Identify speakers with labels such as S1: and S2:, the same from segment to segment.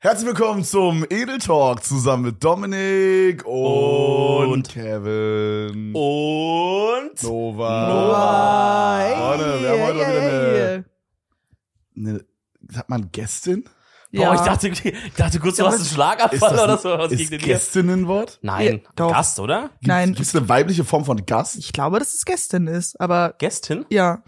S1: Herzlich willkommen zum Edel Talk zusammen mit Dominik und,
S2: Und- Hm.
S1: Kevin.
S2: Und
S1: Nova.
S2: Nova. Ey,
S1: Freunde, wir haben heute
S3: ey,
S1: wieder
S3: ey,
S1: eine,
S3: ey.
S1: eine, sagt man Gästin?
S2: Boah, ich dachte, ich dachte kurz, du
S3: Ja,
S2: hast
S3: was-
S2: einen Schlaganfall oder so. Was
S1: ist
S2: gegen den hier?
S1: Gästin ein Wort?
S2: Nein,
S3: Ja, doch.
S2: Gast, oder?
S1: Gibt,
S3: Nein.
S1: Gibt's eine weibliche Form von Gast?
S3: ich glaube, dass es gestern ist, aber
S2: Gästin?
S3: ja,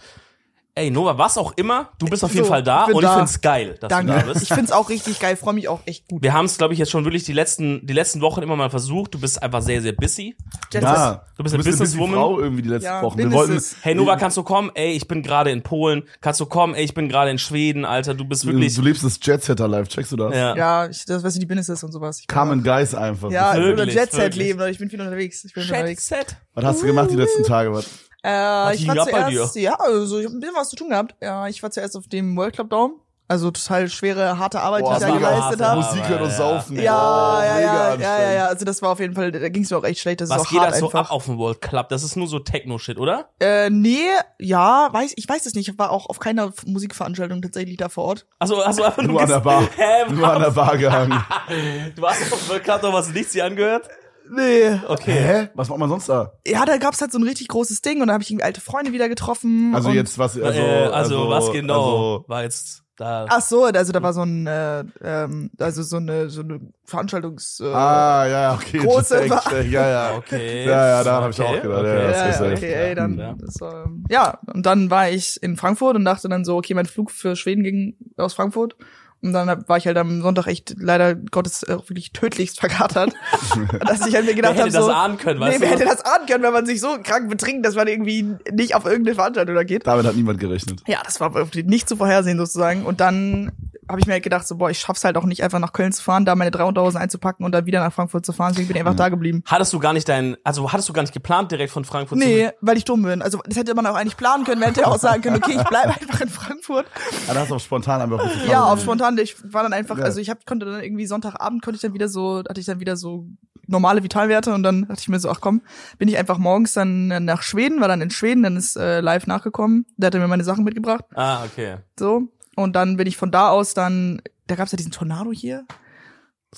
S2: Ey, Nova, was auch immer, du bist auf jeden
S3: So,
S2: Fall da
S3: ich bin
S2: und ich
S3: da.
S2: find's geil, dass du da
S3: danke.
S2: bist.
S3: Ich find's auch richtig geil, freue mich auch echt gut.
S2: Wir haben es, glaube ich, jetzt schon wirklich die letzten, die letzten Wochen immer mal versucht. Du bist einfach sehr, sehr busy.
S3: Jens, was-
S1: Ja,
S2: du bist eine Businesswoman.
S1: Frau irgendwie die letzten
S3: Ja,
S1: Wochen. Wir
S3: bin
S1: wollten,
S3: es.
S2: Hey Nova, kannst du kommen? Ey, ich bin gerade in Polen. Kannst du kommen? Ey, ich bin gerade in Schweden, Alter. Du bist wirklich.
S1: du lebst das Jetsetter-Life, checkst du das?
S2: ja.
S3: Ja, ich, das weißt du, die Businesses und sowas. Ich bin
S1: Carmen Geis einfach.
S3: Ja,
S2: Wirklich,
S3: oder Jet Set
S2: wirklich.
S3: leben, Leute, ich bin viel unterwegs. Ich bin
S2: Chat,
S3: unterwegs.
S2: Set.
S1: Was hast du gemacht die
S3: Uh.
S1: letzten Tage? Was?
S3: Äh,
S2: ging
S3: ich war
S2: ab bei
S3: zuerst, ja, also ich habe ein bisschen was zu tun gehabt. Ja, ich war zuerst auf dem World Club Down. Also total schwere, harte Arbeit,
S1: Boah,
S3: die ich da
S2: war
S3: geleistet
S2: harte
S3: habe.
S1: Musik hören und
S2: Ja.
S1: saufen.
S3: Ja,
S1: Oh, mega
S3: ja, ja, ja, ja,
S1: anstrengend.
S3: ja. Also das war auf jeden Fall, da ging es mir auch echt schlecht. Das
S2: Was
S3: ist auch
S2: geht
S3: hart
S2: da so
S3: einfach.
S2: ab auf dem World Club? Das ist nur so Techno-Shit, oder?
S3: Äh, nee, ja, weiß, ich weiß es nicht. Ich war auch auf keiner F- Musikveranstaltung tatsächlich da vor Ort.
S2: Also, also einfach
S1: Nur an der
S2: ges-
S1: Bar.
S2: Hä,
S1: Nur an der Bar gehangen.
S2: Du warst auf dem World Club noch was nichts dir angehört?
S3: Nee.
S2: Okay. Äh,
S1: Hä? Was macht man sonst da?
S3: Ja, da gab's halt so ein richtig großes Ding und da habe ich irgendwie alte Freunde wieder getroffen.
S1: Also
S3: und,
S1: jetzt was, also,
S2: äh, also, was genau
S1: also-
S2: war jetzt da?
S3: Ach so, also da war so ein, äh, ähm, also so eine, so eine Veranstaltungs... Äh,
S1: ah, ja, okay.
S3: Große
S1: check,
S3: Wa-
S1: check, ja, ja.
S2: Okay.
S1: Ja, ja, daran hab ich auch gedacht, ja, das
S3: ja,
S1: ist
S3: ja,
S1: safe.
S3: okay, ey, dann,
S2: Ja.
S3: das war, ähm, ja, und dann war ich in Frankfurt und dachte dann so, okay, mein Flug für Schweden ging aus Frankfurt. Und dann hab- war ich halt am Sonntag echt leider Gottes äh, wirklich tödlichst verkatert, dass ich halt mir
S2: Wer
S3: gedacht
S2: hätte
S3: habe,
S2: das
S3: so,
S2: ahnen können,
S3: nee,
S2: weißt
S3: wer hätte
S2: du?
S3: das ahnen können, wenn man sich so krank betrinkt, dass man irgendwie nicht auf irgendeine Veranstaltung da geht.
S1: Damit hat niemand gerechnet.
S3: Ja, das war irgendwie nicht zu vorhersehen sozusagen. Und dann habe ich mir halt gedacht, so, boah, ich schaff's halt auch nicht einfach nach Köln zu fahren, da meine 300.000 einzupacken und dann wieder nach Frankfurt zu fahren. Deswegen bin ich einfach da geblieben.
S2: Hattest du gar nicht dein, also hattest du gar nicht geplant, direkt von Frankfurt zu
S3: Nee, weil ich dumm bin. Also das hätte man auch eigentlich planen können. Man hätte ja auch sagen können, okay, ich bleibe einfach in Frankfurt.
S1: Ah, da hast du auch spontan einfach hochgefahren.
S3: Ja, auf spontan. Ich war dann einfach,
S1: Ja.
S3: also ich hab, konnte dann irgendwie Sonntagabend konnte ich dann wieder so, hatte ich dann wieder so normale Vitalwerte und dann dachte ich mir so, ach komm, bin ich einfach morgens dann äh, nach Schweden, war dann in Schweden, dann ist äh, live nachgekommen. Der hat mir meine Sachen mitgebracht.
S2: Ah, okay.
S3: So. Und dann bin ich von da aus dann, da gab's ja diesen Tornado hier.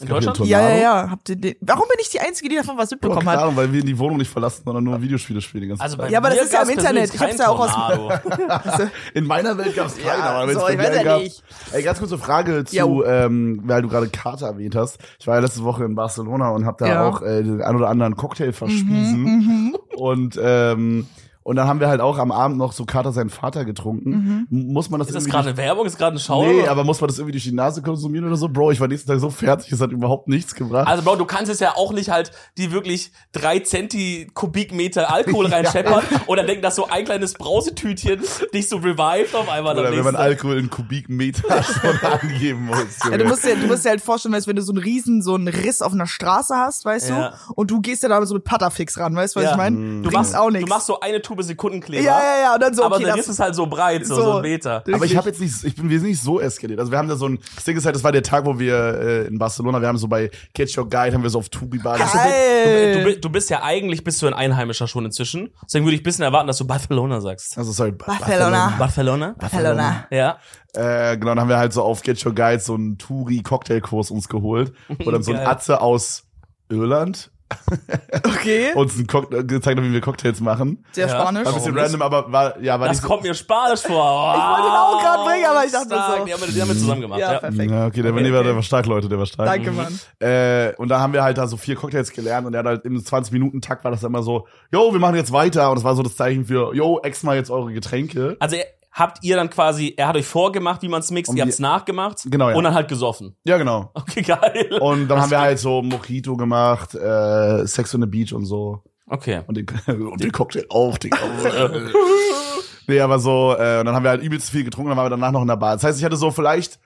S2: In
S1: gab hier
S2: Deutschland?
S1: einen
S3: Ja, ja,
S1: Tornado?
S3: ja. Habt ihr den, warum bin ich die Einzige, die davon was mitbekommen
S1: Keine
S3: hat?
S1: Ahnung, weil wir die Wohnung nicht verlassen, sondern nur Videospiele spielen. die ganze
S2: Also
S1: Zeit.
S2: bei
S3: Ja, aber das
S2: mir
S3: ist ja im
S2: gab's
S3: Internet.
S2: persönlich
S3: Ich hab's
S2: kein
S3: ja auch aus-
S2: Tornado.
S1: in meiner Welt gab's keinen,
S3: Ja,
S1: aber wenn es
S3: so,
S1: bei
S3: ich weiß
S1: mir
S3: ja
S1: gab.
S3: nicht.
S1: Ey, ganz kurze Frage zu,
S3: Jo.
S1: ähm, weil du gerade Kater erwähnt hast. Ich war ja letzte Woche in Barcelona und habe da
S3: Ja. Mhm,
S1: auch äh, den ein oder anderen Cocktail verspiesen. Und ähm, und dann haben wir halt auch am Abend noch so Kater seinen Vater
S3: Mhm.
S1: getrunken. M- Muss man das
S2: Ist das
S1: irgendwie
S2: gerade eine Werbung? Ist gerade ein Schau?
S1: Nee, aber muss man das irgendwie durch die Nase konsumieren oder so? Bro, ich war nächsten Tag so fertig, es hat überhaupt nichts gebracht.
S2: Also, Bro, du kannst es ja auch nicht halt die wirklich drei Zenti Kubikmeter Alkohol reinscheppern oder denken, dass so ein kleines Brausetütchen dich so revived auf einmal. am
S1: oder wenn
S2: nächsten
S1: man
S2: Tag.
S1: Alkohol in Kubikmeter schon angeben muss.
S3: Ja, du
S1: Junge.
S3: musst dir, du musst dir halt vorstellen, weißt, du, wenn du so einen riesen, so einen Riss auf einer Straße hast, weißt
S2: Ja.
S3: du, und du gehst ja da so mit Patafix ran, weißt du, was
S2: Ja.
S3: ich
S2: Mm.
S3: meine?
S1: Mhm.
S2: Du
S3: Du machst auch
S2: Du
S3: nichts.
S2: machst so eine Tube Sekundenkleber.
S3: ja, ja, ja, und dann so,
S2: aber
S3: okay,
S2: der
S3: das
S2: Riss ist halt so breit, so, so,
S3: so.
S2: ein Meter.
S1: Aber ich habe jetzt nicht, ich bin, wir sind nicht so eskaliert. Also wir haben da so ein, das Ding ist halt, das war der Tag, wo wir äh, in Barcelona, wir haben so bei Catch Your Guide, haben wir so auf Tubi Bar gespielt.
S3: geil.
S2: Du, bi- du bist ja eigentlich bist du ein Einheimischer schon inzwischen. Deswegen würde ich ein bisschen erwarten, dass du Barcelona sagst.
S1: Also sorry, Ba-
S3: Barcelona.
S2: Barcelona?
S3: Barcelona.
S2: Ja.
S1: Äh, genau, dann haben wir halt so auf Get Your Guide so einen Touri-Cocktailkurs uns geholt, wo dann so ein
S2: Geil.
S1: Atze aus Irland
S3: Okay.
S1: uns einen Cocktail gezeigt hat, wie wir Cocktails machen.
S3: Sehr
S2: Ja.
S3: spanisch. Oh,
S1: War ein
S3: Ich
S1: bisschen random,
S2: Warum
S1: aber war, ja, war
S2: Das
S1: nicht so-
S2: kommt mir spanisch vor.
S3: wollte ihn auch gerade bringen, aber ich dachte
S2: Stark.
S3: so.
S2: Die haben wir, die haben wir zusammen gemacht.
S3: Ja,
S2: Ja,
S3: perfekt.
S1: Ja, okay, der, nee,
S3: okay.
S1: der war stark, Leute, der war stark.
S3: Danke, Mann.
S1: Äh, und da haben wir halt da so vier Cocktails gelernt und er hat halt im 20-Minuten-Takt war das immer so, yo, wir machen jetzt weiter. Und das war so das Zeichen für, yo, ex mal jetzt eure Getränke.
S2: Also ihr- habt ihr dann quasi, er hat euch vorgemacht, wie man es mixt,
S3: Um
S1: Und wir-
S2: ihr habt's nachgemacht
S1: Genau, ja.
S2: und dann halt gesoffen.
S1: Ja, genau.
S2: Okay, geil.
S3: Oh.
S1: Und dann haben wir halt so Mojito gemacht, äh, Sex on the Beach und so.
S2: Okay.
S1: Und den, und den Cocktail auch, Digga. nee, aber so, äh, und dann haben wir halt übelst viel getrunken, dann waren wir danach noch in der Bar. Das heißt, ich hatte so vielleicht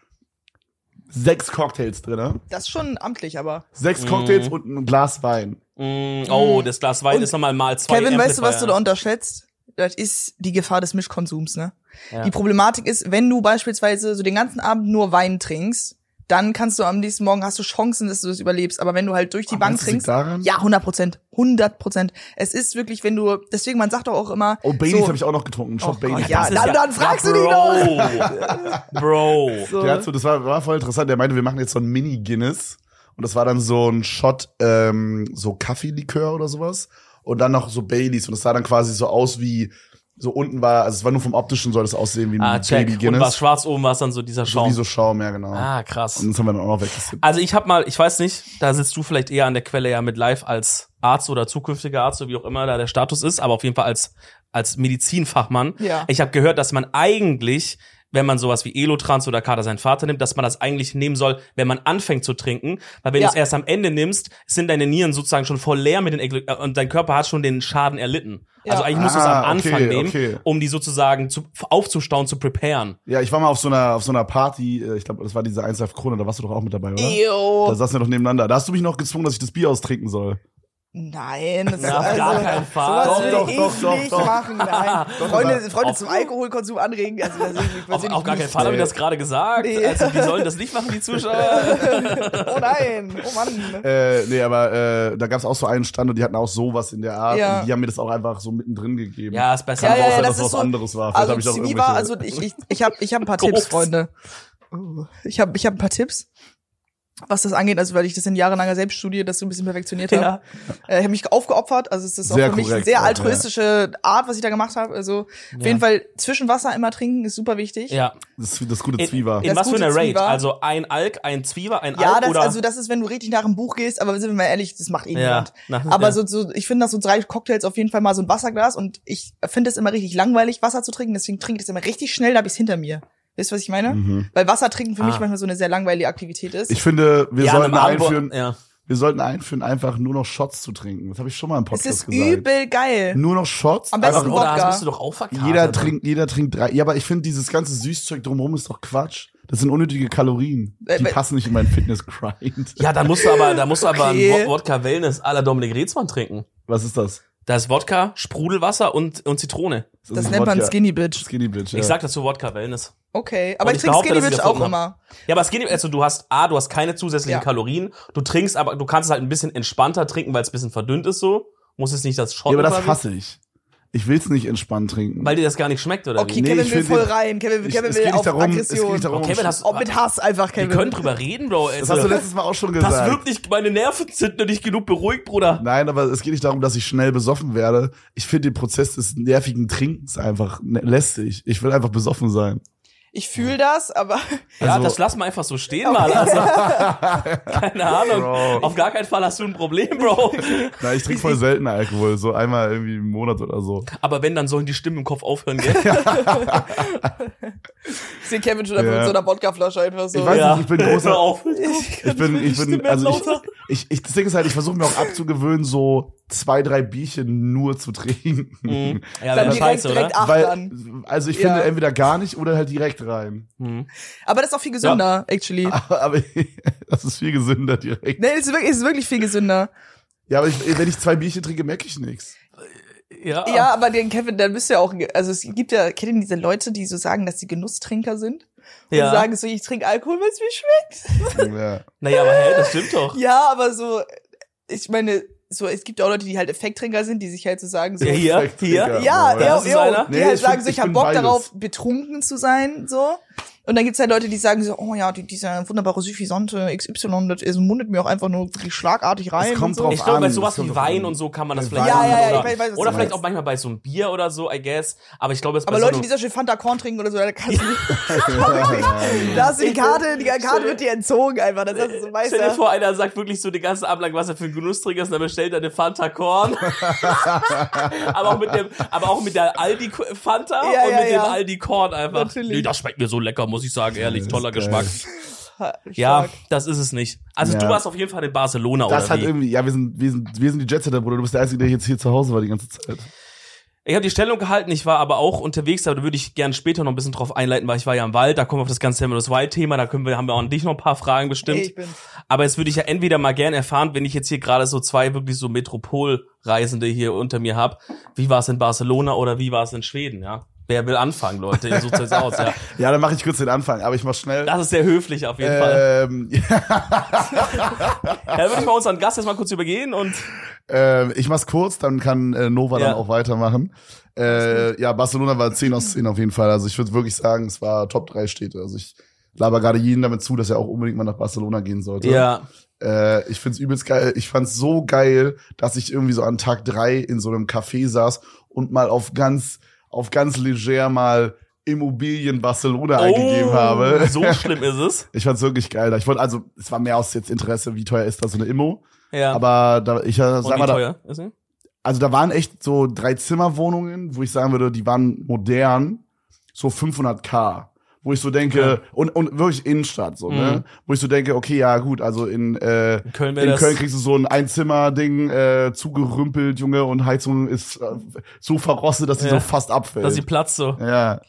S1: sechs Cocktails drinne
S3: Das ist schon amtlich, aber.
S1: Sechs Cocktails und ein Glas Wein.
S2: Mm, oh, das Glas Wein
S3: Und
S2: ist nochmal mal zwei
S3: Kevin, weißt du, was du da
S2: Amplifier.
S3: unterschätzt? Das ist die Gefahr des Mischkonsums, ne?
S2: Ja.
S3: Die Problematik ist, wenn du beispielsweise so den ganzen Abend nur Wein trinkst, dann kannst du am nächsten Morgen hast du Chancen, dass du das überlebst. Aber wenn du halt durch die
S1: Aber
S3: Bank
S1: meinst du, es
S3: trinkst,
S1: liegt daran?
S3: ja, 100 Prozent, 100 Prozent. Es ist wirklich, wenn du, deswegen man sagt doch auch immer,
S1: Oh, Baileys
S3: so,
S1: habe ich auch noch getrunken. Shot
S3: Oh
S1: Baileys.
S3: Gott, ja.
S2: Das ist
S3: dann- dann fragst du
S2: Bro. Bro.
S3: so,
S1: Der hat so, das war, war voll interessant. Der meinte, wir machen jetzt so ein Mini-Guinness. Und das war dann so ein Shot, ähm, so Kaffeelikör oder sowas. Und dann noch so Baileys. Und das sah dann quasi so aus wie, so unten war, also es war nur vom optischen soll das aussehen wie ein
S2: Ah, check. Und was
S1: Baby-Guinness.
S2: schwarz oben war es dann so dieser
S1: So wie
S2: Schaum.
S1: so Schaum, ja genau.
S2: ah, krass.
S1: Und das haben wir dann auch noch weggeskippt.
S2: Also ich habe mal, ich weiß nicht, da sitzt du vielleicht eher an der Quelle ja mit live als Arzt oder zukünftiger Arzt, so wie auch immer da der Status ist, aber auf jeden Fall als als Medizinfachmann.
S3: Ja.
S2: Ich habe gehört, dass man eigentlich, wenn man sowas wie Elotrans oder Kader sein Vater nimmt, dass man das eigentlich nehmen soll, wenn man anfängt zu trinken, weil wenn
S3: Ja.
S2: du es erst am Ende nimmst, sind deine Nieren sozusagen schon voll leer mit den Egl äh, und dein Körper hat schon den Schaden erlitten.
S3: Ja.
S2: Also eigentlich musst du es
S1: Ah,
S2: am Anfang
S1: okay,
S2: nehmen,
S1: okay.
S2: um die sozusagen zu, aufzustauen, zu preparen.
S1: Ja, ich war mal auf so einer, auf so einer Party, äh, ich glaube, das war diese 1 Live Krone, da warst du doch auch mit dabei, oder? Da
S3: Ew.
S1: saßen wir doch nebeneinander. Da hast du mich noch gezwungen, dass ich das Bier austrinken soll.
S3: Nein, das ist
S2: Na, auf
S3: also,
S2: gar keinen Fall.
S3: sowas
S1: Doch,
S3: würde
S1: doch,
S3: ich
S1: doch, doch,
S3: nicht
S1: doch.
S3: machen. Nein. Freunde, Freunde
S2: Auf-
S3: zum Alkoholkonsum anregen, also das ist ich
S2: Auf,
S3: persönlich
S2: auf gar keinen
S3: nicht.
S2: Fall habe ich das gerade gesagt.
S3: Nee.
S2: Also die sollen das nicht machen, die Zuschauer.
S3: Oh nein, oh Mann.
S1: Äh, nee, aber äh, da gab's auch so einen Stand und die hatten auch sowas in der Art.
S3: Ja.
S1: Und die haben mir das auch einfach so mittendrin gegeben.
S2: Ja, ist besser. Also,
S1: Kann
S3: Ja,
S1: aber auch
S3: ja, ja,
S1: sein,
S3: das
S1: dass es
S3: ist
S1: was
S3: so-
S1: anderes war. Vielleicht
S3: Also
S1: hab ich auch
S3: Zivi
S1: irgendwelche-
S3: war, also ich, ich, ich habe ich hab ein paar
S2: Ghost.
S3: Tipps, Freunde. Oh, Ich habe ich hab ein paar Tipps, was das angeht, also weil ich das in jahrelanger Selbststudie das so ein bisschen perfektioniert habe.
S2: Ja.
S3: Äh, ich habe mich aufgeopfert, also es ist auch
S1: Sehr
S3: für mich eine
S1: korrekt,
S3: sehr
S1: auch, ja.
S3: altruistische Art, was ich da gemacht habe. Also auf
S2: Ja.
S3: jeden Fall Zwischenwasser immer trinken ist super wichtig.
S2: ja.
S1: das, das gute
S2: In,
S1: Zwieber.
S2: in
S3: Das
S2: was für
S3: gute
S2: einer Rate?
S3: Zwieber.
S2: Also ein Alk, ein Zwieber, ein
S3: Ja,
S2: Alk
S3: das,
S2: oder
S3: also das ist, wenn du richtig nach dem Buch gehst, aber sind wir mal ehrlich, das macht eh
S2: Ja,
S3: niemand.
S2: nach-
S3: aber
S2: ja.
S3: so, so, ich finde das so drei Cocktails auf jeden Fall mal so ein Wasserglas und ich finde es immer richtig langweilig, Wasser zu trinken, deswegen trinke ich das immer richtig schnell, da habe ich es hinter mir. Wisst ihr, was ich meine? Weil Wasser trinken für mich
S2: Ah.
S3: manchmal so eine sehr langweilige Aktivität ist.
S1: Mhm. Ich finde, wir
S2: ja,
S1: sollten
S2: einem Abend-
S1: einführen,
S2: Ja.
S1: wir sollten einführen, einfach nur noch Shots zu trinken. Das habe ich schon mal im
S3: es
S1: Podcast
S3: ist
S1: gesagt.
S3: übel geil.
S1: Nur noch Shots.
S3: Am
S2: Also,
S3: besten
S2: oder
S3: Wodka.
S2: hast, bist du doch auch verkatert.
S1: jeder trinkt, jeder trinkt drei. Ja, aber ich finde dieses ganze Süßzeug drumherum ist doch Quatsch. Das sind unnötige Kalorien.
S3: Äh,
S1: Die
S3: äh,
S1: passen nicht in meinen Fitness-Grind.
S2: Ja, dann musst du aber, da musst du aber
S3: Okay.
S2: ein Wo- Wodka Wellness à la Dominik Rezmann trinken.
S1: Was ist das?
S2: Da ist Wodka, Sprudelwasser und, und Zitrone.
S3: Das
S1: ist
S3: nennt man
S1: Wodka.
S3: Skinny Bitch.
S1: Skinny Bitch. Ja.
S2: Ich sag dazu Wodka Wellness.
S3: Okay, aber
S2: Und
S3: ich
S2: ich
S3: trinke
S2: behaupte,
S3: Skinny
S2: dass ich
S3: Bitch
S2: erfunden
S3: auch
S2: hab.
S3: immer.
S2: Ja, aber es geht, also du hast, A, du hast keine zusätzlichen
S3: Ja.
S2: Kalorien, du trinkst, aber du kannst es halt ein bisschen entspannter trinken, weil es ein bisschen verdünnt ist so. Muss es nicht das
S1: ja,
S2: Shot
S1: aber das
S2: quasi-
S1: hasse ich. Ich will's nicht entspannt trinken.
S2: Weil dir das gar nicht schmeckt, oder
S3: Okay,
S2: wie?
S1: Nee,
S3: Kevin
S1: ich
S3: will
S1: find
S3: voll
S1: den-
S3: rein. Kevin,
S1: ich,
S3: Kevin
S1: es
S3: will
S1: geht
S3: auf
S1: nicht darum, es geht
S3: Aggression.
S1: nicht darum.
S2: Okay, wenn das-
S3: Oh, mit Hass einfach,
S2: Wir
S3: Kevin.
S2: können drüber reden, Bro.
S1: das
S2: Also-
S1: hast du letztes Mal auch schon gesagt.
S2: Das wirkt nicht, meine Nerven sind noch nicht genug beruhigt, Bruder.
S1: Nein, aber es geht nicht darum, dass ich schnell besoffen werde. Ich finde den Prozess des nervigen Trinkens einfach ne- lästig. Ich will einfach besoffen sein.
S3: Ich fühle das, aber
S2: ja,
S1: Also-
S2: das lassen wir einfach so stehen mal. Also, keine Ahnung.
S1: Bro.
S2: Auf gar keinen Fall hast du ein Problem, Bro.
S1: Nein, ich trinke voll selten Alkohol, so einmal irgendwie im Monat oder so.
S2: Aber wenn, dann sollen die Stimmen im Kopf aufhören, gell?
S3: ich sehe Kevin schon einfach
S1: Ja.
S3: mit so einer Wodkaflasche einfach so.
S1: Ich weiß- nicht, bin großer-
S2: Hör auf.
S1: Ich bin, ich
S2: Stimmen
S1: bin, also
S2: werden lauter.
S1: ich, ich, ich das Ding ist halt, ich versuche mir auch abzugewöhnen, so zwei, drei Bierchen nur zu trinken.
S2: Mhm. Ja, wäre
S3: Dann direkt,
S2: scheiße, oder?
S3: direkt acht
S1: Weil,
S3: an.
S1: also ich
S3: Ja.
S1: finde entweder gar nicht oder halt direkt rein.
S2: Mhm.
S3: Aber das ist auch viel gesünder, actually.
S1: Aber das ist viel gesünder direkt.
S3: Nee, es ist wirklich, es ist wirklich viel gesünder.
S1: Ja, aber ich, wenn ich zwei Bierchen trinke, merke ich nichts.
S2: Ja.
S3: Ja, aber den Kevin, dann bist du ja auch, also es gibt ja, kennt ihr diese Leute, die so sagen, dass sie Genusstrinker sind? Und
S2: Ja.
S3: sagen so, ich trinke Alkohol, weil es mir schmeckt.
S1: Ja.
S2: Naja, aber hey, das stimmt doch.
S3: Ja, aber so, ich meine, so, es gibt auch Leute, die halt Effekttrinker sind, die sich halt so sagen, so,
S2: Ja, hier,
S1: Perfekt,
S2: hier.
S1: Digga.
S3: Ja,
S1: aber-
S3: ja,
S2: Das ist einer?
S3: ja, die
S1: Nee,
S3: halt
S1: ich
S3: sagen
S1: find-
S3: so, ich
S1: ich
S3: hab
S1: bin
S3: Bock
S1: beides.
S3: darauf, betrunken zu sein, so. Und dann gibt's halt Leute, die sagen so, oh ja, die, dieser wunderbare Süffisante XY, das ist- mundet mir auch einfach nur wirklich schlagartig rein.
S1: kommt
S3: und so.
S1: drauf
S2: Ich glaube, bei
S1: an,
S2: sowas
S1: das kommt
S2: wie
S1: drauf
S2: Wein
S1: an.
S2: und so kann man das
S1: Ja,
S2: vielleicht
S1: ja, ja,
S2: machen.
S1: ja,
S2: oder
S1: ich weiß,
S3: ich weiß, was du
S2: oder vielleicht
S1: meinst.
S2: auch manchmal bei so einem Bier oder so, I guess. Aber ich glaube, es ist
S3: Aber
S2: bei
S3: Leute,
S2: so
S3: die zum Beispiel Fanta Korn trinken oder so, da kannst du,
S1: Ja.
S3: da hast du die Karte, die Karte wird dir entzogen einfach, das hast du so weißt.
S2: Stell dir
S3: ja.
S2: vor, einer sagt wirklich so den ganzen Abend lang, was er für ein Genusstrinker ist, und dann bestellt er eine Fanta Korn. aber, auch mit dem, aber auch mit der Aldi Fanta
S3: Ja,
S2: und
S3: ja,
S2: mit
S3: ja.
S2: dem Aldi Korn einfach.
S3: Natürlich.
S2: Nee, das schmeckt mir so lecker, muss ich sagen, ehrlich.
S1: Das ist
S2: Toller
S1: geil.
S2: Geschmack.
S3: Ha,
S2: Ja,
S3: stark.
S2: das ist es nicht. Also
S1: Ja.
S2: du warst auf jeden Fall in Barcelona,
S1: Das
S2: oder
S1: hat
S2: wie?
S1: irgendwie, ja, wir sind, wir sind, wir sind die Jetsetter, Bruder. Du bist der Einzige, der jetzt hier zu Hause war die ganze Zeit.
S2: Ich habe die Stellung gehalten, ich war aber auch unterwegs, aber da würde ich gerne später noch ein bisschen drauf einleiten, weil ich war ja im Wald, da kommen wir auf das ganze Hemmlos Wald-Thema, da können wir, haben wir auch an dich noch ein paar Fragen bestimmt.
S3: Ey, ich bin,
S2: Aber jetzt würde ich ja entweder mal gern erfahren, wenn ich jetzt hier gerade so zwei wirklich so Metropolreisende hier unter mir habe, wie war es in Barcelona oder wie war es in Schweden, ja? Wer will anfangen, Leute? Ihr sucht jetzt aus, ja.
S1: Ja, dann mache ich kurz den Anfang, aber ich mach schnell.
S2: Das ist sehr höflich auf jeden Fall.
S1: Ähm,
S2: Ja, dann würde ich mal unseren Gast jetzt mal kurz übergehen und
S1: ähm, ich mach's kurz, dann kann äh, Nova
S2: Ja.
S1: dann auch weitermachen. Äh, ja, Barcelona war 10 aus 10 auf jeden Fall. Also ich würde wirklich sagen, es war Top 3 Städte. Also ich laber gerade jeden damit zu, dass er auch unbedingt mal nach Barcelona gehen sollte.
S2: ja,
S1: Äh, ich find's übelst geil. Ich fand's so geil, dass ich irgendwie so an Tag drei in so einem Café saß und mal auf ganz, auf ganz leger mal Immobilien Barcelona eingegeben habe.
S2: Oh, so schlimm ist es.
S1: Ich fand's wirklich geil. Ich wollte, also, es war mehr aus jetzt Interesse, wie teuer ist da so eine Immo.
S2: Ja.
S1: Aber da, ich äh,
S2: und
S1: sag
S2: wie
S1: mal, da,
S2: teuer ist er?
S1: also da waren echt so drei Zimmerwohnungen, wo ich sagen würde, die waren modern, so 500k, wo ich so denke und und wirklich Innenstadt so,
S2: Mhm.
S1: ne? Wo ich so denke, okay, ja gut, also in äh,
S2: In Köln wäre
S1: in
S2: das.
S1: Köln kriegst du so ein Einzimmer-Ding äh, zugerümpelt, Junge, und Heizung ist äh, so verrostet, dass sie
S2: Ja.
S1: so fast abfällt.
S2: dass sie platzt so.
S1: ja.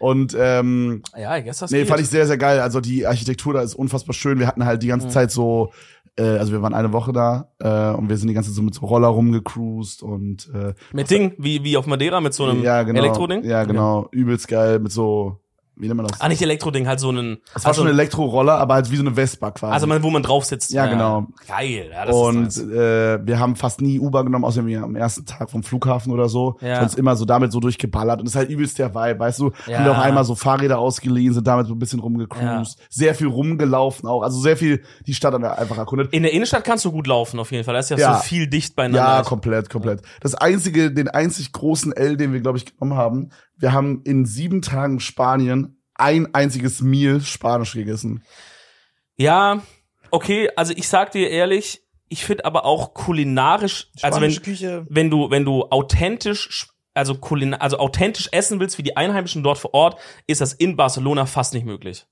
S1: Und ähm,
S2: Ja, ich guess das
S1: nee,
S2: geht.
S1: fand ich sehr, sehr geil. Also die Architektur da ist unfassbar schön. Wir hatten halt die ganze Zeit so, äh, also wir waren eine Woche da äh, und wir sind die ganze Zeit so mit so Roller rumgecruised und äh,
S2: Mit Ding, wie, wie auf Madeira, mit so einem
S1: ja, genau,
S2: Elektroding?
S1: Ja, genau. Übelst geil mit so, wie nennt man das?
S2: Ah, nicht Elektroding, halt so einen.
S1: Es war
S2: also,
S1: schon ein Elektroroller, aber halt wie so eine Vespa quasi.
S2: also man, wo man drauf sitzt.
S1: Ja, genau.
S2: Geil, ja, das
S1: Und
S2: ist nice.
S1: äh, wir haben fast nie Uber genommen, außer wir am ersten Tag vom Flughafen oder so.
S2: Ja.
S1: Sonst immer so damit so durchgeballert. Und das ist halt übelst der Vibe, weißt du?
S2: Ja.
S1: Ja. Haben auch einmal so Fahrräder ausgeliehen, sind damit so ein bisschen rumgecruised. Sehr viel rumgelaufen auch. Also sehr viel die Stadt haben wir einfach erkundet.
S2: In der Innenstadt kannst du gut laufen, auf jeden Fall. Da ist ja,
S1: Ja.
S2: so viel dicht beieinander. Also,
S1: Ja, komplett, komplett. Das einzige, den einzig großen L, den wir, glaube ich, genommen haben, wir haben in sieben Tagen Spanien ein einziges Meal Spanisch gegessen.
S2: Ja, okay, also ich sag dir ehrlich, ich finde aber auch kulinarisch, also wenn,
S3: Küche.
S2: wenn du, wenn du authentisch, sch- also kulinar, also authentisch essen willst wie die Einheimischen dort vor Ort, ist das in Barcelona fast nicht möglich.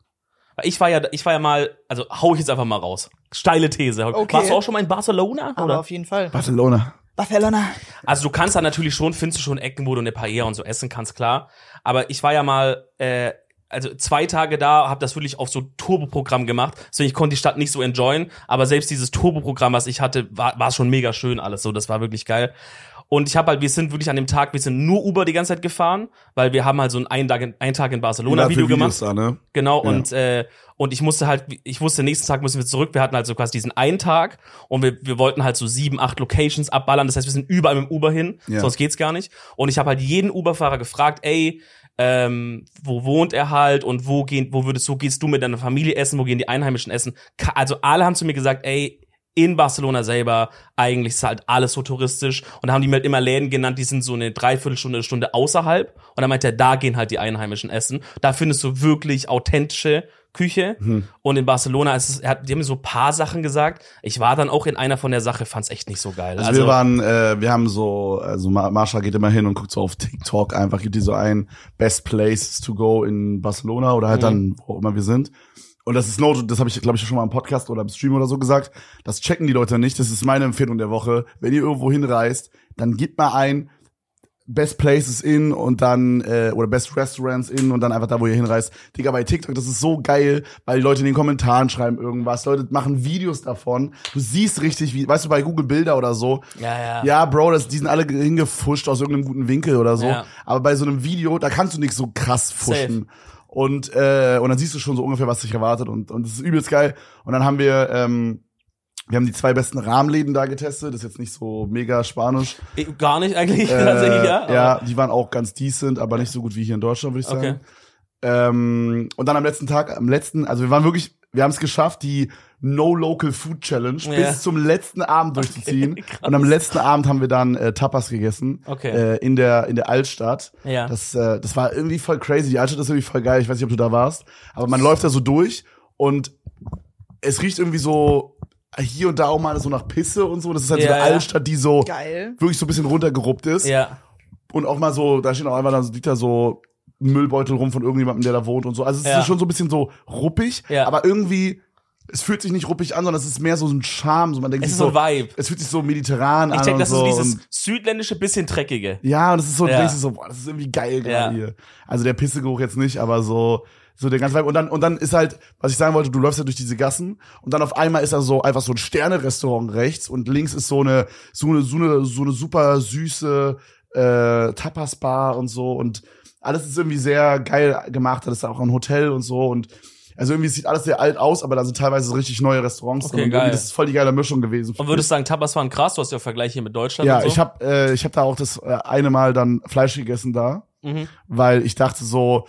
S2: Weil ich war ja, ich war ja mal, also hau ich jetzt einfach mal raus. Steile These.
S3: Okay.
S2: Warst du auch schon mal in Barcelona?
S3: Aber
S2: oder?
S3: auf jeden Fall.
S1: Barcelona.
S3: Barcelona.
S2: Also du kannst da natürlich schon, findest du schon Ecken, wo du eine Paella und so essen kannst, klar. Aber ich war ja mal, äh, also zwei Tage da, habe das wirklich auf so Turboprogramm gemacht. Deswegen ich konnte die Stadt nicht so enjoyen. Aber selbst dieses Turboprogramm, was ich hatte, war, war schon mega schön alles. So, das war wirklich geil. Und ich habe halt, wir sind wirklich an dem Tag, wir sind nur Uber die ganze Zeit gefahren, weil wir haben halt so ein einen Tag in, einen Tag in Barcelona
S1: Ja, für
S2: Video
S1: Videos
S2: gemacht.
S1: Da, ne?
S2: Genau,
S1: Ja.
S2: und, äh, und ich musste halt, ich wusste, nächsten Tag müssen wir zurück. Wir hatten halt so quasi diesen einen Tag und wir, wir wollten halt so sieben, acht Locations abballern. Das heißt, wir sind überall mit dem Uber hin,
S1: Ja.
S2: sonst geht's gar nicht. Und ich habe halt jeden Uberfahrer gefragt, ey, ähm, wo wohnt er halt und wo gehen, wo würdest du, gehst du mit deiner Familie essen, wo gehen die Einheimischen essen? Ka- Also alle haben zu mir gesagt, ey, in Barcelona selber eigentlich ist halt alles so touristisch und da haben die mir halt immer Läden genannt, die sind so eine Dreiviertelstunde, Stunde außerhalb und dann meint er, da gehen halt die Einheimischen essen. Da findest du wirklich authentische Küche
S1: Hm.
S2: und in Barcelona ist es, er hat, die haben mir so ein paar Sachen gesagt. Ich war dann auch in einer von der Sache, fand's echt nicht so geil.
S1: Also, wir waren, äh, wir haben so, also Ma- Marsha geht immer hin und guckt so auf TikTok einfach, gibt die so ein Best Places to go in Barcelona oder halt
S2: Mhm.
S1: dann, wo auch immer wir sind. Und das ist no, das habe ich, glaube ich, schon mal im Podcast oder im Stream oder so gesagt. Das checken die Leute nicht. Das ist meine Empfehlung der Woche. Wenn ihr irgendwo hinreist, dann gebt mal ein Best Places in und dann, äh, oder Best Restaurants in und dann einfach da, wo ihr hinreist. Digga, bei TikTok, das ist so geil, weil die Leute in den Kommentaren schreiben irgendwas. Leute machen Videos davon. Du siehst richtig, wie, weißt du, bei Google Bilder oder so,
S2: ja, ja.
S1: ja, Bro, das, die sind alle hingefuscht aus irgendeinem guten Winkel oder so.
S2: Ja.
S1: Aber bei so einem Video, da kannst du nicht so krass fuschen. Und, äh, und dann siehst du schon so ungefähr, was dich erwartet. Und, und das ist übelst geil. Und dann haben wir, ähm, wir haben die zwei besten Rahmenläden da getestet. Das ist jetzt nicht so mega spanisch.
S2: Ich- Gar nicht eigentlich,
S1: Äh,
S2: tatsächlich, ja.
S1: ja, die waren auch ganz decent, aber nicht so gut wie hier in Deutschland, würde ich sagen.
S2: Okay.
S1: Ähm, und dann am letzten Tag, am letzten, also wir waren wirklich, wir haben es geschafft, die No Local Food Challenge
S2: Ja.
S1: bis zum letzten Abend durchzuziehen.
S2: krass.
S1: und am letzten Abend haben wir dann äh, Tapas gegessen
S2: Okay.
S1: äh, in der in der Altstadt.
S2: Ja.
S1: Das äh, das war irgendwie voll crazy. Die Altstadt ist irgendwie voll geil. Ich weiß nicht, ob du da warst, aber man läuft da so durch und es riecht irgendwie so hier und da auch mal so nach Pisse und so. Das ist halt so
S2: Ja,
S1: eine
S2: ja.
S1: Altstadt, die so
S3: Geil.
S1: wirklich so ein bisschen runtergeruppt ist
S2: ja.
S1: und auch mal so, da stehen auch einfach, da liegt da so ein Müllbeutel rum von irgendjemandem, der da wohnt und so. Also es
S2: Ja.
S1: ist schon so ein bisschen so ruppig,
S2: Ja.
S1: aber irgendwie, es fühlt sich nicht ruppig an, sondern es ist mehr so ein Charme. So man denkt
S2: Es
S1: sich
S2: ist so ein Vibe.
S1: es fühlt sich so mediterran
S2: Ich
S1: an.
S2: check,
S1: und
S2: das
S1: so
S2: ist
S1: und,
S2: dieses südländische, bisschen dreckige.
S1: ja, und es ist so,
S2: Ja.
S1: ja. so, boah, das ist irgendwie geil gerade
S2: Ja.
S1: hier. Also der Pissegeruch jetzt nicht, aber so, so der ganze Vibe. Und dann, und dann ist halt, was ich sagen wollte, du läufst ja durch diese Gassen und dann auf einmal ist da so einfach so ein Sterne-Restaurant rechts und links ist so eine, so eine, so eine, so eine super süße äh, Tapas-Bar und so und alles ist irgendwie sehr geil gemacht. Da ist auch ein Hotel und so und also irgendwie sieht alles sehr alt aus, aber da sind teilweise so richtig neue Restaurants
S2: Okay,
S1: drin. Und
S2: geil.
S1: irgendwie das ist voll die geile Mischung gewesen.
S2: Und würdest sagen, Tapas waren krass, du hast ja Vergleich hier mit Deutschland
S1: ja,
S2: und so.
S1: ich habe äh, ich hab da auch das äh, eine Mal dann Fleisch gegessen da
S2: mhm.
S1: weil ich dachte so,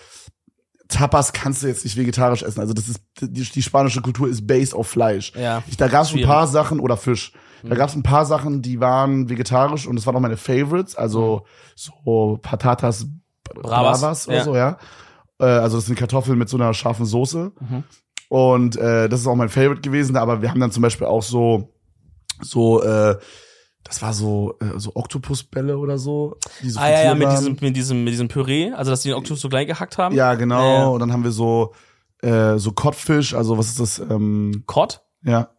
S1: Tapas kannst du jetzt nicht vegetarisch essen. Also das ist die, die spanische Kultur ist based auf Fleisch.
S2: Ja.
S1: Ich, da gab es ein
S2: Schwierig. Mhm.
S1: paar Sachen oder Fisch. Da gab es ein paar Sachen, die waren vegetarisch und das waren auch meine Favorites. Also so Patatas
S2: Mhm. Bravas,
S1: Bravas, oder
S2: ja.
S1: so, ja. Äh, Also das sind Kartoffeln mit so einer scharfen Soße.
S2: Mhm.
S1: Und äh, das ist auch mein Favorite gewesen. Aber wir haben dann zum Beispiel auch so so äh, das war so äh, so Oktopusbälle oder so. die so
S2: Ah ja, ja,
S1: frittiert
S2: mit
S1: waren.
S2: diesem, mit diesem, mit diesem Püree, also dass die den Oktopus so klein gehackt haben.
S1: Ja, genau.
S2: Ja, ja.
S1: Und dann haben wir so, äh, so Kottfisch, also was ist das? Ähm,
S2: Kott,
S1: ja,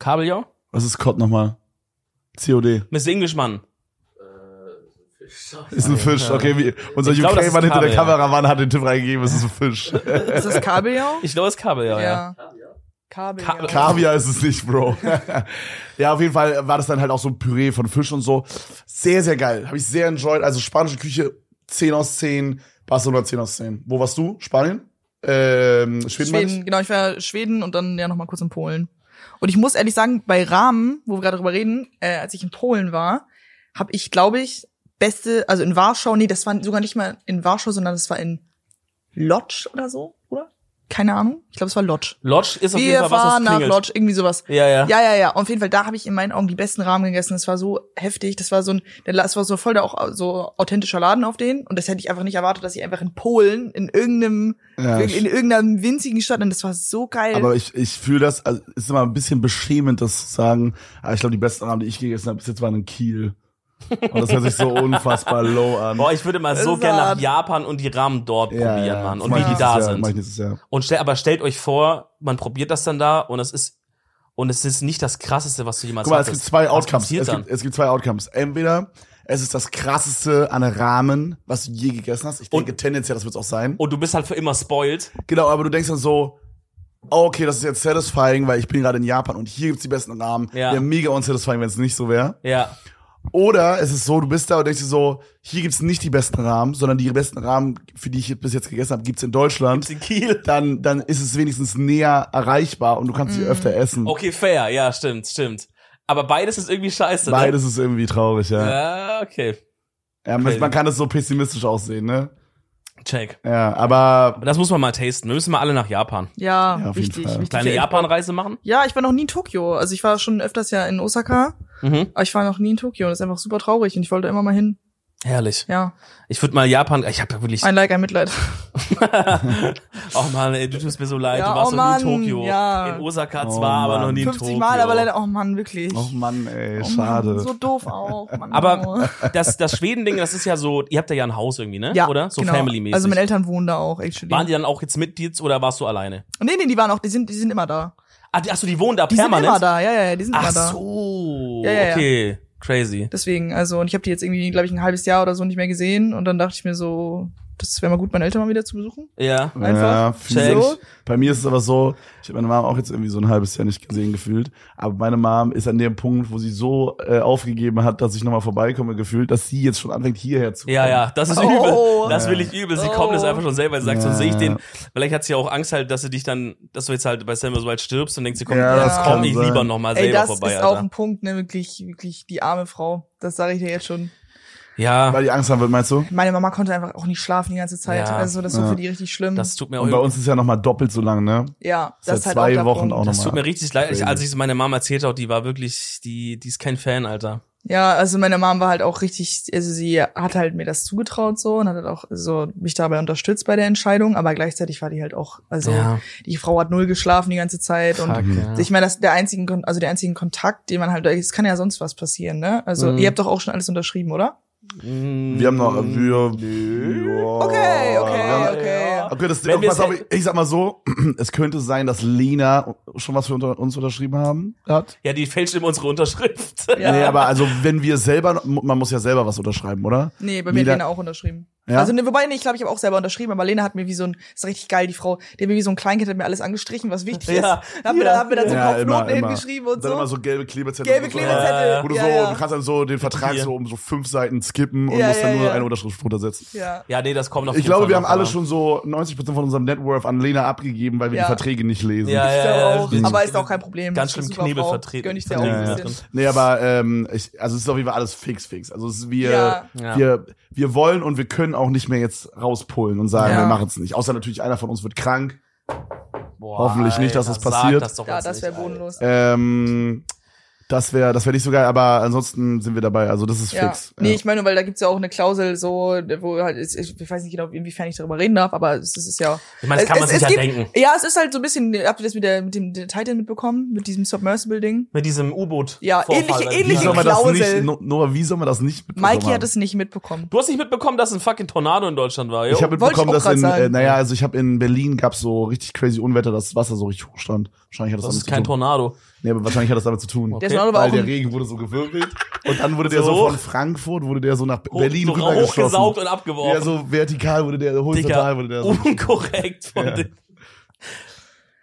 S2: Kabeljau.
S1: was ist Kott nochmal? COD.
S2: Miss Englishman.
S1: Ist ein Fisch, okay. Wie, unser
S2: Ich glaub, das ist
S1: UK-Mann hinter
S2: Kabel,
S1: der
S2: ja.
S1: Kameramann hat den Tipp reingegeben, es ist ein Fisch.
S3: Ist das Kabeljau?
S2: Ich glaube, es ist Kabeljau, ja.
S3: Kabeljau.
S2: Ka-
S1: Kaviar ist es nicht, Bro. ja, auf jeden Fall war das dann halt auch so ein Püree von Fisch und so. Sehr, sehr geil. Habe ich sehr enjoyed. Also spanische Küche 10 aus 10, Barcelona 10 aus 10. Wo warst du? Spanien? Ähm, Schweden, meine ich?
S3: Schweden, genau, ich war Schweden und dann ja nochmal kurz in Polen. Und ich muss ehrlich sagen, bei Rahmen, wo wir gerade drüber reden, äh, als ich in Polen war, habe ich, glaube ich, beste, also in Warschau, nee, das war sogar nicht mal in Warschau, sondern das war in Lodz oder so, oder? Keine Ahnung. Ich glaube, es war Lodz.
S2: Lodge ist auf jeden
S3: Wir
S2: Fall was, was
S3: fahren nach
S2: klingelt.
S3: Lodz, irgendwie sowas.
S2: Ja, ja.
S3: Ja, ja, ja. Auf jeden Fall, da habe ich in meinen Augen die besten Rahmen gegessen. Das war so heftig. Das war so ein, der La- es war so voll da auch so authentischer Laden auf den. Und das hätte ich einfach nicht erwartet, dass ich einfach in Polen, in irgendeinem,
S1: Ja,
S3: in, in irgendeiner winzigen Stadt, und das war so
S2: Äh,
S3: geil.
S1: Aber ich, ich fühle das, also es ist immer ein bisschen beschämend, das zu sagen. Aber ich glaube, die besten Abende, die ich gegessen habe, bis jetzt waren in Kiel. Und das hört sich so unfassbar low an.
S2: Boah, ich würde mal so
S3: Ist
S2: gern
S3: hart.
S2: nach Japan und die Ramen dort probieren, Mann.
S1: das
S2: Und
S1: mach
S2: wie
S1: ich
S2: die
S1: nächstes
S2: da
S1: Jahr, Mach ich
S2: sind.
S1: nächstes Jahr.
S2: Und stell, aber stellt euch vor, man probiert das dann da und es ist, und es ist nicht das krasseste, was du jemals
S1: Guck mal, es
S2: hattest.
S1: gibt zwei
S2: Was
S1: Outcomes.
S2: passiert
S1: Es
S2: dann?
S1: gibt, es gibt zwei Outcomes. Entweder es ist das krasseste an Rahmen, was du je gegessen hast. Ich denke tendenziell, das wird es auch sein.
S2: Und du bist halt für immer spoilt.
S1: Genau, aber du denkst dann so, oh, okay, das ist jetzt satisfying, weil ich bin gerade in Japan und hier gibt's die besten Rahmen.
S2: Ja.
S1: Wäre mega unsatisfying, wenn es nicht so wäre.
S2: Ja.
S1: Oder es ist so, du bist da und denkst dir so, hier gibt's nicht die besten Rahmen, sondern die besten Rahmen, für die ich bis jetzt gegessen habe, gibt's in Deutschland.
S2: In Kiel.
S1: Dann, dann ist es wenigstens näher erreichbar und du kannst sie öfter essen.
S2: Mhm. Okay, fair. Ja, stimmt, stimmt. Aber beides ist irgendwie scheiße.
S1: Beides ist irgendwie traurig,
S2: Ne?
S1: ja. ja.
S2: Ja, okay.
S1: man,
S2: crazy.
S1: man kann das so pessimistisch aussehen, ne?
S2: Check.
S1: Ja, aber
S2: Aber Das muss man mal tasten. Wir müssen mal alle nach Japan.
S3: ja,
S1: Ja, auf jeden
S3: wichtig,
S1: Fall.
S3: wichtig.
S2: Kleine Japan-Reise machen.
S3: Ja, ich war noch nie in Tokio. Also ich war schon öfters ja in Osaka,
S2: Mhm.
S3: aber ich war noch nie in Tokio. Und das ist einfach super traurig und ich wollte immer mal hin.
S2: Herrlich.
S3: Ja,
S2: Ich würde mal Japan. Ich habe ja wirklich.
S3: ein Like, ein Mitleid.
S2: oh Mann, ey, du tust mir so leid.
S3: Ja,
S2: du warst
S3: oh
S2: noch nie in
S3: Mann,
S2: Tokio.
S3: ja.
S2: In Osaka
S1: Oh
S2: zwar, aber
S1: Mann.
S2: noch nie in
S3: 50
S2: Tokio.
S3: Mal, aber leider, oh Mann, wirklich.
S1: oh Mann, ey,
S3: Oh Mann,
S1: schade.
S3: So doof auch. Mann, oh.
S2: Aber das, das Schweden-Ding, das ist ja so, ihr habt ja ja ein Haus irgendwie, ne? Oder? So
S3: genau.
S2: family-mäßig.
S3: Also meine Eltern wohnen da auch, actually.
S2: waren die dann auch jetzt mit dir oder warst du alleine?
S3: nee, nee, die waren auch, die sind, die sind immer da.
S2: Ah, die, achso, die wohnen da
S3: Die
S2: permanent.
S3: sind immer da, ja, ja, ja, die sind
S2: Ach
S3: immer da.
S2: so.
S3: Ja, ja, ja.
S2: Okay. Crazy.
S3: Deswegen, also, und ich habe die jetzt irgendwie, glaube ich, ein halbes Jahr oder so nicht mehr gesehen. Und dann dachte ich mir so, das wäre mal gut, meine Eltern mal wieder zu besuchen.
S2: Ja.
S1: Ja,
S3: Einfach.
S1: fühl
S2: Check.
S1: ich. Bei mir ist es aber so, ich habe meine Mom auch jetzt irgendwie so ein halbes Jahr nicht gesehen gefühlt, aber meine Mom ist an dem Punkt, wo sie so äh, aufgegeben hat, dass ich nochmal vorbeikomme gefühlt, dass sie jetzt schon anfängt hierher zu kommen.
S2: Ja, ja, das ist
S3: Oh.
S2: übel. Das will ich übel. Sie
S3: Oh.
S2: kommt es einfach schon selber. Sie sagt, sonst sehe ich
S1: Ja.
S2: den. Vielleicht hat sie ja auch Angst halt, dass sie dich dann, dass du jetzt halt bei Samuel so weit stirbst und denkst, sie kommt,
S1: Ja,
S3: das
S2: komm
S1: kann
S2: ich
S1: sein.
S2: lieber nochmal selber
S3: Ey, das
S2: vorbei,
S3: ist
S2: Alter.
S3: auch ein Punkt, ne, wirklich, wirklich die arme Frau. Das sage ich dir jetzt schon.
S2: ja,
S3: Ah.
S1: Weil die Angst haben wird, meinst du?
S3: Meine Mama konnte einfach auch nicht schlafen die ganze Zeit.
S2: Ja.
S3: Also, das war
S1: Ja.
S3: für die richtig schlimm.
S2: das tut mir auch
S1: Und bei uns ist ja nochmal doppelt so lang, ne?
S3: ja, das ist
S1: Seit
S3: halt
S1: zwei
S3: auch der
S1: Wochen
S3: Punkt.
S1: auch
S2: Das
S1: nochmal.
S2: tut mir richtig leid. Ich, als ich es meiner Mama erzählt habe, die war wirklich, die, die ist kein Fan, Alter.
S3: Ja, also meine Mom war halt auch richtig, also sie hat halt mir das zugetraut so und hat halt auch so mich dabei unterstützt bei der Entscheidung, aber gleichzeitig war die halt auch, also
S2: Ja.
S3: die Frau hat null geschlafen die ganze Zeit und
S2: Fuck, ja.
S3: ich meine, das der einzigen, Kon- also der einzigen Kontakt, den man halt, es kann ja sonst was passieren, ne? Also
S2: Mhm.
S3: ihr habt doch auch schon alles unterschrieben, oder?
S1: Wir haben noch, wir,
S3: Okay, okay,
S1: Oh, Ja.
S3: okay.
S1: Okay, das,
S2: Wenn wir
S1: pass
S2: es
S1: auf, ich, ich sag mal so, es könnte sein, dass Lena schon was für unter, uns unterschrieben haben hat.
S2: Ja, die fälscht immer unsere Unterschrift.
S3: Ja.
S1: Nee, aber also wenn wir selber, man muss ja selber was unterschreiben, oder?
S3: Nee, bei mir hat
S1: Jeder-
S3: Lena auch unterschrieben.
S1: Ja?
S3: Also ne, wobei, nee, ich glaube, ich habe auch selber unterschrieben, aber Lena hat mir wie so ein, ist richtig geil, die Frau, die hat mir wie so ein Kleinkind hat mir alles angestrichen, was wichtig
S2: Ja,
S3: ist. Hat
S2: ja,
S3: mir dann, hat mir dann so
S1: ja,
S3: Kopfnoten
S1: immer, immer.
S3: hingeschrieben Also und
S1: dann immer
S3: so.
S1: so gelbe Klebezettel.
S3: Gelbe
S1: und so.
S3: Klebezettel.
S2: Ja.
S1: Wo du
S3: ja,
S1: so,
S3: ja.
S1: du kannst dann so den Vertrag
S2: Hier.
S1: so um so fünf Seiten skippen und
S3: Ja,
S1: musst dann
S3: ja,
S1: nur
S3: ja.
S1: eine Unterschrift runtersetzen.
S3: Ja.
S2: Ja, nee, das kommt auf
S1: Ich
S2: jeden
S1: glaube,
S2: Fall
S1: wir haben
S2: noch,
S1: alle
S2: aber-
S1: schon so 90% von unserem Net Worth an Lena abgegeben, weil wir
S3: Ja.
S1: die Verträge nicht lesen.
S2: Ja, ja,
S3: Ich
S2: ja,
S3: glaube auch,
S2: richtig.
S3: aber ist auch kein Problem.
S2: Ganz
S3: Ist eine
S2: schlimm
S3: super
S2: Knebel
S3: Frau.
S2: vertreten.
S3: Gönn ich dir auch
S1: Ja,
S3: ein
S1: ja.
S3: bisschen.
S1: Nee, aber ähm, ich, also es ist auf jeden Fall alles fix, fix. Also es ist, wir,
S3: Ja.
S2: Ja.
S1: wir, wir wollen und wir können auch nicht mehr jetzt rauspullen und sagen,
S3: Ja.
S1: wir machen es nicht. Außer natürlich einer von uns wird krank.
S2: Boah,
S1: Hoffentlich nicht, dass
S2: Alter,
S1: das
S2: sag
S1: passiert.
S2: Das doch
S3: Ja,
S2: jetzt
S3: das wäre
S2: nicht, Alter.
S3: bodenlos.
S1: Ähm, das wäre das wär nicht so geil, aber ansonsten sind wir dabei. Also das ist
S3: Ja.
S1: fix.
S3: Nee, ich meine, weil da gibt's ja auch eine Klausel, so, wo halt, ich, ich weiß nicht genau, inwiefern ich darüber reden darf, aber es, ist ja.
S2: Ich meine, das kann man sich ja
S3: gibt,
S2: denken.
S3: Ja, es ist halt so ein bisschen, habt ihr das mit, der, mit dem Titan mitbekommen, mit diesem Submersible-Ding?
S2: Mit diesem U-Boot.
S3: Ja,
S2: Vorfall,
S3: ähnliche-
S2: Alter.
S1: wie
S3: ähnliche
S1: soll man das
S3: Klausel.
S1: nicht, No- Noah, wie soll man das nicht mitbekommen
S3: Mikey
S1: haben?
S3: hat es nicht mitbekommen.
S2: Du hast nicht mitbekommen, dass ein fucking Tornado in Deutschland war, jo?
S1: Ich habe
S3: Wollte ich
S1: mitbekommen,
S3: auch
S1: dass
S3: grad
S1: in, äh,
S3: sagen.
S1: naja, also ich habe in Berlin gab's so richtig crazy Unwetter, dass das Wasser so richtig hoch stand. Wahrscheinlich hat das,
S2: das
S1: damit
S2: ist kein
S1: zu tun.
S2: Tornado.
S1: Nee, aber wahrscheinlich hat das damit zu tun.
S2: Okay.
S3: Der Sonne war
S1: Weil
S3: auch
S1: der
S3: ein,
S1: Regen wurde so gewirbelt und dann wurde der
S2: So
S1: so,
S2: hoch?
S1: von Frankfurt, wurde der so nach
S2: Hoch-
S1: Berlin
S2: so
S1: rübergeschossen.
S2: hochgesaugt und abgeworfen.
S1: Ja, so vertikal wurde der, horizontal wurde der so.
S2: Uh, unkorrekt von
S1: Ja.
S2: dir.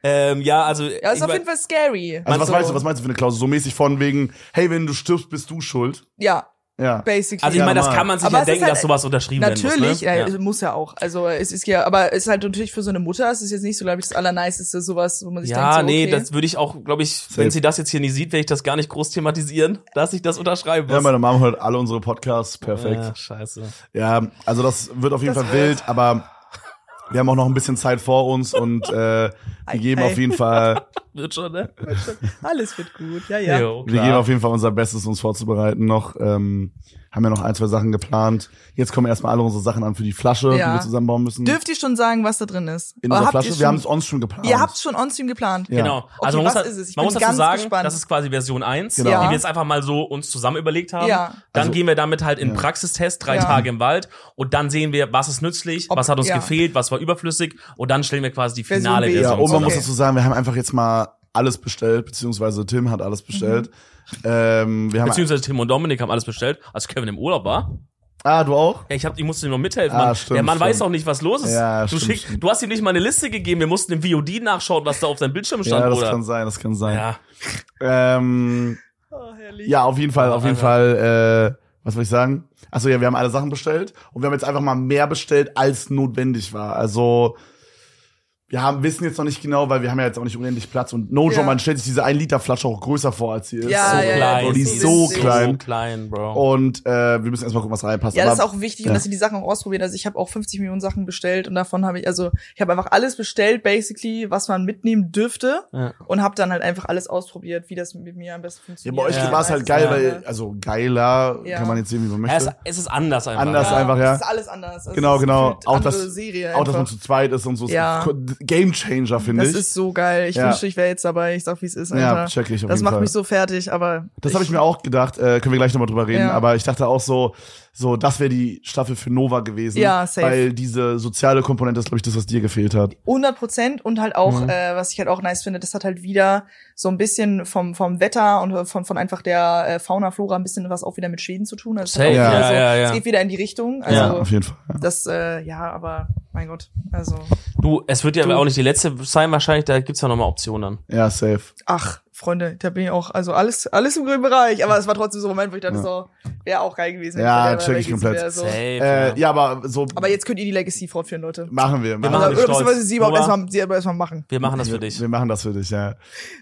S2: Ähm, ja, also.
S3: ja, ist
S2: ich
S3: auf
S2: mein-
S3: jeden Fall scary.
S1: Also was
S2: so-
S1: meinst du, was meinst du für eine Klausel? So mäßig von wegen, hey, wenn du stirbst, bist du schuld.
S3: Ja,
S1: Ja.
S3: basically.
S2: also ich
S1: Ja,
S2: meine, das
S1: normal.
S2: kann man sich ja
S3: Aber es ist
S2: denken,
S3: halt-
S2: dass sowas unterschrieben
S3: Natürlich,
S2: werden muss. Ne?
S3: ja, es muss ja auch. Also es ist ja, aber es ist halt natürlich für so eine Mutter, es ist jetzt nicht so, glaube ich, das Allerniceste, sowas, wo man sich
S2: Ja,
S3: denkt, so,
S2: nee,
S3: okay.
S2: das würde ich auch, glaube ich, wenn sie das jetzt hier nicht sieht, werde ich das gar nicht groß thematisieren, dass ich das unterschreiben
S1: Ja,
S2: muss.
S1: meine Mom hört alle unsere Podcasts, perfekt.
S2: Ja, scheiße.
S1: Ja, also das wird auf jeden Fall wild, aber wir haben auch noch ein bisschen Zeit vor uns und äh, wir
S3: Ei,
S1: geben
S3: ei.
S1: auf jeden Fall,
S2: Wird schon, ne?
S3: Alles wird gut, ja, ja.
S2: Jo,
S1: wir
S2: klar.
S1: geben auf jeden Fall unser Bestes, uns vorzubereiten noch. Ähm, haben ja noch ein, zwei Sachen geplant. Jetzt kommen erstmal alle unsere Sachen an für die Flasche,
S3: Ja.
S1: die wir zusammenbauen müssen.
S3: Dürft ihr schon sagen, was da drin ist?
S1: in
S3: Oder
S1: unserer
S3: habt
S1: Flasche.
S3: ihr
S1: Wir haben
S3: schon-
S1: es uns schon geplant.
S3: Ihr habt es schon on stream geplant.
S1: Ja.
S2: Genau. also man
S3: was
S2: muss, da-
S3: ist es? Ich
S2: man
S3: bin
S2: muss dazu
S3: ganz
S2: sagen,
S3: gespannt.
S2: das ist quasi Version 1,
S1: Genau.
S2: die
S3: Ja.
S2: wir jetzt einfach mal so uns zusammen überlegt haben.
S3: Ja.
S2: Dann
S1: Also-
S2: gehen wir damit halt in
S1: Ja.
S2: Praxistest, drei
S3: Ja.
S2: Tage im Wald und dann sehen wir, was ist nützlich,
S3: Ob-
S2: was hat uns
S3: ja.
S2: gefehlt, was war überflüssig und dann stellen wir quasi die
S3: Version
S2: finale
S3: B.
S1: Ja,
S2: Version.
S1: und man muss
S3: Okay.
S1: dazu sagen, wir haben einfach jetzt mal alles bestellt, beziehungsweise Tim hat alles bestellt.
S3: Mhm.
S1: Ähm, wir haben
S2: Beziehungsweise Tim und Dominik haben alles bestellt, als Kevin im Urlaub war.
S1: ah, du auch?
S2: Ja, ich, hab, ich musste ihm noch mithelfen.
S1: Ah,
S2: Mann.
S1: stimmt,
S2: Der Mann
S1: stimmt.
S2: weiß auch nicht, was los ist.
S1: Ja,
S2: du,
S1: stimmt,
S2: schick-
S1: stimmt.
S2: du hast ihm nicht mal eine Liste gegeben. Wir mussten im VOD nachschauen, was da auf seinem Bildschirm stand,
S1: ja, das
S2: Bruder.
S1: kann sein, das kann sein.
S2: ja.
S1: Ähm, ja, auf jeden Fall, auf jeden
S2: Also-
S1: Fall. Äh, was soll ich sagen? Achso, ja, wir haben alle Sachen bestellt und wir haben jetzt einfach mal mehr bestellt, als notwendig war. Also wir haben wissen jetzt noch nicht genau, weil wir haben ja jetzt auch nicht unendlich Platz und No
S3: Ja.
S1: Joe, man stellt sich diese 1 Liter Flasche auch größer vor, als sie ist.
S3: Ja,
S2: so
S3: ja, ja,
S2: klein.
S1: Und die
S3: das
S1: ist
S3: ist
S1: so
S3: süß.
S2: So
S1: klein.
S2: klein, Bro.
S1: Und äh, wir müssen erstmal gucken, was reinpasst.
S3: Ja, das ist
S1: Aber-
S3: auch wichtig,
S1: Ja.
S3: und dass ihr die Sachen auch ausprobiert. Also ich habe auch 50 Millionen Sachen bestellt und davon habe ich, also ich habe einfach alles bestellt, basically, was man mitnehmen dürfte
S2: Ja.
S3: und habe dann halt einfach alles ausprobiert, wie das mit mir am besten
S1: Ja,
S3: funktioniert.
S1: bei euch
S2: Ja.
S1: war es halt geil,
S2: Ja.
S1: weil, also geiler,
S3: ne? Ja.
S1: kann man jetzt sehen, wie man
S2: Ja, es,
S1: möchte.
S2: es ist anders einfach.
S1: Anders
S2: ja.
S1: einfach. ja.
S3: Es ist alles anders. Also
S1: Genau,
S3: es ist
S1: genau.
S3: gefühlt
S1: Auch
S3: andere
S1: das-
S3: Serie
S1: Auch, dass
S3: einfach.
S1: man zu zweit ist und so. Ja.
S3: Ja.
S1: Game Changer, finde
S3: Das
S1: ich.
S3: ist so geil. Ich
S1: Ja.
S3: wünschte, ich wäre jetzt dabei. Ich sag, wie es ist,
S1: ja,
S3: Alter.
S1: check ich auf
S3: das
S1: jeden
S3: macht
S1: Fall.
S3: mich so fertig, aber.
S1: das habe ich mir auch gedacht, äh, können wir gleich nochmal drüber reden,
S3: Ja.
S1: aber ich dachte auch so, so das wäre die Staffel für Nova gewesen.
S3: Ja, safe.
S1: Weil diese soziale Komponente ist, glaube ich, das, was dir gefehlt hat.
S3: 100 Prozent und halt auch,
S2: Mhm.
S3: äh, was ich halt auch nice finde, das hat halt wieder so ein bisschen vom, vom Wetter und äh, von, von einfach der äh, Fauna, Flora ein bisschen was auch wieder mit Schweden zu tun. Also es hat
S2: Safe,
S3: auch wieder
S2: ja,
S3: so,
S2: ja, ja.
S3: Es geht wieder in die Richtung. Also
S1: ja, auf jeden Fall.
S3: das, äh, ja, aber mein Gott. Also,
S2: Du, es wird ja
S3: Du-
S2: auch nicht die letzte sein wahrscheinlich, da gibt's ja nochmal Optionen.
S1: Ja, safe.
S3: ach, Freunde, da bin ich auch, also alles, alles im grünen Bereich. Aber es war trotzdem so ein Moment, wo ich dachte,
S1: Ja.
S3: so, wäre auch geil gewesen. wenn
S1: Ja,
S3: ich dabei
S1: check ich
S3: gewesen
S1: komplett.
S3: wäre, So.
S2: Safe,
S1: Äh, ja, aber so
S3: Aber jetzt könnt ihr die Legacy fortführen, Leute.
S1: machen wir.
S2: machen
S3: Oder,
S2: dich
S3: oder
S2: stolz.
S3: beziehungsweise sie überhaupt
S2: Nora?
S3: erstmal, sie aber erstmal machen.
S2: Wir machen das für dich.
S1: Wir machen das für dich, ja.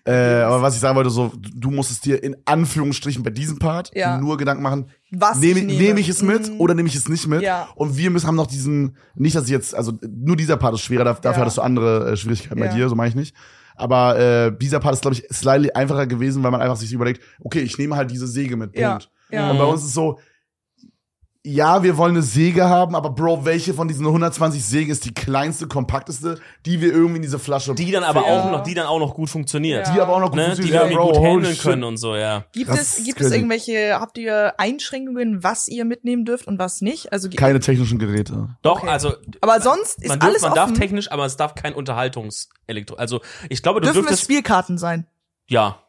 S1: Äh, aber was ich sagen wollte, so, du musst es dir in Anführungsstrichen bei diesem Part
S3: Ja.
S1: nur Gedanken machen,
S3: Was
S1: nehme
S3: ich
S1: ich,
S3: nehme.
S1: nehm ich es mit
S3: Mm.
S1: oder nehme ich es nicht mit?
S3: Ja.
S1: Und wir müssen haben noch diesen, nicht, dass ich jetzt, also nur dieser Part ist schwerer, da- dafür
S3: Ja.
S1: hattest du andere äh, Schwierigkeiten bei
S3: Ja.
S1: dir, so meine ich nicht. Aber äh, dieser Part ist, glaube ich, slightly einfacher gewesen, weil man einfach sich überlegt, okay, ich nehme halt diese Säge mit.
S3: Ja.
S1: Punkt.
S3: Ja.
S1: Und bei uns ist so, ja, wir wollen eine Säge haben, aber Bro, welche von diesen 120 Sägen ist die kleinste, kompakteste, die wir irgendwie in diese Flasche
S2: Die dann aber
S1: Ja.
S2: auch noch, die dann auch noch gut funktioniert.
S3: Ja.
S1: die aber auch noch gut
S2: Ne?
S1: funktioniert.
S2: Die wir irgendwie
S1: Bro,
S2: gut
S1: holy
S2: handeln
S1: Oh, shit.
S2: können und so, ja.
S3: Gibt
S1: Das
S3: es,
S1: ist
S3: gibt es
S1: crazy.
S3: irgendwelche, habt ihr Einschränkungen, was ihr mitnehmen dürft und was nicht? Also, ge-
S1: Keine technischen Geräte.
S2: Doch,
S3: Okay.
S2: also
S3: aber sonst ist
S2: man,
S3: alles
S2: dürft, man darf
S3: offen.
S2: technisch, aber es darf kein Unterhaltungselektro. Also ich glaube, du
S3: Dürfen es
S2: dürftest.
S3: Spielkarten sein?
S2: Ja.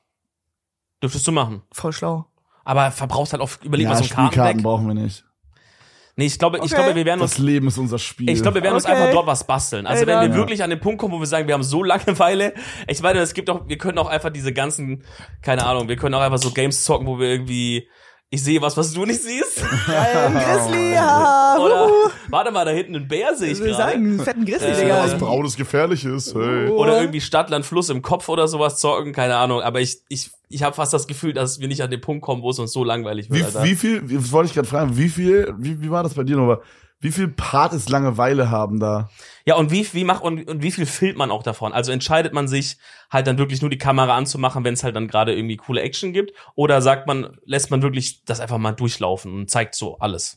S2: Dürftest du machen.
S3: Voll schlau.
S2: Aber verbrauchst halt auch, überleg
S1: ja,
S2: mal so ein
S1: Spielkarten
S2: Kartendeck.
S1: brauchen wir nicht.
S2: Nee, ich glaube, ich
S3: Okay.
S2: glaube, wir werden uns
S1: Das Leben ist unser Spiel.
S2: Ich glaube, wir werden uns
S3: Okay.
S2: einfach dort was basteln. Also
S3: Ey,
S2: wenn wir
S3: dann-
S2: wirklich an den Punkt kommen, wo wir sagen, wir haben so Langeweile, ich meine, es gibt auch, wir können auch einfach diese ganzen, keine Ahnung, wir können auch einfach so Games zocken, wo wir irgendwie, ich sehe was, was du nicht siehst.
S3: Geil, ein Grizzly, haha.
S2: Oder,
S3: wuhu.
S2: warte mal, da hinten ein Bär sehe ich
S3: Was soll ich
S2: gerade.
S3: sagen? Einen fetten Grizzly,
S2: Äh,
S3: Digga.
S1: was Braunes gefährlich ist. Hey.
S3: Oh.
S2: Oder irgendwie Stadt, Land, Fluss im Kopf oder sowas zocken, keine Ahnung. Aber ich, ich, ich habe fast das Gefühl, dass wir nicht an den Punkt kommen, wo es uns so langweilig wird.
S1: Wie,
S2: Alter.
S1: wie viel, wie, das wollte ich gerade fragen, wie viel, wie, wie war das bei dir nochmal? Wie viel Part ist Langeweile haben da?
S2: Ja, und wie, wie macht und, und wie viel filmt man auch davon? Also entscheidet man sich halt dann wirklich nur die Kamera anzumachen, wenn es halt dann gerade irgendwie coole Action gibt? Oder sagt man, lässt man wirklich das einfach mal durchlaufen und zeigt so alles?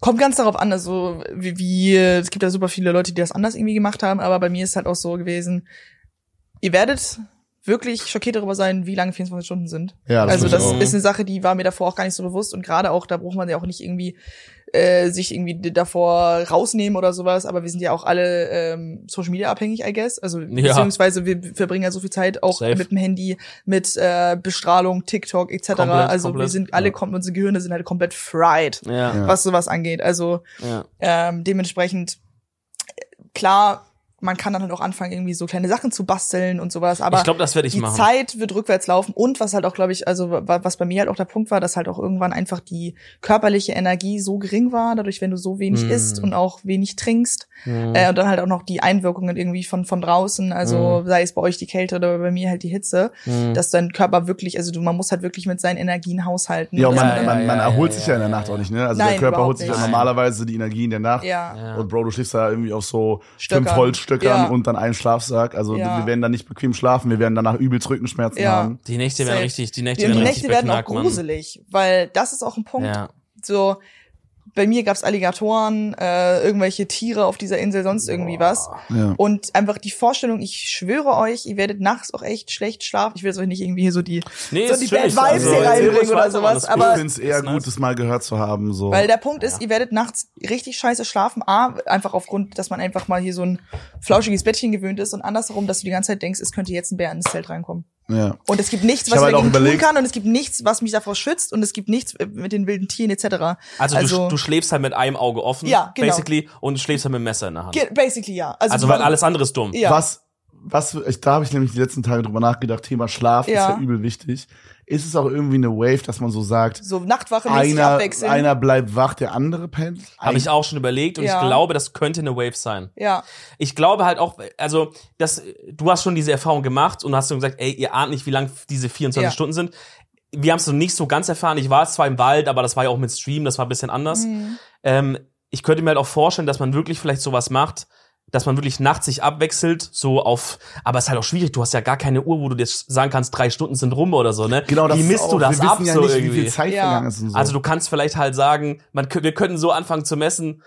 S3: Kommt ganz darauf an, also wie, wie äh, es gibt ja super viele Leute, die das anders irgendwie gemacht haben, aber bei mir ist halt auch so gewesen, ihr werdet wirklich schockiert darüber sein, wie lange 24 Stunden sind.
S1: Ja, bin
S3: also
S1: ich
S3: das
S1: auch.
S3: ist eine Sache, die war mir davor auch gar nicht so bewusst und gerade auch, da braucht man ja auch nicht irgendwie äh, sich irgendwie d- davor rausnehmen oder sowas, aber wir sind ja auch alle ähm, Social Media abhängig, I guess. Also beziehungsweise wir verbringen ja so viel Zeit auch
S2: Safe.
S3: mit dem Handy, mit äh, Bestrahlung, TikTok etc.
S2: Komplett,
S3: also wir
S2: komplett,
S3: sind alle,
S2: ja.
S3: kom unsere Gehirne sind halt komplett fried
S2: Ja,
S1: Ja.
S3: was sowas angeht. Also
S2: ja.
S3: ähm, dementsprechend, äh, klar, man kann dann halt auch anfangen, irgendwie so kleine Sachen zu basteln und sowas, aber
S2: ich glaube, das werde ich
S3: die
S2: machen.
S3: Zeit wird rückwärts laufen und was halt auch, glaube ich, also wa- was bei mir halt auch der Punkt war, dass halt auch irgendwann einfach die körperliche Energie so gering war, dadurch, wenn du so wenig
S2: Mm.
S3: isst und auch wenig trinkst,
S2: Mhm.
S3: äh, und dann halt auch noch die Einwirkungen irgendwie von, von draußen, also sei es bei euch die Kälte oder bei mir halt die Hitze,
S2: Mhm.
S3: dass dein Körper wirklich, also du, man muss halt wirklich mit seinen Energien haushalten.
S1: Ja, und
S3: Das-
S1: man,
S2: Ja, ja,
S1: man, man
S2: ja,
S1: erholt
S2: ja,
S1: sich ja in der
S2: ja,
S1: Nacht
S2: ja.
S1: auch nicht, ne? Also
S3: Nein,
S1: der Körper
S3: überhaupt
S1: erholt sich ja
S2: nicht.
S1: normalerweise die Energie in der Nacht.
S3: ja.
S2: Ja.
S1: Und Bro, du schläfst da irgendwie auf so fünf
S3: Stöckern.
S1: Holzstöckern
S3: Ja.
S1: und dann einen Schlafsack. Also
S3: Ja.
S1: wir werden dann nicht bequem schlafen, wir werden danach übelst Rückenschmerzen
S3: Ja.
S1: haben.
S2: die Nächte werden
S3: Safe.
S2: richtig, die
S3: Die,
S2: Nächte
S3: die
S2: werden
S3: Nächte
S2: richtig
S3: werden auch
S2: beknackt, Mann.
S3: gruselig, weil das ist auch ein Punkt.
S2: Ja.
S3: So, bei mir gab's Alligatoren, äh, irgendwelche Tiere auf dieser Insel, sonst irgendwie was.
S1: Ja.
S3: Und einfach die Vorstellung, ich schwöre euch, ihr werdet nachts auch echt schlecht schlafen. Ich will jetzt euch nicht irgendwie hier so die,
S2: Nee,
S3: So
S2: ist
S3: die
S2: schön,
S3: Bad
S2: ist- also,
S3: Vibes hier
S2: erzähl
S3: reinbringen
S2: ruhig
S3: oder
S2: weiter,
S3: sowas,
S2: Mann, das ist
S3: aber-
S1: ich
S2: gut.
S1: finde es eher
S2: Ist nice.
S1: gut, das mal gehört zu haben. So.
S3: weil der Punkt ist,
S2: Ja.
S3: ihr werdet nachts richtig scheiße schlafen. A, einfach aufgrund, dass man einfach mal hier so ein flauschiges Bettchen gewöhnt ist und andersherum, dass du die ganze Zeit denkst, es könnte jetzt ein Bär ins Zelt reinkommen.
S1: ja.
S3: Und es gibt nichts,
S1: Ich
S3: was ich
S1: hab halt auch
S3: dagegen tun
S1: überlegt-
S3: kann und es gibt nichts, was mich davor schützt und es gibt nichts äh, mit den wilden Tieren etc.
S2: Also,
S3: Also-
S2: du, du schläfst halt mit einem Auge offen,
S3: Ja, genau.
S2: basically, und du schläfst halt mit dem Messer in der Hand.
S3: Ge- Basically ja. Also,
S2: also, weil alles andere ist dumm.
S3: Ja.
S1: Was, was, ich, da habe ich nämlich die letzten Tage drüber nachgedacht, Thema Schlaf ist
S3: Ja.
S1: ja übel wichtig. Ist es auch irgendwie eine Wave, dass man so sagt,
S3: so Nachtwache
S1: einer,
S3: abwechseln.
S1: einer bleibt wach, der andere pennt?
S2: Habe ich auch schon überlegt und
S3: Ja.
S2: ich glaube, das könnte eine Wave sein.
S3: Ja,
S2: ich glaube halt auch, also das, du hast schon diese Erfahrung gemacht und hast so gesagt, ey, ihr ahnt nicht, wie lang diese 24
S3: Ja.
S2: Stunden sind. Wir haben es noch nicht so ganz erfahren. Ich war zwar im Wald, aber das war ja auch mit Stream, das war ein bisschen anders.
S3: Mhm.
S2: Ähm, ich könnte mir halt auch vorstellen, dass man wirklich vielleicht sowas macht, dass man wirklich nachts sich abwechselt, so auf, aber es ist halt auch schwierig, du hast ja gar keine Uhr, wo du dir sagen kannst, drei Stunden sind rum oder so, ne?
S1: Genau, das
S2: Wie
S1: ist
S2: misst
S1: auch,
S2: du das
S1: wir
S2: ab
S1: wissen ja
S2: so
S1: nicht,
S2: irgendwie?
S1: wie viel Zeit
S3: Ja.
S1: vergangen ist und so.
S2: Also du kannst vielleicht halt sagen, man, kö- wir könnten so anfangen zu messen,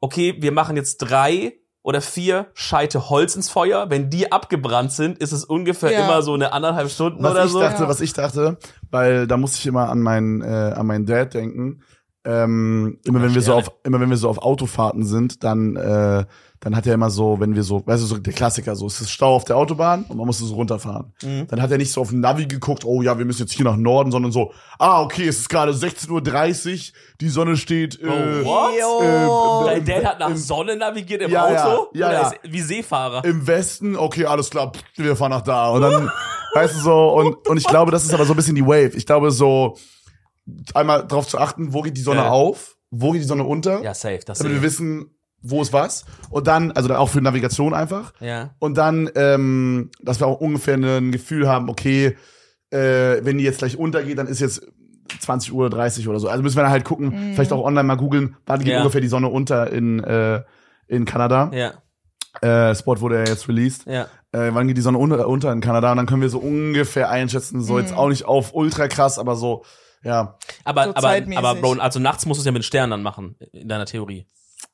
S2: okay, wir machen jetzt drei oder vier Scheite Holz ins Feuer. Wenn die abgebrannt sind, ist es ungefähr
S3: Ja.
S2: immer so eine anderthalb Stunden
S1: was
S2: oder
S1: ich
S2: so.
S1: dachte,
S3: Ja.
S1: was ich dachte, weil da musste ich immer an meinen äh, an meinen Dad denken. Ähm, immer wenn wir so auf immer wenn wir so auf Autofahrten sind, dann äh, dann hat er immer so, wenn wir so, weißt du, so der Klassiker, so es ist Stau auf der Autobahn und man musste so runterfahren.
S2: Mhm.
S1: Dann hat er nicht so auf den Navi geguckt, oh ja, wir müssen jetzt hier nach Norden, sondern so, ah okay, es ist gerade 16:30 Uhr, die Sonne steht. Äh,
S2: Oh, what?
S3: Jo.
S1: äh,
S2: Dein Dad hat nach
S1: im-
S2: Sonne navigiert im
S1: Ja, ja.
S2: Auto?
S1: Ja,
S2: Oder
S1: ja.
S2: Ist wie Seefahrer.
S1: im Westen, okay, alles klar, pff, wir fahren nach da. Und dann, weißt du so, und, und ich glaube, das ist aber so ein bisschen die Wave. Ich glaube, so einmal drauf zu achten, wo geht die Sonne
S2: Ja.
S1: auf, wo geht die Sonne unter,
S2: Ja, safe. Das
S1: damit wir
S2: safe.
S1: wissen, wo ist was. Und dann, also dann auch für Navigation einfach.
S2: Ja.
S1: Und dann, ähm, dass wir auch ungefähr ein Gefühl haben, okay, äh, wenn die jetzt gleich untergeht, dann ist jetzt 20 Uhr 30 oder so. Also müssen wir dann halt gucken,
S3: Mhm.
S1: vielleicht auch online mal googeln, wann geht
S2: Ja.
S1: ungefähr die Sonne unter in, äh, in Kanada.
S2: Ja,
S1: Äh, Spot wurde ja jetzt released
S2: ja.
S1: äh, wann geht die Sonne unter, unter in Kanada und dann können wir so ungefähr einschätzen, so
S2: Mhm.
S1: jetzt auch nicht auf ultra krass, aber so, ja.
S2: Aber,
S3: So
S2: aber,
S3: zeitmäßig.
S2: aber, Bro, also nachts musst du es ja mit Sternen dann machen, in deiner Theorie.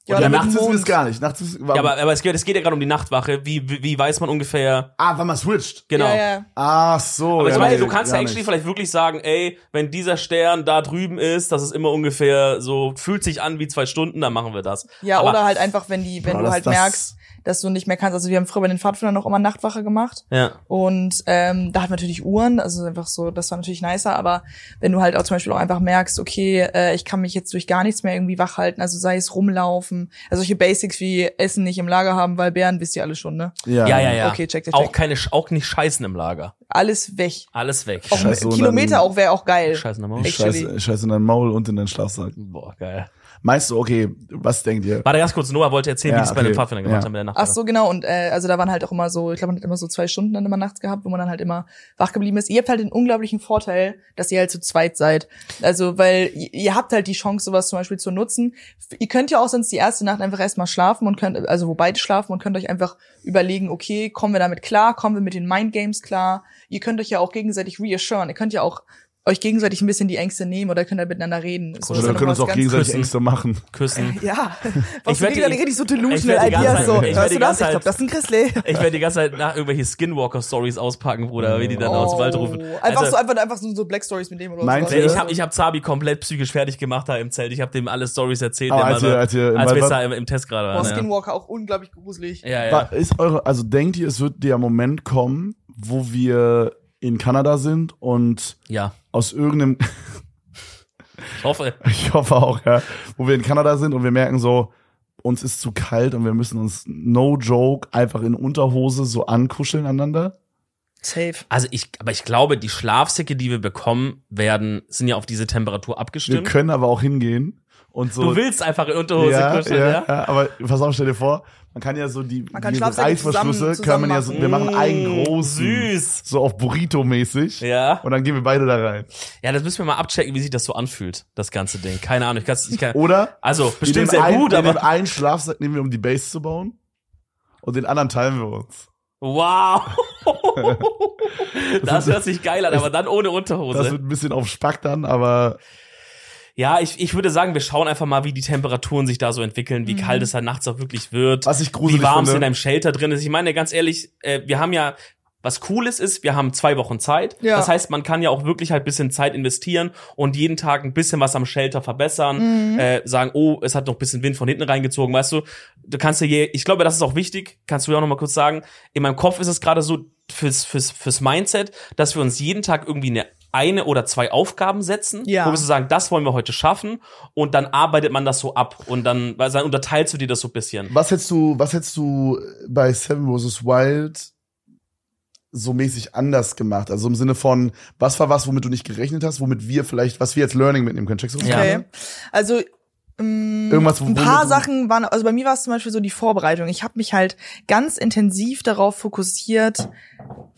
S3: Ja,
S1: Und
S3: aber
S1: nachts
S3: mit dem
S1: wissen wir es
S3: Mond.
S1: gar nicht. Nachts wissen wir,
S2: Ja, aber, aber es geht, es geht ja gerade um die Nachtwache. Wie, wie, wie weiß man ungefähr?
S1: ah, wann man switcht.
S2: Genau.
S3: Ja, ja.
S1: Ah, so.
S2: Aber ich
S1: ja,
S2: meine,
S1: nee,
S2: du kannst ja
S1: gar
S2: eigentlich
S1: nicht.
S2: vielleicht wirklich sagen, ey, wenn dieser Stern da drüben ist, das ist immer ungefähr so, fühlt sich an wie zwei Stunden, dann machen wir das.
S3: Ja,
S2: Aber- genau
S3: oder halt einfach, wenn die, wenn
S1: Boah,
S3: du
S1: das-
S3: halt
S1: das-
S3: merkst, dass du nicht mehr kannst. Also wir haben früher bei den Pfadfindern noch immer Nachtwache gemacht
S2: Ja.
S3: und ähm, da hatten wir natürlich Uhren, also einfach so, das war natürlich nicer, aber wenn du halt auch zum Beispiel auch einfach merkst, okay, äh, ich kann mich jetzt durch gar nichts mehr irgendwie wach halten, also sei es rumlaufen, also solche Basics wie Essen nicht im Lager haben, weil Bären wisst ihr alle schon, ne?
S2: Ja, ja, ja.
S3: Okay, check, check,
S2: Auch
S3: check.
S2: keine, Sch- auch nicht scheißen im Lager.
S3: Alles weg.
S2: Alles weg.
S3: Auch
S1: Scheiße, und
S3: Kilometer
S1: dann-
S3: auch wäre auch geil.
S2: Scheißen am
S3: Echt.
S2: Arsch.
S1: Scheiße, scheiße in dein Maul und in deinen Schlafsack.
S2: Boah, geil.
S1: Meinst du, okay, was denkt ihr?
S2: Warte ganz kurz, Noah wollte erzählen,
S1: Ja,
S2: wie die es bei den
S1: okay.
S2: Pfadfindern gemacht
S1: Ja.
S2: haben mit der Nachtwache.
S3: Ach so, genau. Und äh, also da waren halt auch immer so, ich glaube, man hat immer so zwei Stunden dann immer nachts gehabt, wo man dann halt immer wach geblieben ist. Ihr habt halt den unglaublichen Vorteil, dass ihr halt zu zweit seid. Also, weil i- ihr habt halt die Chance, sowas zum Beispiel zu nutzen. F- Ihr könnt ja auch sonst die erste Nacht einfach erstmal schlafen und könnt, also wo beide schlafen und könnt euch einfach überlegen, okay, kommen wir damit klar, kommen wir mit den Mind Games klar. Ihr könnt euch ja auch gegenseitig reassuren. Ihr könnt ja auch euch gegenseitig ein bisschen die Ängste nehmen oder könnt halt miteinander reden. So,
S1: Oder
S3: ist
S1: wir
S3: halt
S1: können uns
S3: was
S1: auch
S3: ganz-
S1: gegenseitig
S2: Küssen.
S1: Ängste machen.
S2: Küssen.
S3: ja, was
S2: Ich werd
S3: ich
S2: die-
S3: gegenseitig richtig so delusional
S2: werd die ganze
S3: Ideas
S2: Zeit-
S3: so.
S2: ich werd
S3: Hörst
S2: die
S3: du das?
S2: ganze
S3: Ich glaube,
S2: Zeit-
S3: das ist ein Grizzly.
S2: Ich werde die ganze Zeit nach irgendwelche Skinwalker-Stories auspacken, Bruder, wie die dann aus dem Wald Genau, rufen.
S3: Oh. Einfach
S2: Also-
S3: so, einfach, einfach so, so Black Stories mit dem oder
S1: Meint
S3: so. Also
S2: Nee,
S1: ihr-
S2: ich habe ich hab Zabi komplett psychisch fertig gemacht da im Zelt. Ich habe dem alle Stories erzählt,
S1: Aber
S2: der
S1: als
S2: mal
S1: ihr-
S2: war-
S1: als ihr im
S2: als
S1: Wald
S2: wir
S1: wart-
S2: da im, im Testgrad
S3: Boah,
S2: waren.
S3: Skinwalker auch unglaublich gruselig.
S2: Ja, ja.
S1: Wa-
S2: ja.
S1: Ist eure, also denkt ihr, es wird der Moment kommen, wo wir in Kanada sind und
S2: ja.
S1: aus irgendeinem,
S2: Ich hoffe.
S1: ich hoffe auch, ja, wo wir in Kanada sind und wir merken so, uns ist zu kalt und wir müssen uns no joke einfach in Unterhose so ankuscheln aneinander.
S3: Safe.
S2: Also ich, aber ich glaube, die Schlafsäcke, die wir bekommen werden, sind ja auf diese Temperatur
S1: Wir
S2: abgestimmt.
S1: können aber auch hingehen und so.
S2: Du willst einfach in Unterhose
S1: ja,
S2: kuscheln,
S1: ja,
S2: ja?
S1: ja, aber pass auf, stell dir vor, man kann ja so die,
S3: Man kann
S1: diese
S3: Schlafsäcke
S1: Reißverschlüsse,
S3: zusammen-
S1: kann man ja so, wir machen einen
S2: Mm,
S1: großen,
S2: Süß.
S1: so auf Burrito-mäßig.
S2: Ja.
S1: Und dann gehen wir beide da rein.
S2: Ja, das müssen wir mal abchecken, wie sich das so anfühlt, das ganze Ding. Keine Ahnung, ich kann, ich kann,
S1: Oder
S2: also
S1: Wir
S2: bestimmt
S1: nehmen
S2: sehr
S1: einen-
S2: gut,
S1: wir nehmen
S2: aber
S1: einen Schlafsack nehmen wir, um die Base zu bauen. Und den anderen teilen wir uns.
S2: wow. das
S1: wird-
S2: hört sich geil an, aber dann ohne Unterhose.
S1: Das wird ein bisschen auf Spack dann, aber
S2: Ja, ich, ich würde sagen, wir schauen einfach mal, wie die Temperaturen sich da so entwickeln, wie
S3: Mhm.
S2: kalt es da nachts auch wirklich wird,
S1: was ich gruselig
S2: wie warm es in
S1: finde.
S2: einem Shelter drin ist. Ich meine, ganz ehrlich, äh, wir haben ja, was Cooles ist, wir haben zwei Wochen Zeit.
S3: Ja.
S2: Das heißt, man kann ja auch wirklich halt bisschen Zeit investieren und jeden Tag ein bisschen was am Shelter verbessern.
S3: Mhm.
S2: Äh, sagen, oh, es hat noch ein bisschen Wind von hinten reingezogen, weißt du? Du kannst ja je, ich glaube, das ist auch wichtig, kannst du ja auch noch mal kurz sagen. In meinem Kopf ist es gerade so fürs, fürs, fürs Mindset, dass wir uns jeden Tag irgendwie eine eine oder zwei Aufgaben setzen,
S3: Ja.
S2: wo wir so sagen, das wollen wir heute schaffen und dann arbeitet man das so ab und dann, weil dann unterteilst du dir das so ein bisschen.
S1: Was hättest du, was hättest du bei Seven vs. Wild so mäßig anders gemacht? Also im Sinne von, was war was, womit du nicht gerechnet hast, womit wir vielleicht, was wir jetzt Learning mitnehmen können? Checkst du was ich
S2: Ja.
S1: meine?
S3: Okay. Also mh,
S1: Irgendwas, wo-
S3: ein
S1: womit
S3: paar
S1: du-
S3: Sachen waren, also bei mir war es zum Beispiel so die Vorbereitung. Ich habe mich halt ganz intensiv darauf fokussiert,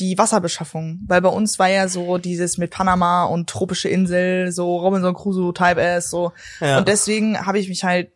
S3: die Wasserbeschaffung, weil bei uns war ja so dieses mit Panama und tropische Insel, so Robinson Crusoe Type S, so
S2: Ja.
S3: Und deswegen habe ich mich halt,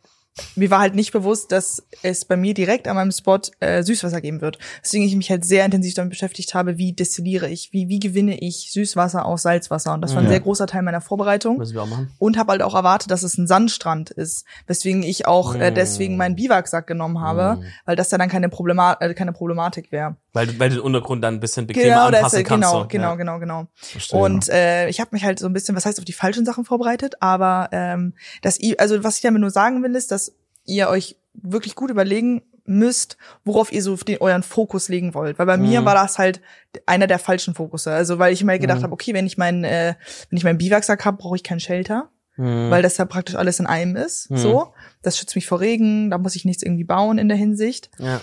S3: mir war halt nicht bewusst, dass es bei mir direkt an meinem Spot äh, Süßwasser geben wird. Deswegen ich mich halt sehr intensiv damit beschäftigt habe, wie destilliere ich, wie, wie gewinne ich Süßwasser aus Salzwasser. Und das war ein
S1: Ja.
S3: sehr großer Teil meiner Vorbereitung.
S2: Müssen wir auch machen.
S3: Und habe halt auch erwartet, dass es ein Sandstrand ist. Weswegen ich auch äh,
S2: Mm.
S3: deswegen meinen Biwaksack genommen habe,
S2: Mm.
S3: weil das ja dann keine, Problema äh, keine Problematik wäre.
S2: Weil, du- weil du den Untergrund dann ein bisschen bequemer
S3: Genau, das,
S2: anpassen
S3: äh,
S2: kannst.
S3: genau,
S2: so.
S3: genau,
S2: ja.
S3: genau, genau.
S1: Verstehe.
S3: Und äh, ich habe mich halt so ein bisschen, was heißt auf die falschen Sachen vorbereitet, aber ähm, dass ihr, also was ich damit nur sagen will, ist, dass ihr euch wirklich gut überlegen müsst, worauf ihr so den, euren Fokus legen wollt. Weil bei mir
S2: Mhm.
S3: war das halt einer der falschen Fokusse. Also weil ich immer gedacht
S1: Mhm.
S3: habe, okay, wenn ich meinen, äh, wenn ich meinen Biwaksack habe, brauche ich keinen Shelter,
S2: Mhm.
S3: weil das ja praktisch alles in einem ist.
S2: Mhm.
S3: So, das schützt mich vor Regen, da muss ich nichts irgendwie bauen in der Hinsicht.
S2: ja.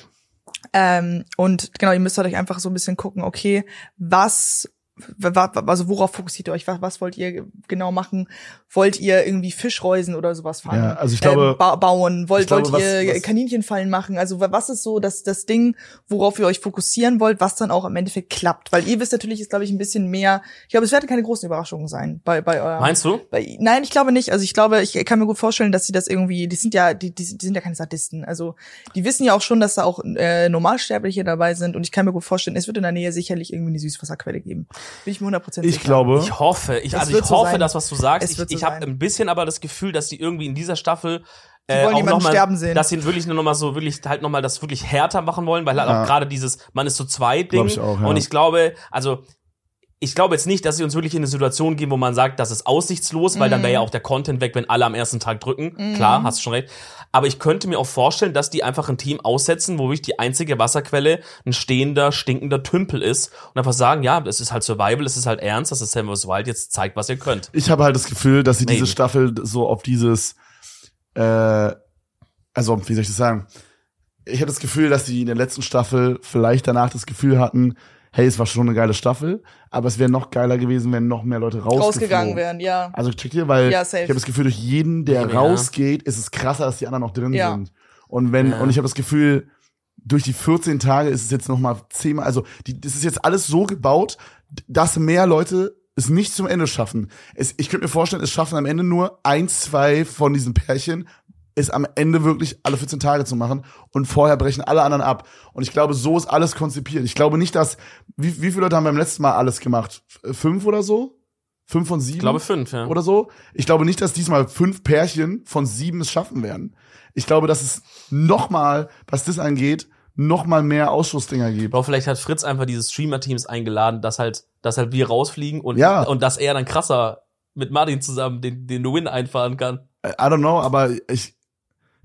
S3: Ähm, und genau, ihr müsst halt euch einfach so ein bisschen gucken, okay, was, wa- wa- also worauf fokussiert ihr euch? Was, was wollt ihr genau machen? Wollt ihr irgendwie Fischreusen oder sowas fangen?
S1: Ja, also ich glaube-
S3: ähm, ba bauen? Wollt,
S1: ich glaube,
S3: wollt
S1: was-
S3: ihr
S1: was-
S3: Kaninchenfallen machen? Also wa- was ist so das, das Ding, worauf ihr euch fokussieren wollt, was dann auch im Endeffekt klappt? Weil ihr wisst natürlich, ist glaube ich ein bisschen mehr, ich glaube, es werden keine großen Überraschungen sein bei, bei eurem
S2: Meinst du?
S3: bei- Nein, ich glaube nicht. Also ich glaube, ich kann mir gut vorstellen, dass sie das irgendwie, die sind ja, die, die, die sind ja keine Sadisten. Also die wissen ja auch schon, dass da auch äh, Normalsterbliche dabei sind. Und ich kann mir gut vorstellen, es wird in der Nähe sicherlich irgendwie eine Süßwasserquelle geben. Bin ich mir 100%
S1: ich
S3: sicher.
S1: glaube,
S2: Ich hoffe, ich,
S3: Es
S2: also
S3: wird
S2: ich
S3: so
S2: hoffe,
S3: sein.
S2: dass was du sagst.
S3: Es wird
S2: ich
S3: so
S2: ich habe
S3: sein.
S2: ein bisschen aber das Gefühl, dass die irgendwie in dieser Staffel äh,
S3: wollen
S2: auch
S3: jemanden
S2: noch mal,
S3: sterben sehen.
S2: dass sie wirklich nur noch mal so wirklich halt noch mal das wirklich härter machen wollen, weil halt
S1: Ja.
S2: auch gerade dieses man ist zu zweit
S1: Glaub
S2: Ding
S1: ich auch, ja.
S2: und ich glaube, also ich glaube jetzt nicht, dass sie uns wirklich in eine Situation geben, wo man sagt, das ist aussichtslos, weil dann wäre ja auch der Content weg, wenn alle am ersten Tag drücken. Klar, hast du schon recht. Aber ich könnte mir auch vorstellen, dass die einfach ein Team aussetzen, wo wirklich die einzige Wasserquelle ein stehender, stinkender Tümpel ist und einfach sagen, ja, es ist halt Survival, es ist halt ernst, das ist Samus Wild, jetzt zeigt, was ihr könnt.
S1: Ich habe halt das Gefühl, dass sie
S2: Maybe.
S1: diese Staffel so auf dieses, äh, also wie soll ich das sagen? Ich habe das Gefühl, dass sie in der letzten Staffel vielleicht danach das Gefühl hatten, hey, es war schon eine geile Staffel, aber es wäre noch geiler gewesen, wenn noch mehr Leute
S3: rausgegangen
S1: rausgegangen wären.
S3: wären, ja.
S1: Also checkt ihr, weil
S3: Ja,
S1: ich
S3: safe.
S1: habe das Gefühl, durch jeden, der
S2: Ja.
S1: rausgeht, ist es krasser, dass die anderen noch drin
S3: Ja.
S1: sind. Und wenn
S2: Ja.
S1: und ich habe das Gefühl, durch die 14 Tage ist es jetzt noch mal zehnmal, also die, das ist jetzt alles so gebaut, dass mehr Leute es nicht zum Ende schaffen. Es, ich könnte mir vorstellen, es schaffen am Ende nur ein, zwei von diesen Pärchen, es am Ende wirklich alle 14 Tage zu machen und vorher brechen alle anderen ab. Und ich glaube, so ist alles konzipiert. Ich glaube nicht, dass wie, wie viele Leute haben beim letzten Mal alles gemacht? F- Fünf oder so? Fünf von sieben?
S2: Ich glaube fünf, ja.
S1: Mhm. oder so. Ich glaube nicht, dass diesmal fünf Pärchen von sieben es schaffen werden. Ich glaube, dass es nochmal, was das angeht, nochmal mehr Ausschussdinger gibt.
S2: Bro, vielleicht hat Fritz einfach diese Streamer-Teams eingeladen, dass halt, dass halt wir rausfliegen und,
S1: Ja.
S2: und dass er dann krasser mit Martin zusammen den, den Win einfahren kann.
S1: I don't know, aber ich,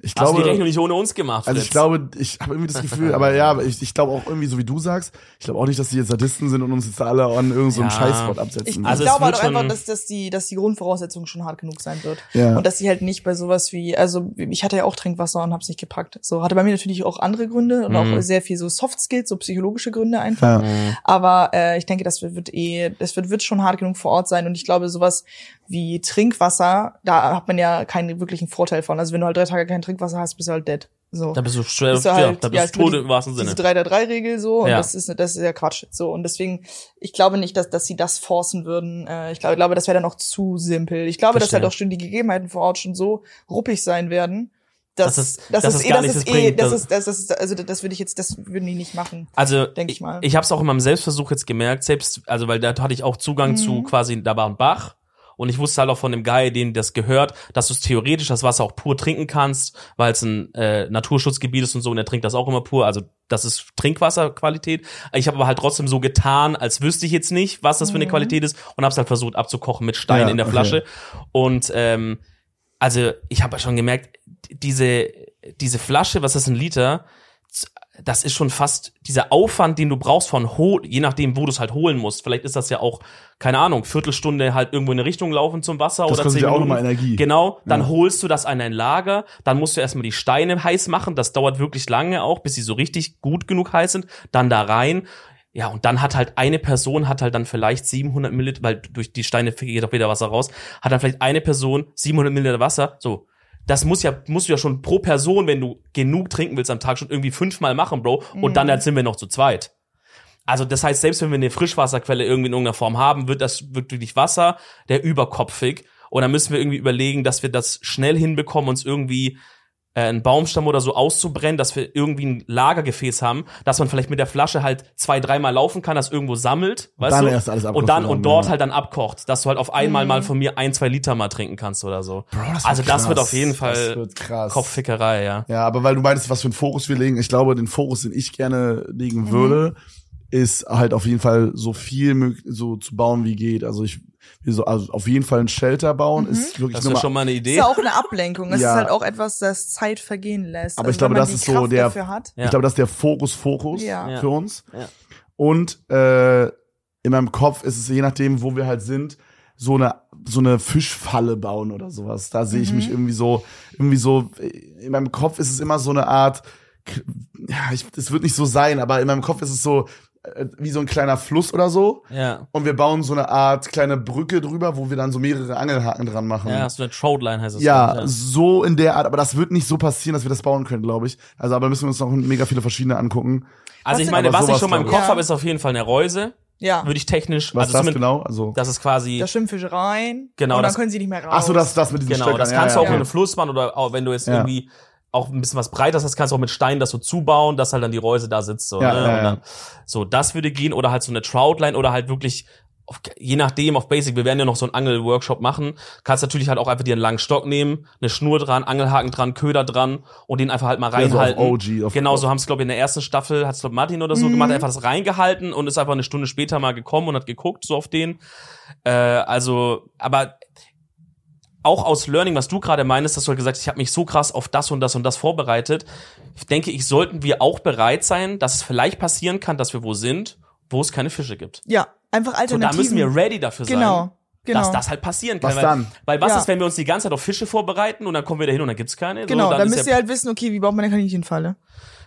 S1: ich
S2: Hast du die Rechnung
S1: glaube,
S2: nicht ohne uns gemacht, Fritz?
S1: also ich glaube, ich habe irgendwie das Gefühl, aber ja, aber ich, ich glaube auch irgendwie, so wie du sagst, ich glaube auch nicht, dass die jetzt Sadisten sind und uns jetzt alle an irgendeinem so einen
S2: Ja.
S1: Scheißwort absetzen.
S3: Ich,
S2: Also
S3: ich
S2: es
S3: glaube
S2: wird
S3: halt auch einfach,
S2: schon-
S3: dass, dass, die, dass die Grundvoraussetzung schon hart genug sein wird.
S1: ja.
S3: Und dass sie halt nicht bei sowas wie, also ich hatte ja auch Trinkwasser und hab's nicht gepackt. So hatte bei mir natürlich auch andere Gründe und
S2: Mhm.
S3: auch sehr viel so Soft Skills, so psychologische Gründe einfach.
S1: ja.
S2: Mhm.
S3: Aber äh, ich denke, das wird, wird eh, das wird, wird schon hart genug vor Ort sein. Und ich glaube, sowas wie Trinkwasser, da hat man ja keinen wirklichen Vorteil von. Also wenn du halt drei Tage kein Trinkwasser hast, bist du halt dead. So.
S2: Da bist du schwer,
S3: Bist du
S2: ja,
S3: halt-
S2: da
S3: ja,
S2: bist
S3: ich
S2: du tot
S3: würde
S2: im wahrsten Sinne.
S3: diese 3 der 3 Regel so und
S2: Ja.
S3: das ist das ist ja Quatsch so und deswegen ich glaube nicht, dass dass sie das forcen würden. Äh, ich glaube, glaube das wäre dann auch zu simpel. Ich glaube, dass
S2: Verstehe.
S3: halt auch schon die Gegebenheiten vor Ort schon so ruppig sein werden, dass
S2: Dass es-
S3: das
S2: dass es
S3: ist eh
S2: gar
S3: das
S2: nichts
S3: ist eh
S2: bringt,
S3: das
S2: dass-
S3: ist das ist also das würde ich jetzt das würden die nicht machen.
S2: Also
S3: Denk ich mal.
S2: Ich, habe es auch in meinem Selbstversuch jetzt gemerkt, selbst, also weil da hatte ich auch Zugang
S3: Mhm.
S2: zu quasi, da war ein Bach. Und ich wusste halt auch von dem Guy, dem das gehört, dass du es theoretisch das Wasser auch pur trinken kannst, weil es ein äh, Naturschutzgebiet ist und so, und er trinkt das auch immer pur. Also das ist Trinkwasserqualität. Ich habe aber halt trotzdem so getan, als wüsste ich jetzt nicht, was das für eine
S3: Mhm.
S2: Qualität ist, und habe es halt versucht abzukochen mit Stein
S1: Ja,
S2: in der
S1: okay.
S2: Flasche. Und ähm, also ich habe ja schon gemerkt, diese, diese Flasche, was ist ein Liter, das ist schon fast dieser Aufwand, den du brauchst von hol, je nachdem, wo du es halt holen musst. Vielleicht ist das ja auch, keine Ahnung, Viertelstunde halt irgendwo in eine Richtung laufen zum Wasser
S1: Das
S2: oder
S1: kostet
S2: zehn
S1: ja auch
S2: Minuten.
S1: nochmal Energie.
S2: Genau, dann
S1: Ja.
S2: holst du das an dein Lager, dann musst du erstmal die Steine heiß machen, das dauert wirklich lange auch, bis sie so richtig gut genug heiß sind, dann da rein. Ja, und dann hat halt eine Person, hat halt dann vielleicht 700 Milliliter, weil durch die Steine geht doch wieder Wasser raus, hat dann vielleicht eine Person 700 Milliliter Wasser, so. Das muss ja, musst du ja schon pro Person, wenn du genug trinken willst am Tag, schon irgendwie fünfmal machen, Bro. Und
S3: Mhm.
S2: dann halt sind wir noch zu zweit. Also das heißt, selbst wenn wir eine Frischwasserquelle irgendwie in irgendeiner Form haben, wird das wird wirklich Wasser, der überkopfig. Und dann müssen wir irgendwie überlegen, dass wir das schnell hinbekommen, uns irgendwie äh, einen Baumstamm oder so auszubrennen, dass wir irgendwie ein Lagergefäß haben, dass man vielleicht mit der Flasche halt zwei, dreimal laufen kann, das irgendwo sammelt, weißt
S1: dann
S2: du?
S1: erst alles
S2: und dann
S1: abkochen,
S2: und dort
S1: ja.
S2: halt dann abkocht, dass du halt auf einmal
S3: Mhm.
S2: mal von mir ein, zwei Liter mal trinken kannst oder so.
S1: Bro, das
S2: also
S1: wird
S2: das wird
S1: krass.
S2: auf jeden
S1: Das
S2: Fall
S1: wird krass.
S2: Kopffickerei, ja.
S1: Ja, aber weil du meinst, was für einen Fokus wir legen, ich glaube, den Fokus, den ich gerne legen
S3: Mhm.
S1: würde, ist halt auf jeden Fall so viel mög- so zu bauen wie geht. Also ich will so also auf jeden Fall ein Shelter bauen
S3: Mhm.
S1: ist wirklich
S2: Das
S1: nur
S2: ist
S1: mal,
S2: schon mal eine
S3: Ist
S2: Idee.
S3: ja auch eine Ablenkung. Das
S1: Ja.
S3: ist halt auch etwas, das Zeit vergehen lässt. Also
S1: Aber ich
S3: wenn
S1: glaube,
S3: man
S1: das
S3: die
S1: ist so
S3: Kraft
S1: der-
S3: dafür hat.
S2: Ja.
S1: ich glaube, das ist der Fokus Fokus
S3: Ja.
S2: Ja.
S1: für uns.
S2: Ja.
S1: Und äh, in meinem Kopf ist es je nachdem, wo wir halt sind, so eine so eine Fischfalle bauen oder sowas. Da sehe ich
S3: Mhm.
S1: mich irgendwie so irgendwie so in meinem Kopf ist es immer so eine Art ja, ich, es wird nicht so sein, aber in meinem Kopf ist es so äh, wie so ein kleiner Fluss oder so.
S2: Ja.
S1: Und wir bauen so eine Art kleine Brücke drüber, wo wir dann so mehrere Angelhaken dran machen.
S2: Ja, so eine Troutline heißt es.
S1: Ja,
S2: glaub ich,
S1: so in der Art, aber das wird nicht so passieren, dass wir das bauen können, glaube ich. Also, aber müssen wir uns noch mega viele verschiedene angucken.
S2: Also ich
S3: Was
S2: meine,
S1: denn-
S2: was
S1: Aber
S2: ich schon mal im
S1: sowas,
S2: Kopf
S3: glaub ich.
S2: habe, ist auf jeden Fall eine Reuse.
S3: Ja.
S2: Würde ich technisch,
S1: Was
S2: also
S1: ist das
S2: zumindest,
S1: genau? Also,
S2: das ist quasi,
S3: Da schwimmen Fische rein.
S2: Genau,
S3: Und dann
S2: das-
S3: können sie nicht mehr raus.
S1: ach so, das, das mit diesen
S2: genau,
S1: Stöckern.
S2: das kannst
S1: ja,
S2: du auch
S1: ja,
S2: mit
S1: ja.
S2: einem Fluss machen oder auch wenn du jetzt
S1: Ja.
S2: irgendwie auch ein bisschen was breiter hast, kannst du auch mit Steinen das so zubauen, dass halt dann die Reuse da sitzt. So,
S1: Ja,
S2: ne?
S1: ja,
S2: Und
S1: ja.
S2: dann, so das würde gehen oder halt so eine Troutline oder halt wirklich auf, je nachdem, auf Basic, wir werden ja noch so einen Angel-Workshop machen, kannst natürlich halt auch einfach dir einen langen Stock nehmen, eine Schnur dran, Angelhaken dran, Köder dran und den einfach halt mal
S1: Ja, so auf
S2: reinhalten.
S1: OG, auf-
S2: genau, so haben es, glaube ich, in der ersten Staffel, hat's, glaub Martin oder
S3: Mhm.
S2: so gemacht, einfach das reingehalten und ist einfach eine Stunde später mal gekommen und hat geguckt, so auf den. Äh, also, aber auch aus Learning, was du gerade meinst, dass du halt gesagt hast, ich habe mich so krass auf das und das und das vorbereitet, denke ich, sollten wir auch bereit sein, dass es vielleicht passieren kann, dass wir wo sind, wo es keine Fische gibt.
S3: Ja, einfach
S2: So,
S3: Alternativen.
S2: da müssen wir ready dafür sein.
S3: Genau, genau.
S2: Dass das halt passieren kann.
S1: Was
S2: weil,
S1: dann?
S2: Weil was
S3: Ja.
S2: ist, wenn wir uns die ganze Zeit auf Fische vorbereiten und dann kommen wir da hin und dann gibt's keine?
S3: genau,
S2: so,
S3: da
S2: dann
S3: müsst
S2: ist
S3: ihr
S2: ja,
S3: halt wissen, okay, wie baut man eine Kaninchenfalle?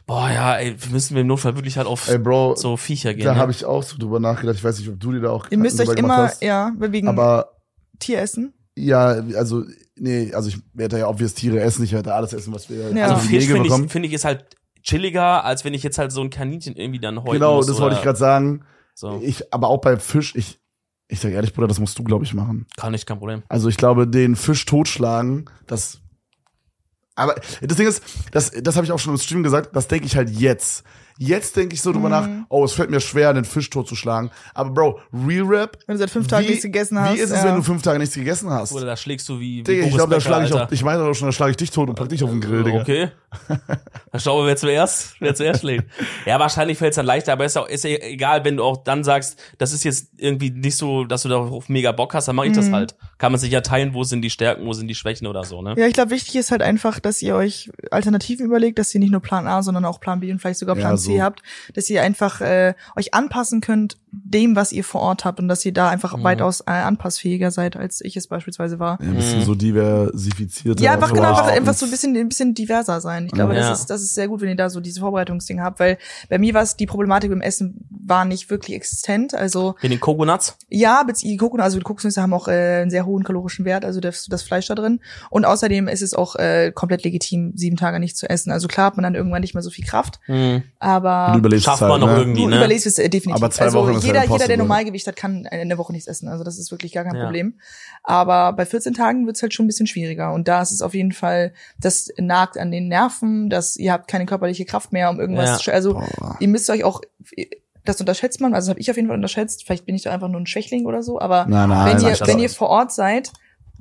S2: Boah, ja, ey, wir müssen wir im Notfall wirklich halt auf
S1: Ey, Bro,
S2: so Viecher gehen.
S1: da
S2: ne?
S1: habe ich auch so drüber nachgedacht. Ich weiß nicht, ob du dir da auch
S3: Ihr müsst euch
S1: Gedanken drüber
S3: immer,
S1: gemacht hast.
S3: ja, wegen
S1: Aber
S3: Tieressen.
S1: ja, also nee, also ich werde ja obvious Tiere essen. Ich werde alles essen, was wir
S3: Ja.
S2: also
S1: aus dem
S2: Fisch
S1: Gehege
S2: finde
S1: bekommen.
S2: ich, finde ich ist halt chilliger, als wenn ich jetzt halt so ein Kaninchen irgendwie dann heute
S1: Genau,
S2: muss
S1: das
S2: oder
S1: wollte ich gerade sagen.
S2: So.
S1: Ich, aber auch beim Fisch, ich, ich sag ehrlich, Bruder, das musst du, glaube ich, machen.
S2: Kann ich, kein Problem.
S1: Also ich glaube, den Fisch totschlagen, das. Aber das Ding ist, das, das habe ich auch schon im Stream gesagt, das denke ich halt jetzt. Jetzt denke ich so drüber nach,
S3: Mhm.
S1: oh, es fällt mir schwer, den Fisch totzuschlagen. Aber Bro, Real Rap.
S3: Wenn du seit fünf Tagen
S1: wie-
S3: nichts gegessen
S1: Wie
S3: hast,
S1: ist es,
S3: ja.
S1: wenn du fünf Tage nichts gegessen hast?
S2: Oder da schlägst du wie, wie
S1: Digga, ich
S2: Boris
S1: glaube, da
S2: Becker,
S1: schlage ich auch,
S2: Alter.
S1: ich meine doch schon, da schlage ich dich tot und pack dich auf den Grill, Digga.
S2: Okay. Dann schauen wir, wer zuerst, wer zuerst schlägt. Ja, wahrscheinlich fällt es dann leichter, aber ist auch ist ja egal, wenn du auch dann sagst, das ist jetzt irgendwie nicht so, dass du darauf mega Bock hast, dann mache ich
S1: Mhm.
S2: das halt. Kann man sich ja teilen, wo sind die Stärken, wo sind die Schwächen oder so, ne?
S3: Ja, ich glaube, wichtig ist halt einfach, dass ihr euch Alternativen überlegt, dass ihr nicht nur Plan A, sondern auch Plan B und vielleicht sogar
S1: Ja,
S3: Plan C
S1: so.
S3: habt, dass ihr einfach äh, euch anpassen könnt dem, was ihr vor Ort habt und dass ihr da einfach
S2: Mhm.
S3: weitaus äh, anpassfähiger seid, als ich es beispielsweise war.
S1: Ja, ein bisschen
S2: Mhm.
S1: so diversifiziert.
S3: Ja, einfach
S2: so
S3: genau,
S2: wow.
S3: einfach, einfach so ein bisschen, ein bisschen diverser sein. Ich glaube,
S2: Ja.
S3: das, ist, das ist sehr gut, wenn ihr da so diese Vorbereitungsding habt, weil bei mir war es, die Problematik beim Essen war nicht wirklich existent. Also
S2: Mit den Coconuts.
S3: ja, bez- die Kokon, also die Kokosnüsse haben auch äh, einen sehr hohen kalorischen Wert, also das, das Fleisch da drin. Und außerdem ist es auch äh, komplett legitim, sieben Tage nicht zu essen. Also klar hat man dann irgendwann nicht mehr so viel Kraft, aber
S1: Du überlebst
S2: Schafft
S1: es halt,
S2: man noch
S1: ne?
S2: irgendwie,
S3: du
S2: ne?
S3: überlebst es äh, definitiv.
S1: Aber zwei
S3: also
S1: Wochen ist
S3: jeder,
S1: halt
S3: jeder, der
S1: impossible.
S3: Normalgewicht hat, kann in der Woche nichts essen. Also das ist wirklich gar kein
S2: Ja.
S3: Problem. Aber bei 14 Tagen wird's halt schon ein bisschen schwieriger. Und da ist es auf jeden Fall, das nagt an den Nerven, dass ihr habt keine körperliche Kraft mehr, um irgendwas
S2: Ja.
S3: zu sch- Also
S1: Boah.
S3: ihr müsst euch auch, äh, das unterschätzt man, also habe ich auf jeden Fall unterschätzt, vielleicht bin ich da einfach nur ein Schwächling oder so, aber
S1: Nein, nein,
S2: Ah,
S3: wenn,
S1: nein,
S3: ihr,
S1: nein.
S3: wenn ihr vor Ort seid,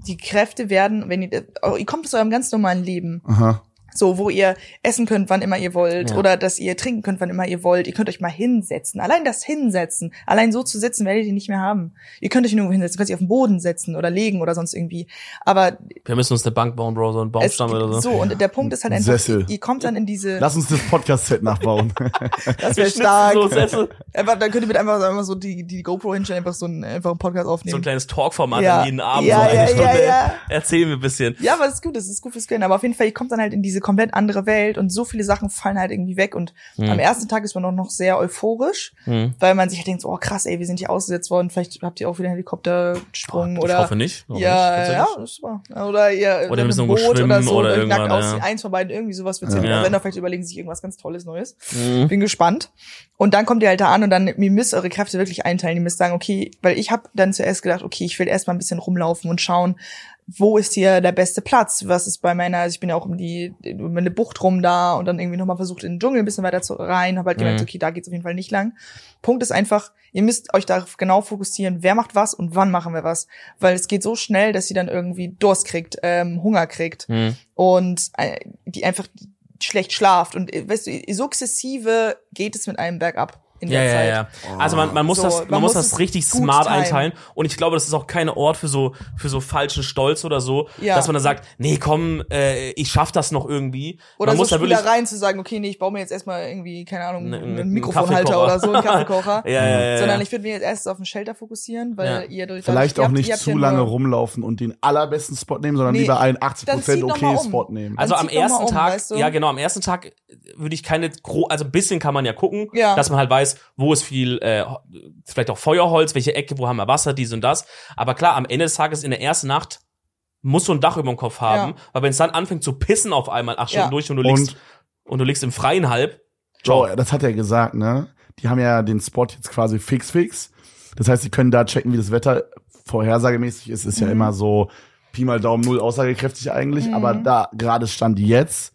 S3: die Kräfte werden, wenn ihr, oh, ihr kommt aus eurem ganz normalen Leben,
S1: Aha.
S3: so, wo ihr essen könnt, wann immer ihr wollt,
S2: Ja.
S3: oder dass ihr trinken könnt, wann immer ihr wollt, ihr könnt euch mal hinsetzen, allein das Hinsetzen, allein so zu sitzen, werdet ihr nicht mehr haben. Ihr könnt euch nirgendwo hinsetzen, könnt ihr auf den Boden setzen oder legen oder sonst irgendwie, aber
S2: Wir müssen uns eine Bank bauen, Bro, so einen
S3: es,
S2: Baumstamm oder so.
S3: so, und der Punkt ist halt einfach,
S1: Sessel.
S3: ihr kommt dann in diese,
S1: Lass uns das Podcast-Set nachbauen.
S3: das
S2: Wir
S3: wäre
S2: schnitzen
S3: stark.
S2: So, Sessel.
S3: Einfach, dann könnt ihr mit einfach, einfach so die, die GoPro hinstellen, einfach so einen, einfach einen Podcast
S2: so ein
S3: aufnehmen.
S2: kleines Talkformat
S3: Ja.
S2: an jeden Abend.
S3: Ja,
S2: so eine
S3: ja,
S2: Stunde.
S3: ja, ja.
S2: Erzähl mir ein bisschen.
S3: ja, aber das ist gut, das ist gut fürs Gehirn. Aber auf jeden Fall, ihr kommt dann halt in diese komplett andere Welt und so viele Sachen fallen halt irgendwie weg. Und
S2: Hm.
S3: am ersten Tag ist man auch noch sehr euphorisch,
S2: Hm.
S3: weil man sich halt denkt, so, oh krass, ey, wir sind hier ausgesetzt worden, vielleicht habt ihr auch wieder einen Helikoptersprung
S2: Boah,
S3: oder.
S2: Ich hoffe nicht. Warum nicht?
S3: ja,
S2: Tatsächlich?
S3: ja, das war. Oder ihr
S2: Oder wir müssen
S3: im
S2: irgendwo
S3: Boot oder
S2: schwimmen
S3: so,
S2: oder
S3: ihr nackt
S2: irgendwann,
S3: aus,
S2: ja.
S3: eins von beiden irgendwie sowas wird's ja.
S2: Ja.
S3: Wenn, dann vielleicht überlegen sie sich irgendwas ganz Tolles Neues.
S2: Mhm.
S3: Bin gespannt. Und dann kommt ihr halt da an und dann, ihr müsst eure Kräfte wirklich einteilen. Ihr müsst sagen, okay, weil ich habe dann zuerst gedacht, okay, ich will erstmal ein bisschen rumlaufen und schauen, wo ist hier der beste Platz? Was ist bei meiner, also ich bin ja auch um die, um eine Bucht rum da und dann irgendwie nochmal versucht, in den Dschungel ein bisschen weiter zu rein, habe halt gemerkt,
S2: Mhm.
S3: okay, da geht's auf jeden Fall nicht lang. Punkt ist einfach, ihr müsst euch darauf genau fokussieren, wer macht was und wann machen wir was. Weil es geht so schnell, dass sie dann irgendwie Durst kriegt, ähm, Hunger kriegt
S2: Hm.
S3: und äh, die einfach schlecht schlaft und äh, weißt du, sukzessive geht es mit einem bergab in
S2: Ja,
S3: der
S2: ja,
S3: Zeit.
S2: ja. Also man, man muss
S3: Oh. So,
S2: das, man, muss das
S3: es
S2: richtig
S3: gut
S2: smart
S3: timen.
S2: einteilen. Und ich glaube, das ist auch kein Ort für so, für so falschen Stolz oder so,
S3: Ja.
S2: dass man dann sagt, nee, komm, äh, ich schaff das noch irgendwie.
S3: Oder
S2: man
S3: so
S2: muss da wirklich,
S3: Spielereien rein zu sagen, okay, nee, ich baue mir jetzt erstmal irgendwie, keine Ahnung,
S2: Ne, ne,
S3: einen
S2: einen
S3: Mikrofonhalter
S2: Kaffeekocher.
S3: oder so, einen Kaffeekocher.
S2: ja, ja, ja,
S3: Sondern
S2: ja.
S3: ich würde mir jetzt erst auf den Shelter fokussieren, weil
S2: Ja.
S3: ihr durch
S1: Vielleicht
S3: ihr
S1: auch
S3: habt-
S1: nicht
S3: ihr habt ja
S1: zu
S3: nur-
S1: lange rumlaufen und den allerbesten Spot nehmen, sondern
S3: Nee,
S1: lieber einen
S3: dann zieht
S1: 80%
S3: noch mal
S1: okay
S3: um.
S1: Spot nehmen.
S2: also
S3: Man
S2: am
S3: zieht noch mal
S2: ersten
S3: um,
S2: Tag,
S3: weißt du?
S2: ja genau, am ersten Tag würde ich keine, gro also ein bisschen kann man ja gucken,
S3: Ja.
S2: dass man halt weiß, wo ist viel, äh, vielleicht auch Feuerholz, welche Ecke, wo haben wir Wasser, dies und das. Aber klar, am Ende des Tages in der ersten Nacht muss so ein Dach über dem Kopf haben, weil wenn es dann anfängt zu pissen auf einmal acht Stunden
S3: Ja.
S2: durch und du liegst
S1: Und
S2: und du liegst im Freien halb.
S1: Joe, das hat er gesagt, ne? Die haben ja den Spot jetzt quasi fix fix. Das heißt, sie können da checken, wie das Wetter vorhersagemäßig ist. Ist ja
S3: Mhm.
S1: immer so Pi mal Daumen null aussagekräftig eigentlich.
S3: Mhm.
S1: Aber da gerade stand jetzt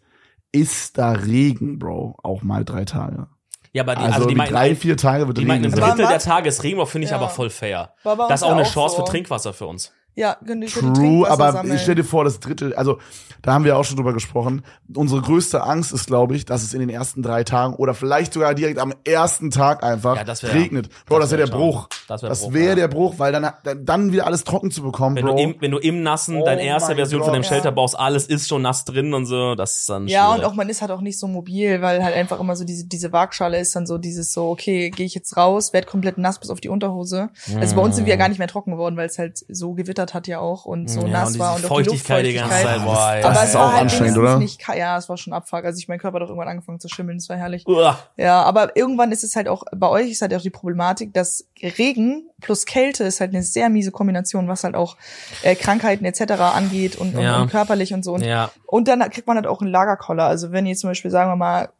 S1: ist da Regen, Bro, auch mal drei Tage.
S2: Ja, aber die,
S1: Also,
S2: also die
S1: die
S2: meinten,
S1: drei, vier Tage wird
S2: die meinten
S1: Regen
S2: ein
S1: sein.
S2: Drittel
S3: Aber-
S2: der Tage ist Regenwurf, finde ich
S3: Ja.
S2: aber voll fair.
S3: War bei
S2: Das ist
S3: uns
S2: auch
S3: ja
S2: eine Chance
S3: so.
S2: für Trinkwasser für uns.
S3: Ja, können die können die
S1: True,
S3: Trinkwasser
S1: aber
S3: sammeln.
S1: stell dir vor, das Drittel, also da haben wir auch schon drüber gesprochen. Unsere größte Angst ist, glaube ich, dass es in den ersten drei Tagen oder vielleicht sogar direkt am ersten Tag einfach
S2: Ja, das wär-
S1: regnet. Bro, das wäre
S2: wär
S1: der
S2: schade.
S1: Bruch.
S2: Das wäre
S1: Das
S2: Bruch.
S1: wäre
S2: ja.
S1: der Bruch, weil dann, dann- dann wieder alles trocken zu bekommen,
S2: wenn,
S1: Bro.
S2: du im, wenn du im Nassen,
S1: Oh
S2: deine erste
S1: mein
S2: Version von
S1: Gott.
S2: deinem Shelter
S3: Ja.
S2: baust, alles ist schon nass drin und so, das ist dann
S3: Ja,
S2: schwierig.
S3: und auch man ist halt auch nicht so mobil, weil halt einfach immer so diese, diese Waagschale ist dann so dieses so, okay, gehe ich jetzt raus, werd komplett nass bis auf die Unterhose. Also bei
S1: Hm.
S3: uns sind wir ja gar nicht mehr trocken geworden, weil es halt so gewittert hat ja auch und so
S2: Mm. Ja,
S3: nass
S2: und
S3: war
S2: diese
S3: und auch die
S2: Feuchtigkeit die ganze
S3: Luftfeuchtigkeit.
S2: Zeit, boah, ja.
S3: Aber
S1: Das
S3: es
S1: ist
S3: war
S1: auch
S3: halt
S1: anstrengend,
S3: wenigstens
S1: oder?
S3: Nicht, ka- ja, es war schon Abfuck. Also ich mein Körper hat auch irgendwann angefangen zu schimmeln, das war herrlich.
S2: Uah.
S3: Ja, aber irgendwann ist es halt auch, bei euch ist halt auch die Problematik, dass Regen plus Kälte ist halt eine sehr miese Kombination, was halt auch äh, Krankheiten etc. angeht und,
S2: Ja.
S3: und, und körperlich und so. Und
S2: Ja,
S3: und dann kriegt man halt auch einen Lagerkoller. Also wenn ihr zum Beispiel, sagen wir mal,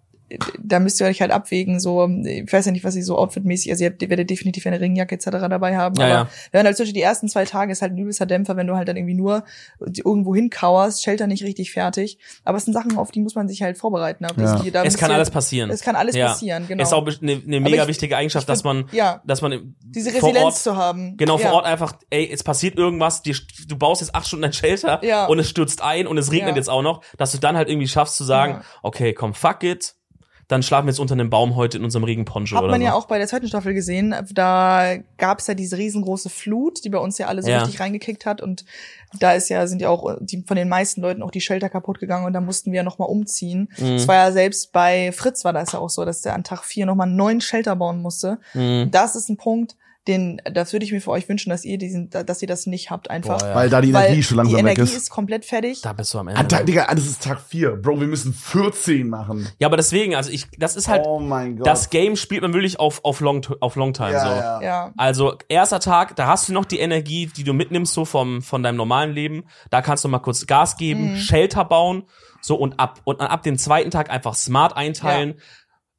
S3: da müsst ihr euch halt abwägen, so, ich weiß ja nicht, was ihr so outfitmäßig, also ihr, habt, ihr werdet definitiv eine Regenjacke etc. dabei haben.
S2: Ja,
S3: aber
S2: ja.
S3: wenn halt zwischen die ersten zwei Tage ist halt ein übelster Dämpfer, wenn du halt dann irgendwie nur irgendwo hinkauerst, Shelter nicht richtig fertig. Aber es sind Sachen, auf die muss man sich halt vorbereiten. Auf die-
S1: Ja.
S3: die- da
S2: es
S3: müsst
S2: kann
S3: ihr-
S2: alles passieren.
S3: Es kann alles
S2: Ja.
S3: passieren, genau.
S2: Ist auch eine ne
S3: Aber
S2: mega
S3: ich-
S2: wichtige Eigenschaft,
S3: ich find-
S2: dass man,
S3: ja,
S2: dass man im-
S3: diese
S2: vor
S3: Resilienz
S2: Ort,
S3: zu haben.
S2: genau vor
S3: ja.
S2: Ort einfach, ey, es passiert irgendwas, dir, du baust jetzt acht Stunden ein Shelter
S3: Ja.
S2: und es stürzt ein und es regnet
S3: Ja.
S2: jetzt auch noch, dass du dann halt irgendwie schaffst zu sagen,
S3: Ja.
S2: okay, komm, fuck it, dann schlafen wir jetzt unter einem Baum heute in unserem Regenponcho
S3: Hat
S2: oder
S3: man
S2: so.
S3: ja auch bei der zweiten Staffel gesehen. Da gab es ja diese riesengroße Flut, die bei uns ja alle so
S2: Ja.
S3: richtig reingekickt hat. Und da ist ja, sind ja auch äh, die, von den meisten Leuten auch die Shelter kaputt gegangen und da mussten wir ja nochmal umziehen.
S2: Mhm.
S3: Es war ja selbst bei Fritz war das ja auch so, dass der an Tag vier nochmal einen neuen Shelter bauen musste.
S2: Mhm.
S3: Das ist ein Punkt, den, das würde ich mir für euch wünschen, dass ihr diesen, dass ihr das nicht habt einfach.
S2: Boah, ja.
S1: weil da die
S3: Weil
S1: Energie schon langsam
S3: die Energie
S1: weg
S3: ist.
S1: ist.
S3: komplett fertig.
S2: Da bist du am Ende.
S1: An Tag, Digga, das ist Tag vier, Bro, wir müssen 14 machen.
S2: Ja, aber deswegen, also ich, das ist halt,
S1: oh mein Gott.
S2: das Game spielt man wirklich auf, auf Long, auf Longtime, so.
S1: ja, ja.
S3: ja.
S2: Also, erster Tag, da hast du noch die Energie, die du mitnimmst, so vom, von deinem normalen Leben. Da kannst du mal kurz Gas geben,
S3: Mhm.
S2: Shelter bauen, so und ab, und ab dem zweiten Tag einfach smart einteilen.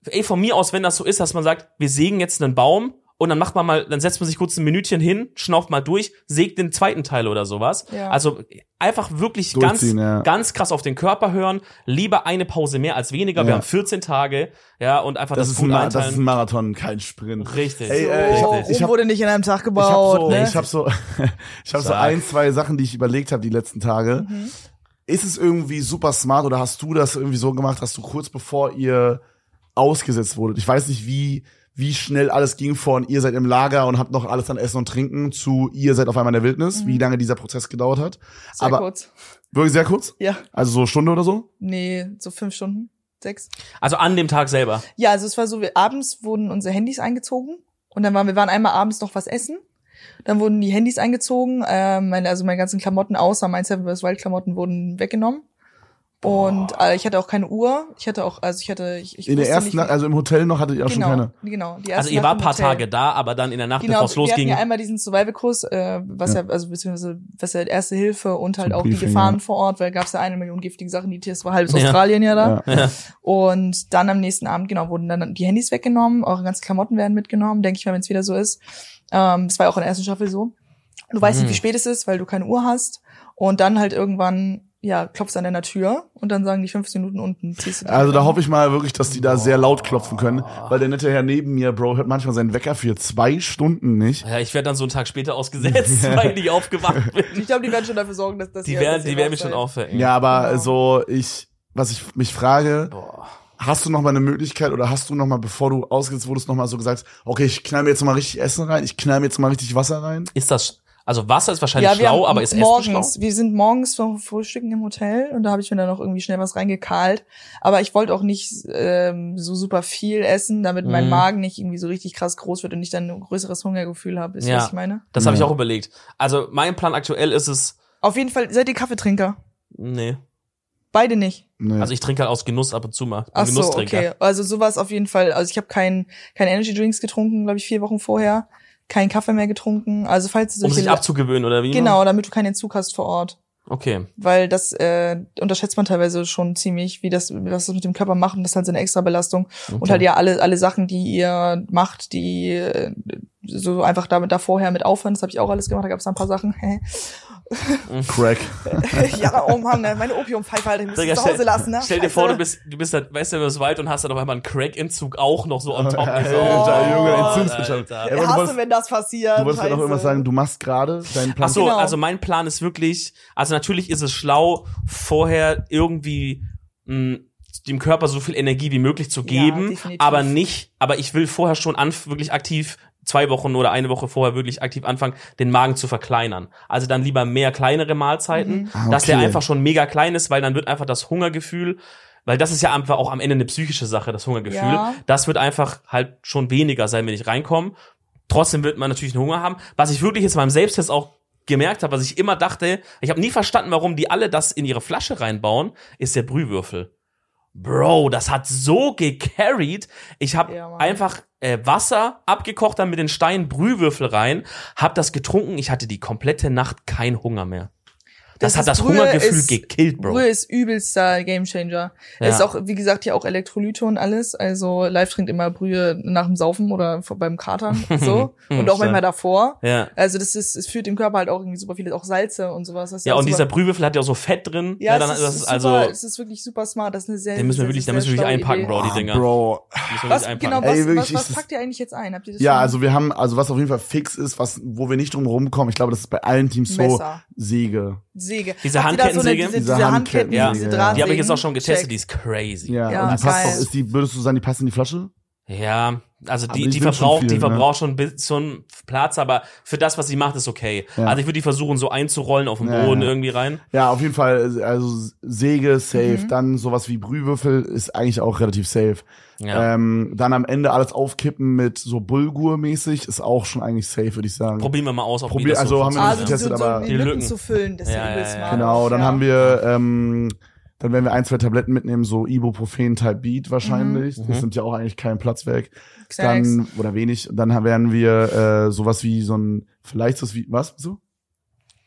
S2: Ey, von mir aus, wenn das so ist, dass man sagt, wir sägen jetzt einen Baum und dann macht man mal, dann setzt man sich kurz ein Minütchen hin, schnauft mal durch, sägt den zweiten Teil oder sowas.
S3: Ja.
S2: Also, einfach wirklich ganz,
S1: Durchziehen, ja.
S2: ganz krass auf den Körper hören. Lieber eine Pause mehr als weniger. Wir
S1: Ja.
S2: haben 14 Tage, ja, und einfach das,
S1: Das, ist
S2: gut
S1: ein, Ma- das ist ein
S2: einteilen.
S1: Marathon, kein Sprint.
S2: Richtig.
S1: Ey, äh, ich
S2: richtig.
S1: hab-
S3: so, Rom
S1: hab-
S3: wurde nicht in einem Tag
S1: Ich
S3: gebaut.
S1: habe so,
S3: ne?
S1: ich hab so, ich hab so
S2: Sag.
S1: ein, zwei Sachen, die ich überlegt habe die letzten Tage.
S3: Mhm.
S1: Ist es irgendwie super smart oder hast du das irgendwie so gemacht, dass du kurz bevor ihr ausgesetzt wurdet, ich weiß nicht, wie, wie schnell alles ging von ihr seid im Lager und habt noch alles an Essen und Trinken zu ihr seid auf einmal in der Wildnis,
S3: Mhm.
S1: wie lange dieser Prozess gedauert hat.
S3: Sehr
S1: aber-
S3: kurz.
S1: Wirklich sehr kurz,
S3: Ja,
S1: also so Stunde oder so.
S3: nee, so fünf Stunden, sechs.
S2: Also an dem Tag selber.
S3: Ja, also es war so, wir, abends wurden unsere Handys eingezogen und dann waren wir waren einmal abends noch was essen. Dann wurden die Handys eingezogen, äh, meine, also meine ganzen Klamotten außer mein Seven vs. Wild Klamotten wurden weggenommen. Und äh, ich hatte auch keine Uhr. Ich hatte auch, also ich hatte, ich, ich
S1: in der
S3: wusste
S1: ersten
S3: nicht,
S1: Nacht, also im Hotel noch hattet ihr auch
S3: genau,
S1: schon keine.
S3: genau. Die erste
S2: Also ihr
S3: Nacht
S2: war ein
S3: im
S2: paar
S3: Hotel.
S2: Tage da, aber dann in der Nacht,
S3: Genau,
S2: bevor es
S3: wir hatten
S2: losging.
S3: ja einmal diesen Survival-Kurs, äh, was ja. also beziehungsweise was ja erste Hilfe und halt
S1: Zum
S3: auch die
S1: Briefing,
S3: Gefahren
S1: ja.
S3: vor Ort, weil gab's ja eine Million giftige Sachen, die Tiers war halb
S2: Ja.
S3: Australien ja da.
S1: Ja.
S3: Und dann am nächsten Abend, genau, wurden dann die Handys weggenommen, eure ganzen Klamotten werden mitgenommen, denke ich mal, wenn es wieder so ist. Ähm, das war ja auch in der ersten Staffel so. Du weißt
S2: Mhm.
S3: nicht, wie spät es ist, weil du keine Uhr hast. Und dann halt irgendwann, ja, klopfst an deiner Tür und dann sagen die 15 Minuten unten. Ziehst du dich
S1: Also da
S3: an.
S1: hoffe ich mal wirklich, dass die da sehr laut
S3: Oh.
S1: klopfen können, weil der nette Herr neben mir, Bro, hört manchmal seinen Wecker für zwei Stunden nicht.
S2: Ja, ich werde dann so einen Tag später ausgesetzt, weil ich aufgewacht bin.
S3: Ich glaube, die werden schon dafür sorgen, dass das
S2: Die werden, die werden mich
S3: schon
S2: schon aufwecken.
S1: Ja, aber
S3: Genau.
S1: so ich, was ich mich frage,
S2: Boah.
S1: hast du noch mal eine Möglichkeit oder hast du noch mal, bevor du ausgesetzt wurdest, noch mal so gesagt, okay, ich knall mir jetzt noch mal richtig Essen rein, ich knall mir jetzt mal richtig Wasser rein.
S2: Ist das, also Wasser ist wahrscheinlich schlau,
S3: haben
S2: aber ist Essen schlau?
S3: morgens, Wir sind morgens vom Frühstücken im Hotel und da habe ich mir dann noch irgendwie schnell was reingekahlt. Aber ich wollte auch nicht ähm, so super viel essen, damit mein
S2: Mhm.
S3: Magen nicht irgendwie so richtig krass groß wird und ich dann ein größeres Hungergefühl habe. Ist
S2: Ja.
S3: was ich meine?
S2: Das habe ich
S1: Ja.
S2: auch überlegt. Also mein Plan aktuell ist es,
S3: Auf jeden Fall seid ihr Kaffeetrinker.
S2: nee.
S3: Beide nicht.
S1: Nee.
S2: Also ich trinke halt aus Genuss ab und zu mal. Ich bin
S3: Ach so,
S2: Genusstrinker.
S3: okay. Also sowas auf jeden Fall. Also ich habe kein kein Energy Drinks getrunken, glaube ich, vier Wochen vorher. Keinen Kaffee mehr getrunken. Also falls du
S2: Um
S3: solche-
S2: sich ne? abzugewöhnen, oder wie?
S3: genau, damit du keinen Entzug hast vor Ort.
S2: Okay.
S3: weil das äh, unterschätzt man teilweise schon ziemlich, wie das, was das mit dem Körper macht und das ist halt so eine extra Belastung. Und
S2: Okay.
S3: halt ja alle, alle Sachen, die ihr macht, die äh, so einfach damit da vorher mit aufhören, das habe ich auch alles gemacht, da gab es ein paar Sachen.
S1: Crack.
S3: ja, oh Mann, ne, meine Opiumpfeife halt, ich muss
S2: Digga,
S3: zu Hause
S2: stell-
S3: lassen, ne?
S2: Stell dir
S3: Scheiße.
S2: vor, du bist, du bist halt, weißt du, das Wald und hast dann auf einmal einen Crack-Entzug auch noch so on top. Oh,
S1: Alter, Junge, Entzündungsbeschaffung.
S2: Alter.
S1: Ja, aber du
S3: Hasse,
S1: wolltest-
S3: wenn das passiert.
S1: Du wolltest gerade auch
S3: Scheiße.
S1: immer sagen, du machst gerade deinen Plan. Ah,
S2: Ach so,
S3: Genau.
S2: also mein Plan ist wirklich, also natürlich ist es schlau, vorher irgendwie mh, dem Körper so viel Energie wie möglich zu
S3: Ja,
S2: geben,
S3: definitiv.
S2: aber nicht, aber ich will vorher schon anf wirklich aktiv zwei Wochen oder eine Woche vorher wirklich aktiv anfangen, den Magen zu verkleinern. Also dann lieber mehr kleinere Mahlzeiten,
S3: Mhm.
S1: Ah,
S2: dass der
S1: okay.
S2: einfach schon mega klein ist, weil dann wird einfach das Hungergefühl, weil das ist ja einfach auch am Ende eine psychische Sache, das Hungergefühl.
S3: Ja.
S2: Das wird einfach halt schon weniger sein, wenn ich reinkomme. Trotzdem wird man natürlich einen Hunger haben. Was ich wirklich jetzt beim Selbsttest auch gemerkt habe, was ich immer dachte, ich habe nie verstanden, warum die alle das in ihre Flasche reinbauen, ist der Brühwürfel. Bro, das hat so gecarried. Ich habe
S3: Ja, Mann.
S2: einfach äh, Wasser abgekocht, dann mit den Steinen Brühwürfel rein, hab das getrunken. Ich hatte die komplette Nacht keinen Hunger mehr. Das,
S3: Das
S2: hat
S3: ist-
S2: das
S3: Brühe
S2: Hungergefühl
S3: ist-
S2: gekillt, Bro.
S3: Brühe ist übelster Gamechanger.
S2: Ja.
S3: Ist auch, wie gesagt, ja auch Elektrolyte und alles. Also live trinkt immer Brühe nach dem Saufen oder vor- beim Katern. So. und auch
S2: Stimmt.
S3: manchmal davor.
S2: ja.
S3: Also das ist, es führt dem Körper halt auch irgendwie super viele, auch Salze und sowas. Das ist
S2: Ja,
S3: auch
S2: und
S3: super-
S2: dieser Brühwürfel hat ja auch so Fett drin.
S3: ja,
S2: dann
S3: das, ist, super,
S2: also,
S3: es ist wirklich super smart. Das ist eine sehr,
S2: den müssen wir
S3: sehr,
S2: wirklich,
S3: sehr,
S2: da müssen wir wirklich
S3: schlaue
S2: einpacken,
S3: Idee.
S2: Bro, die
S1: Ah,
S2: Dinger.
S1: Bro,
S2: Müssen wir
S3: Was,
S2: wirklich
S3: genau,
S2: einpacken.
S3: was,
S1: Ey, wirklich,
S3: was, was
S1: ist-
S3: packt ihr eigentlich jetzt ein? Habt ihr das
S1: Ja,
S3: schon?
S1: also wir haben, also was auf jeden Fall fix ist, was, wo wir nicht drum rumkommen, ich glaube, das ist bei allen Teams so
S3: Messer,
S1: Säge.
S3: Säge.
S2: Diese
S3: Habt ihr da so eine-
S2: Handkettensäge?
S3: Diese,
S1: Diese
S3: diese Handketten,
S1: Handketten,
S3: diese
S1: ja.
S3: Drahtsägen.
S2: Die habe ich jetzt auch schon getestet,
S3: Check.
S2: die ist crazy.
S1: Ja,
S3: Ja,
S1: und die passt
S3: geil.
S1: auch, ist die, würdest du sagen, die passt in die Flasche?
S2: Ja, also
S1: Aber
S2: die,
S1: die
S2: die
S1: sind schon
S2: verbraucht, die
S1: viel, ne?
S2: verbraucht schon ein bisschen Platz, aber für das, was sie macht, ist okay.
S1: Ja.
S2: Also ich würde die versuchen, so einzurollen auf dem
S1: Ja,
S2: Boden
S1: ja.
S2: irgendwie rein.
S1: Ja, auf jeden Fall, also Säge, safe,
S3: Mhm.
S1: dann sowas wie Brühwürfel ist eigentlich auch relativ safe.
S2: Ja.
S1: Ähm, dann am Ende alles aufkippen mit so Bulgur-mäßig, ist auch schon eigentlich safe, würde ich sagen.
S2: Probieren wir mal aus, ob
S1: Probier-
S2: die das
S1: also
S2: so
S1: haben wir
S2: funktioniert.
S3: Also
S1: nicht
S3: so,
S1: getestet,
S3: so
S1: aber-
S3: die
S2: Die
S3: Lücken,
S2: Lücken.
S3: zu füllen, das ist
S2: Ja,
S3: ja,
S2: ja,
S3: übelst
S2: ja.
S3: smart.
S1: Genau, dann
S3: ja.
S1: haben wir, ähm, dann werden wir ein, zwei Tabletten mitnehmen, so Ibuprofen, Type Beat wahrscheinlich.
S2: Mhm.
S1: Das nimmt ja auch eigentlich keinen Platz weg.
S3: Xanax.
S1: Dann, oder wenig, dann werden wir äh, sowas wie so ein, vielleicht das wie, was? So?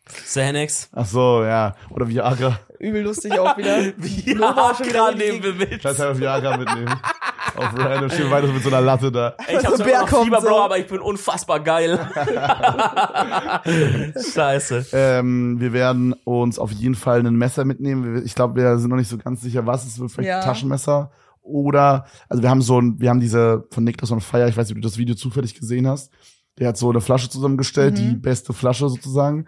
S2: Xanax.
S1: Ach so, ja. Oder Viagra.
S3: Übel lustig auch wieder. Nova
S2: Ja,
S3: schon wieder
S2: Ah, gerade nehmen
S3: mit
S2: wir mit.
S1: Scheiß einfach Viagra mitnehmen. Auf random stehen wir weiter mit so einer Latte da.
S2: Ey, Ich hab
S3: So
S2: zwar immer
S3: Bär
S2: noch
S3: kommt
S2: Fieber,
S3: so.
S2: Bro, aber ich bin unfassbar geil. Scheiße.
S1: Ähm, wir werden uns auf jeden Fall ein Messer mitnehmen. Wir- Ich glaube, wir sind noch nicht so ganz sicher, was es wird. Vielleicht
S3: Ja.
S1: ein Taschenmesser oder also wir haben so ein, wir haben diese von Niklas on Fire. Ich weiß nicht, ob du das Video zufällig gesehen hast. Der hat so eine Flasche zusammengestellt,
S3: Mhm.
S1: die beste Flasche sozusagen.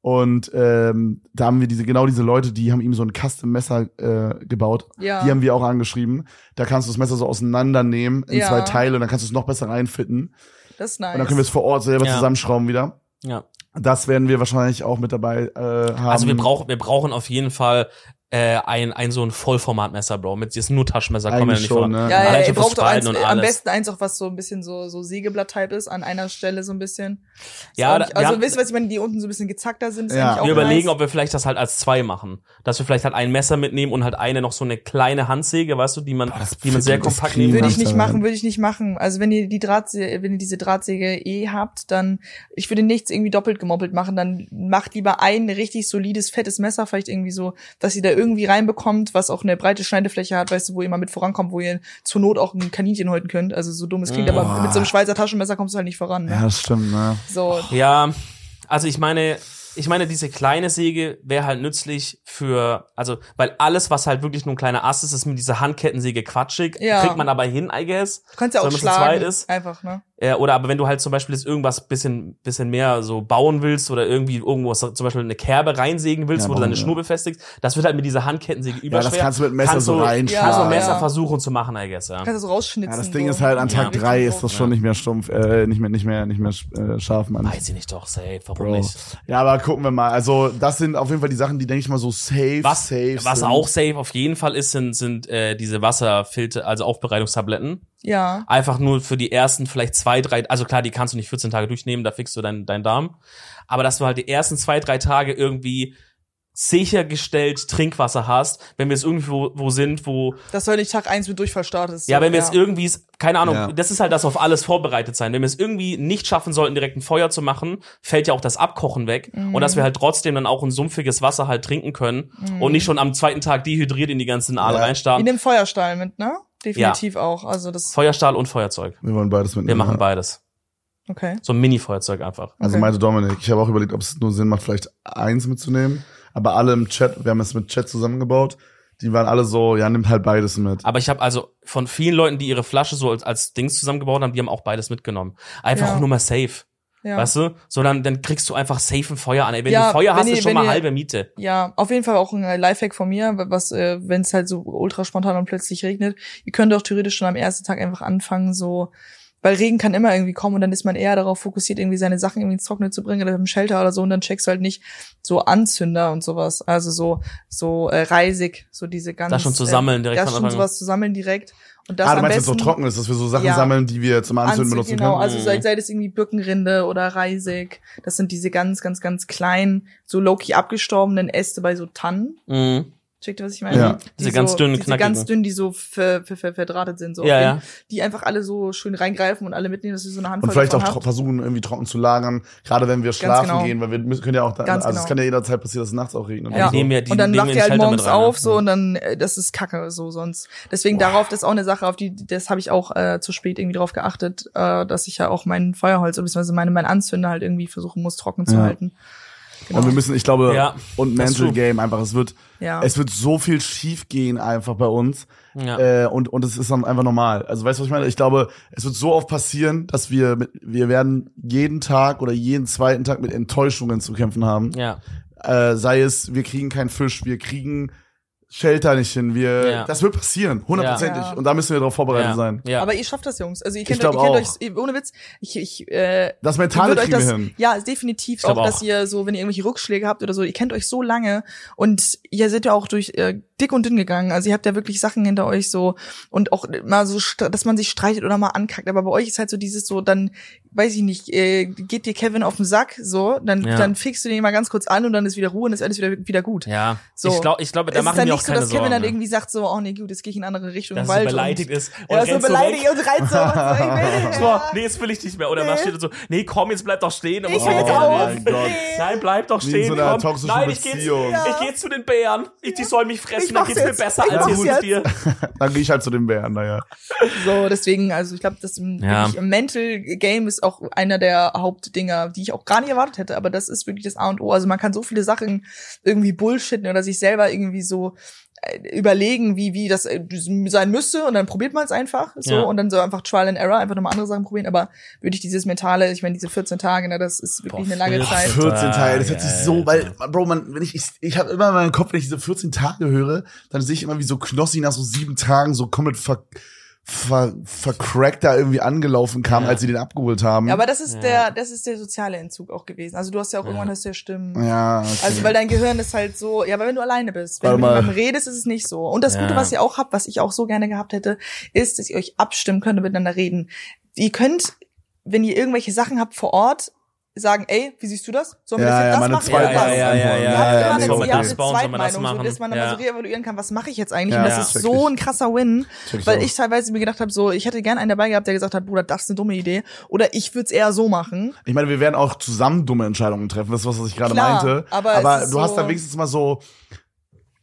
S1: Und ähm, da haben wir diese genau diese Leute, die haben ihm so ein Custom Messer äh, gebaut.
S3: Ja.
S1: Die haben wir auch angeschrieben. Da kannst du das Messer so auseinandernehmen in
S3: Ja.
S1: zwei Teile und dann kannst du es noch besser reinfitten.
S3: das ist nice.
S1: Und dann können wir es vor Ort selber
S2: Ja.
S1: zusammenschrauben wieder.
S2: Ja.
S1: Das werden wir wahrscheinlich auch mit dabei äh, haben.
S2: Also wir brauchen, wir brauchen auf jeden Fall äh, ein, ein so ein Vollformatmesser, Bro. Mit jetzt nur Taschenmesser kommen wir
S1: eigentlich
S2: nicht
S1: schon,
S2: voran.
S1: ne?
S3: ja, ja,
S2: Allein
S3: ihr
S2: schon fürs
S3: braucht auch eins, äh,
S2: Spalten und
S3: am
S2: alles.
S3: besten eins auch, was so ein bisschen so, so Sägeblatt-Type ist, an einer Stelle so ein bisschen. Ist
S2: Ja,
S3: auch
S2: da-
S3: nicht,
S2: wir
S3: also
S2: haben-
S3: wisst ihr, was ich meine, die unten so ein bisschen gezackter sind, ist
S1: Ja.
S3: eigentlich auch
S2: Wir überlegen,
S3: nice.
S2: ob wir vielleicht das halt als zwei machen. Dass wir vielleicht halt ein Messer mitnehmen und halt eine noch so eine kleine Handsäge, weißt du, die man,
S1: das
S2: die man sehr
S1: klingt- das
S2: kompakt
S1: klingt-
S2: nehmen
S3: Würde
S2: kann.
S3: ich nicht
S1: Hamster,
S3: machen,
S1: ne?
S3: würde ich nicht machen. Also wenn ihr die Drahtsäge, wenn ihr diese Drahtsäge eh habt, dann ich würde nichts irgendwie doppelt gemoppelt machen. Dann macht lieber ein richtig solides, fettes Messer, vielleicht irgendwie so, dass ihr da irgendwie reinbekommt, was auch eine breite Schneidefläche hat, weißt du, wo ihr mal mit vorankommt, wo ihr zur Not auch ein Kaninchen häuten könnt. Also so dumm es klingt,
S2: Mm.
S3: aber mit so einem Schweizer Taschenmesser kommst du halt nicht voran. Ne?
S1: Ja, das stimmt, ne?
S3: So,
S2: Ja, also ich meine, ich meine, diese kleine Säge wäre halt nützlich für, also, weil alles, was halt wirklich nur ein kleiner Ast ist, ist mit dieser Handkettensäge quatschig.
S3: Ja.
S2: Kriegt man aber hin, I guess.
S3: du kannst ja
S2: So,
S3: auch
S2: wenn es zu
S3: schlagen.
S2: zweit ist.
S3: Einfach, ne?
S2: Ja, oder aber wenn du halt zum Beispiel jetzt irgendwas bisschen, bisschen mehr so bauen willst oder irgendwie irgendwo was, zum Beispiel eine Kerbe reinsägen willst,
S1: Ja,
S2: wo du deine
S1: bauen, ja.
S2: Schnur befestigst, das wird halt mit dieser Handkettensäge
S1: Ja,
S2: überschwer.
S1: das kannst du mit dem Messer
S2: Kannst
S1: so
S2: du-
S1: reinschlagen.
S2: Kannst du
S3: Ja,
S2: Messer
S3: ja.
S2: versuchen zu machen, I guess, ja.
S3: Du kannst es rausschnitzen.
S1: Ja, das Ding
S3: so.
S1: ist halt an
S2: Ja.
S1: Tag drei ist
S3: Richtung
S1: das schon nicht mehr stumpf, äh, nicht mehr, nicht mehr, nicht mehr äh, scharf, Mann.
S2: Weiß ich nicht doch, safe, warum
S1: Bro.
S2: nicht?
S1: Ja, aber gucken wir mal. Also, das sind auf jeden Fall die Sachen, die denke ich mal so safe,
S2: Was,
S1: safe.
S2: was
S1: sind.
S2: auch safe auf jeden Fall ist, sind, sind äh, diese Wasserfilter, also Aufbereitungstabletten.
S3: Ja.
S2: Einfach nur für die ersten vielleicht zwei, drei, also klar, die kannst du nicht 14 Tage durchnehmen, da fickst du deinen deinen Darm. Aber dass du halt die ersten zwei, drei Tage irgendwie sichergestellt Trinkwasser hast, wenn wir jetzt irgendwo wo sind, wo
S3: Das soll nicht Tag eins mit Durchfall startest.
S2: Ja, wenn wir jetzt irgendwie, es- keine Ahnung,
S1: Ja.
S2: das ist halt das auf alles vorbereitet sein. Wenn wir es irgendwie nicht schaffen sollten, direkt ein Feuer zu machen, fällt ja auch das Abkochen weg.
S3: Mhm.
S2: Und dass wir halt trotzdem dann auch ein sumpfiges Wasser halt trinken können und nicht schon am zweiten Tag dehydriert in die ganzen Aale
S1: Ja.
S3: Mhm. In
S2: reinstarten.
S3: dem Feuerstahl mit, ne? Definitiv auch. Also das
S2: Feuerstahl und Feuerzeug.
S1: Wir wollen beides mitnehmen.
S2: Wir
S1: ja.
S2: machen beides.
S3: Okay.
S2: So ein Mini-Feuerzeug einfach.
S1: Also
S3: Okay.
S1: meinte Dominik, ich habe auch überlegt, ob es nur Sinn macht, vielleicht eins mitzunehmen. Aber alle im Chat, wir haben es mit Chat zusammengebaut, die waren alle so, ja, nimmt halt beides mit.
S2: Aber ich habe also von vielen Leuten, die ihre Flasche so als, als Dings zusammengebaut haben, die haben auch beides mitgenommen. Einfach
S3: Ja.
S2: auch nur mal safe.
S3: Ja.
S2: Weißt du? Sondern dann kriegst du einfach safe ein Feuer an. Ey, wenn du
S3: Ja,
S2: Feuer
S3: wenn
S2: hast,
S3: ihr-
S2: ist schon
S3: wenn
S2: mal
S3: ihr-
S2: halbe Miete.
S3: Ja, auf jeden Fall auch ein äh, Lifehack von mir, was, äh, wenn es halt so ultra spontan und plötzlich regnet, ihr könnt auch theoretisch schon am ersten Tag einfach anfangen, so, weil Regen kann immer irgendwie kommen und dann ist man eher darauf fokussiert, irgendwie seine Sachen irgendwie ins Trockene zu bringen oder im Shelter oder so und dann checkst du halt nicht so Anzünder und sowas, also so, so äh, reisig, so diese ganze.
S2: Das schon zu sammeln direkt
S3: Das
S2: am
S3: äh, schon
S2: Anfang.
S3: sowas zu sammeln direkt. Und das
S1: ah, du
S3: am
S1: meinst, wenn es
S3: besten
S1: so trocken ist, dass wir so Sachen
S3: Ja.
S1: sammeln, die wir zum Anzünden ne? Mhm.
S3: Anzünden,
S1: benutzen
S3: genau,
S1: können?
S3: also sei, sei das irgendwie Birkenrinde oder Reisig. Das sind diese ganz, ganz, ganz kleinen, so low-key abgestorbenen Äste bei so Tannen.
S2: Mhm.
S3: Checkt ihr, was ich meine?
S1: Ja.
S3: Die
S2: Diese ganz
S3: so,
S2: dünnen,
S3: Diese ganz
S2: knackigen.
S3: dünn, die so ver, ver, ver, verdrahtet sind. So
S2: ja,
S3: auf
S2: ja.
S3: jeden- Die einfach alle so schön reingreifen und alle mitnehmen, dass ihr so eine Handvoll
S1: Und vielleicht auch
S3: davon
S1: tro-
S3: habt.
S1: versuchen, irgendwie trocken zu lagern, gerade wenn wir schlafen
S3: genau.
S1: gehen, weil wir müssen, können ja auch, da,
S3: Ganz
S1: also es
S3: genau.
S1: kann ja jederzeit passieren, dass es nachts auch regnet.
S3: Ja.
S1: Und so.
S2: Nehmen wir die,
S3: Und dann
S2: nehmen
S3: wacht
S2: wir
S3: ihr
S2: ins
S3: halt
S2: Shelter mit
S3: morgens
S2: rein, ne?
S3: auf,
S2: ja.
S3: so, und dann, äh, das ist kacke, so, sonst. Deswegen darauf, das ist auch eine Sache, auf die, das habe ich auch äh, zu spät irgendwie drauf geachtet, äh, dass ich ja auch mein Feuerholz, oder beziehungsweise meine, mein Anzünder halt irgendwie versuchen muss, trocken zu
S1: Ja.
S3: halten. Genau.
S1: Und wir müssen, ich glaube,
S2: Ja.
S1: und
S2: Das ist
S1: Mental
S2: true.
S1: Game einfach, es wird,
S3: ja.
S1: es wird so viel schief gehen einfach bei uns.
S2: Ja.
S1: Äh, und und es ist dann einfach normal. Also weißt du, was ich meine? Ich glaube, es wird so oft passieren, dass wir mit, wir werden jeden Tag oder jeden zweiten Tag mit Enttäuschungen zu kämpfen haben.
S2: ja.
S1: Äh, sei es, wir kriegen keinen Fisch, wir kriegen Shelter nicht hin. Wir,
S2: Ja.
S1: das wird passieren, hundertprozentig.
S3: Ja.
S1: Und da müssen wir darauf vorbereitet
S2: ja.
S1: sein.
S2: Ja.
S3: Aber ihr schafft das, Jungs. Also ihr
S1: Ich
S3: kennt,
S1: glaub
S3: euch, ihr kennt
S1: auch.
S3: euch, ihr- ohne Witz, ich, ich, äh,
S1: Das
S3: ihr
S1: mentale
S3: würdet euch
S1: kriegen
S3: das,
S1: wir hin.
S3: ja, ist definitiv
S2: Ich glaub
S3: auch, dass
S2: auch.
S3: ihr so, wenn ihr irgendwelche Rückschläge habt oder so, ihr kennt euch so lange und ihr seid ja auch durch äh, dick und dünn gegangen. Also ihr habt ja wirklich Sachen hinter euch so und auch mal so, stre- dass man sich streitet oder mal ankackt. Aber bei euch ist halt so dieses so, dann, weiß ich nicht, äh, geht dir Kevin auf den Sack, so, dann,
S2: Ja.
S3: dann fickst du den mal ganz kurz an und dann ist wieder Ruhe und ist alles wieder, wieder gut.
S2: ja.
S3: So.
S2: Ich glaube, ich glaube, da
S3: es ist
S2: machen
S3: dann
S2: wir
S3: nicht
S2: auch
S3: so,
S2: keine
S3: dass Kevin
S2: Sorgen.
S3: dann
S2: ne?
S3: irgendwie sagt so, oh nee, gut, jetzt gehe ich in eine andere Richtung
S2: dass
S3: im Wald.
S2: es beleidigt ist.
S3: Und, ja, so
S2: rennt so weg.
S3: beleidigt und reizt so. was, so, ich will nicht
S2: So,
S3: mehr.
S2: nee, jetzt will ich nicht mehr. Oder
S3: Nee.
S2: man steht so, nee, komm, jetzt bleib doch stehen. Aber
S3: Ich
S2: so,
S3: will jetzt
S2: oh,
S3: auf.
S2: nein.
S1: Gott.
S2: Nein, bleib doch
S1: Wie in
S2: stehen.
S1: so einer
S2: komm.
S1: toxischen
S2: Nein, ich geh,
S1: Beziehung.
S3: Ja.
S2: ich geh zu den Bären. Ich, die sollen mich fressen,
S3: Ich
S2: dann
S3: mach's
S2: geht's mir
S3: jetzt.
S2: besser
S3: Ich
S2: als
S3: mach's
S2: jetzt
S3: jetzt.
S2: mit dir.
S1: Dann gehe ich halt zu den Bären, naja.
S3: So, deswegen, also ich glaube, das im,
S2: Ja.
S3: wirklich im Mental Game ist auch einer der Hauptdinger, die ich auch gar nicht erwartet hätte, aber das ist wirklich das A und O. Also man kann so viele Sachen irgendwie bullshitten oder sich selber irgendwie so äh, überlegen, wie, wie das äh, sein müsste und dann probiert man es einfach so
S2: Ja.
S3: und dann so einfach Trial and Error, einfach nochmal andere Sachen probieren, aber würde ich dieses mentale, ich meine diese 14 Tage, na, das ist wirklich
S2: Boah,
S3: eine lange
S2: 14
S3: Zeit.
S1: 14 Tage, das hört sich so,
S2: Alter.
S1: weil, Bro, man, wenn ich, ich, ich habe immer in meinem Kopf, wenn ich diese 14 Tage höre, dann sehe ich immer, wie so Knossi nach so sieben Tagen so komplett ver, ver, vercrackt da irgendwie angelaufen kam,
S2: Ja.
S1: als sie den abgeholt haben.
S3: Ja, aber das ist
S2: Ja.
S3: der, das ist der soziale Entzug auch gewesen. Also du hast ja auch
S2: Ja.
S3: irgendwann hast du ja Stimmen.
S1: ja, okay.
S3: Also weil dein Gehirn ist halt so, ja, aber wenn du alleine bist, wenn
S1: Warte
S3: du mit
S1: mal.
S3: jemandem redest, ist es nicht so. Und das
S2: Ja.
S3: Gute, was ihr auch habt, was ich auch so gerne gehabt hätte, ist, dass ihr euch abstimmen könnt und miteinander reden. Ihr könnt, wenn ihr irgendwelche Sachen habt vor Ort, sagen, ey, wie siehst du das? Sollen wir
S1: ja, ja, meine
S3: das jetzt das machen?
S1: zweite
S2: Ja,
S3: Oder
S2: ja,
S3: was?
S2: ja,
S1: Antwort.
S2: ja,
S3: Habt ihr
S2: ja,
S3: mal
S2: nee,
S3: eine-
S2: soll man
S3: ihr habt
S2: das
S3: eine
S2: bauen, soll man das
S3: Zweitmeinung, so,
S2: machen?
S3: dass man
S2: Ja.
S3: dann mal so reevaluieren kann, was mache ich jetzt eigentlich?
S1: Ja,
S3: und das
S2: ja.
S3: ist so ein krasser Win,
S1: Check ich
S3: weil
S1: auch.
S3: ich teilweise mir gedacht habe, so, ich hätte gerne einen dabei gehabt, der gesagt hat, Bruder, das ist eine dumme Idee. Oder ich würde es eher so machen.
S1: Ich meine, wir werden auch zusammen dumme Entscheidungen treffen, das ist was, was ich gerade
S3: Klar,
S1: meinte.
S3: aber es
S1: aber
S3: ist
S1: du hast
S3: so-
S1: da wenigstens mal so,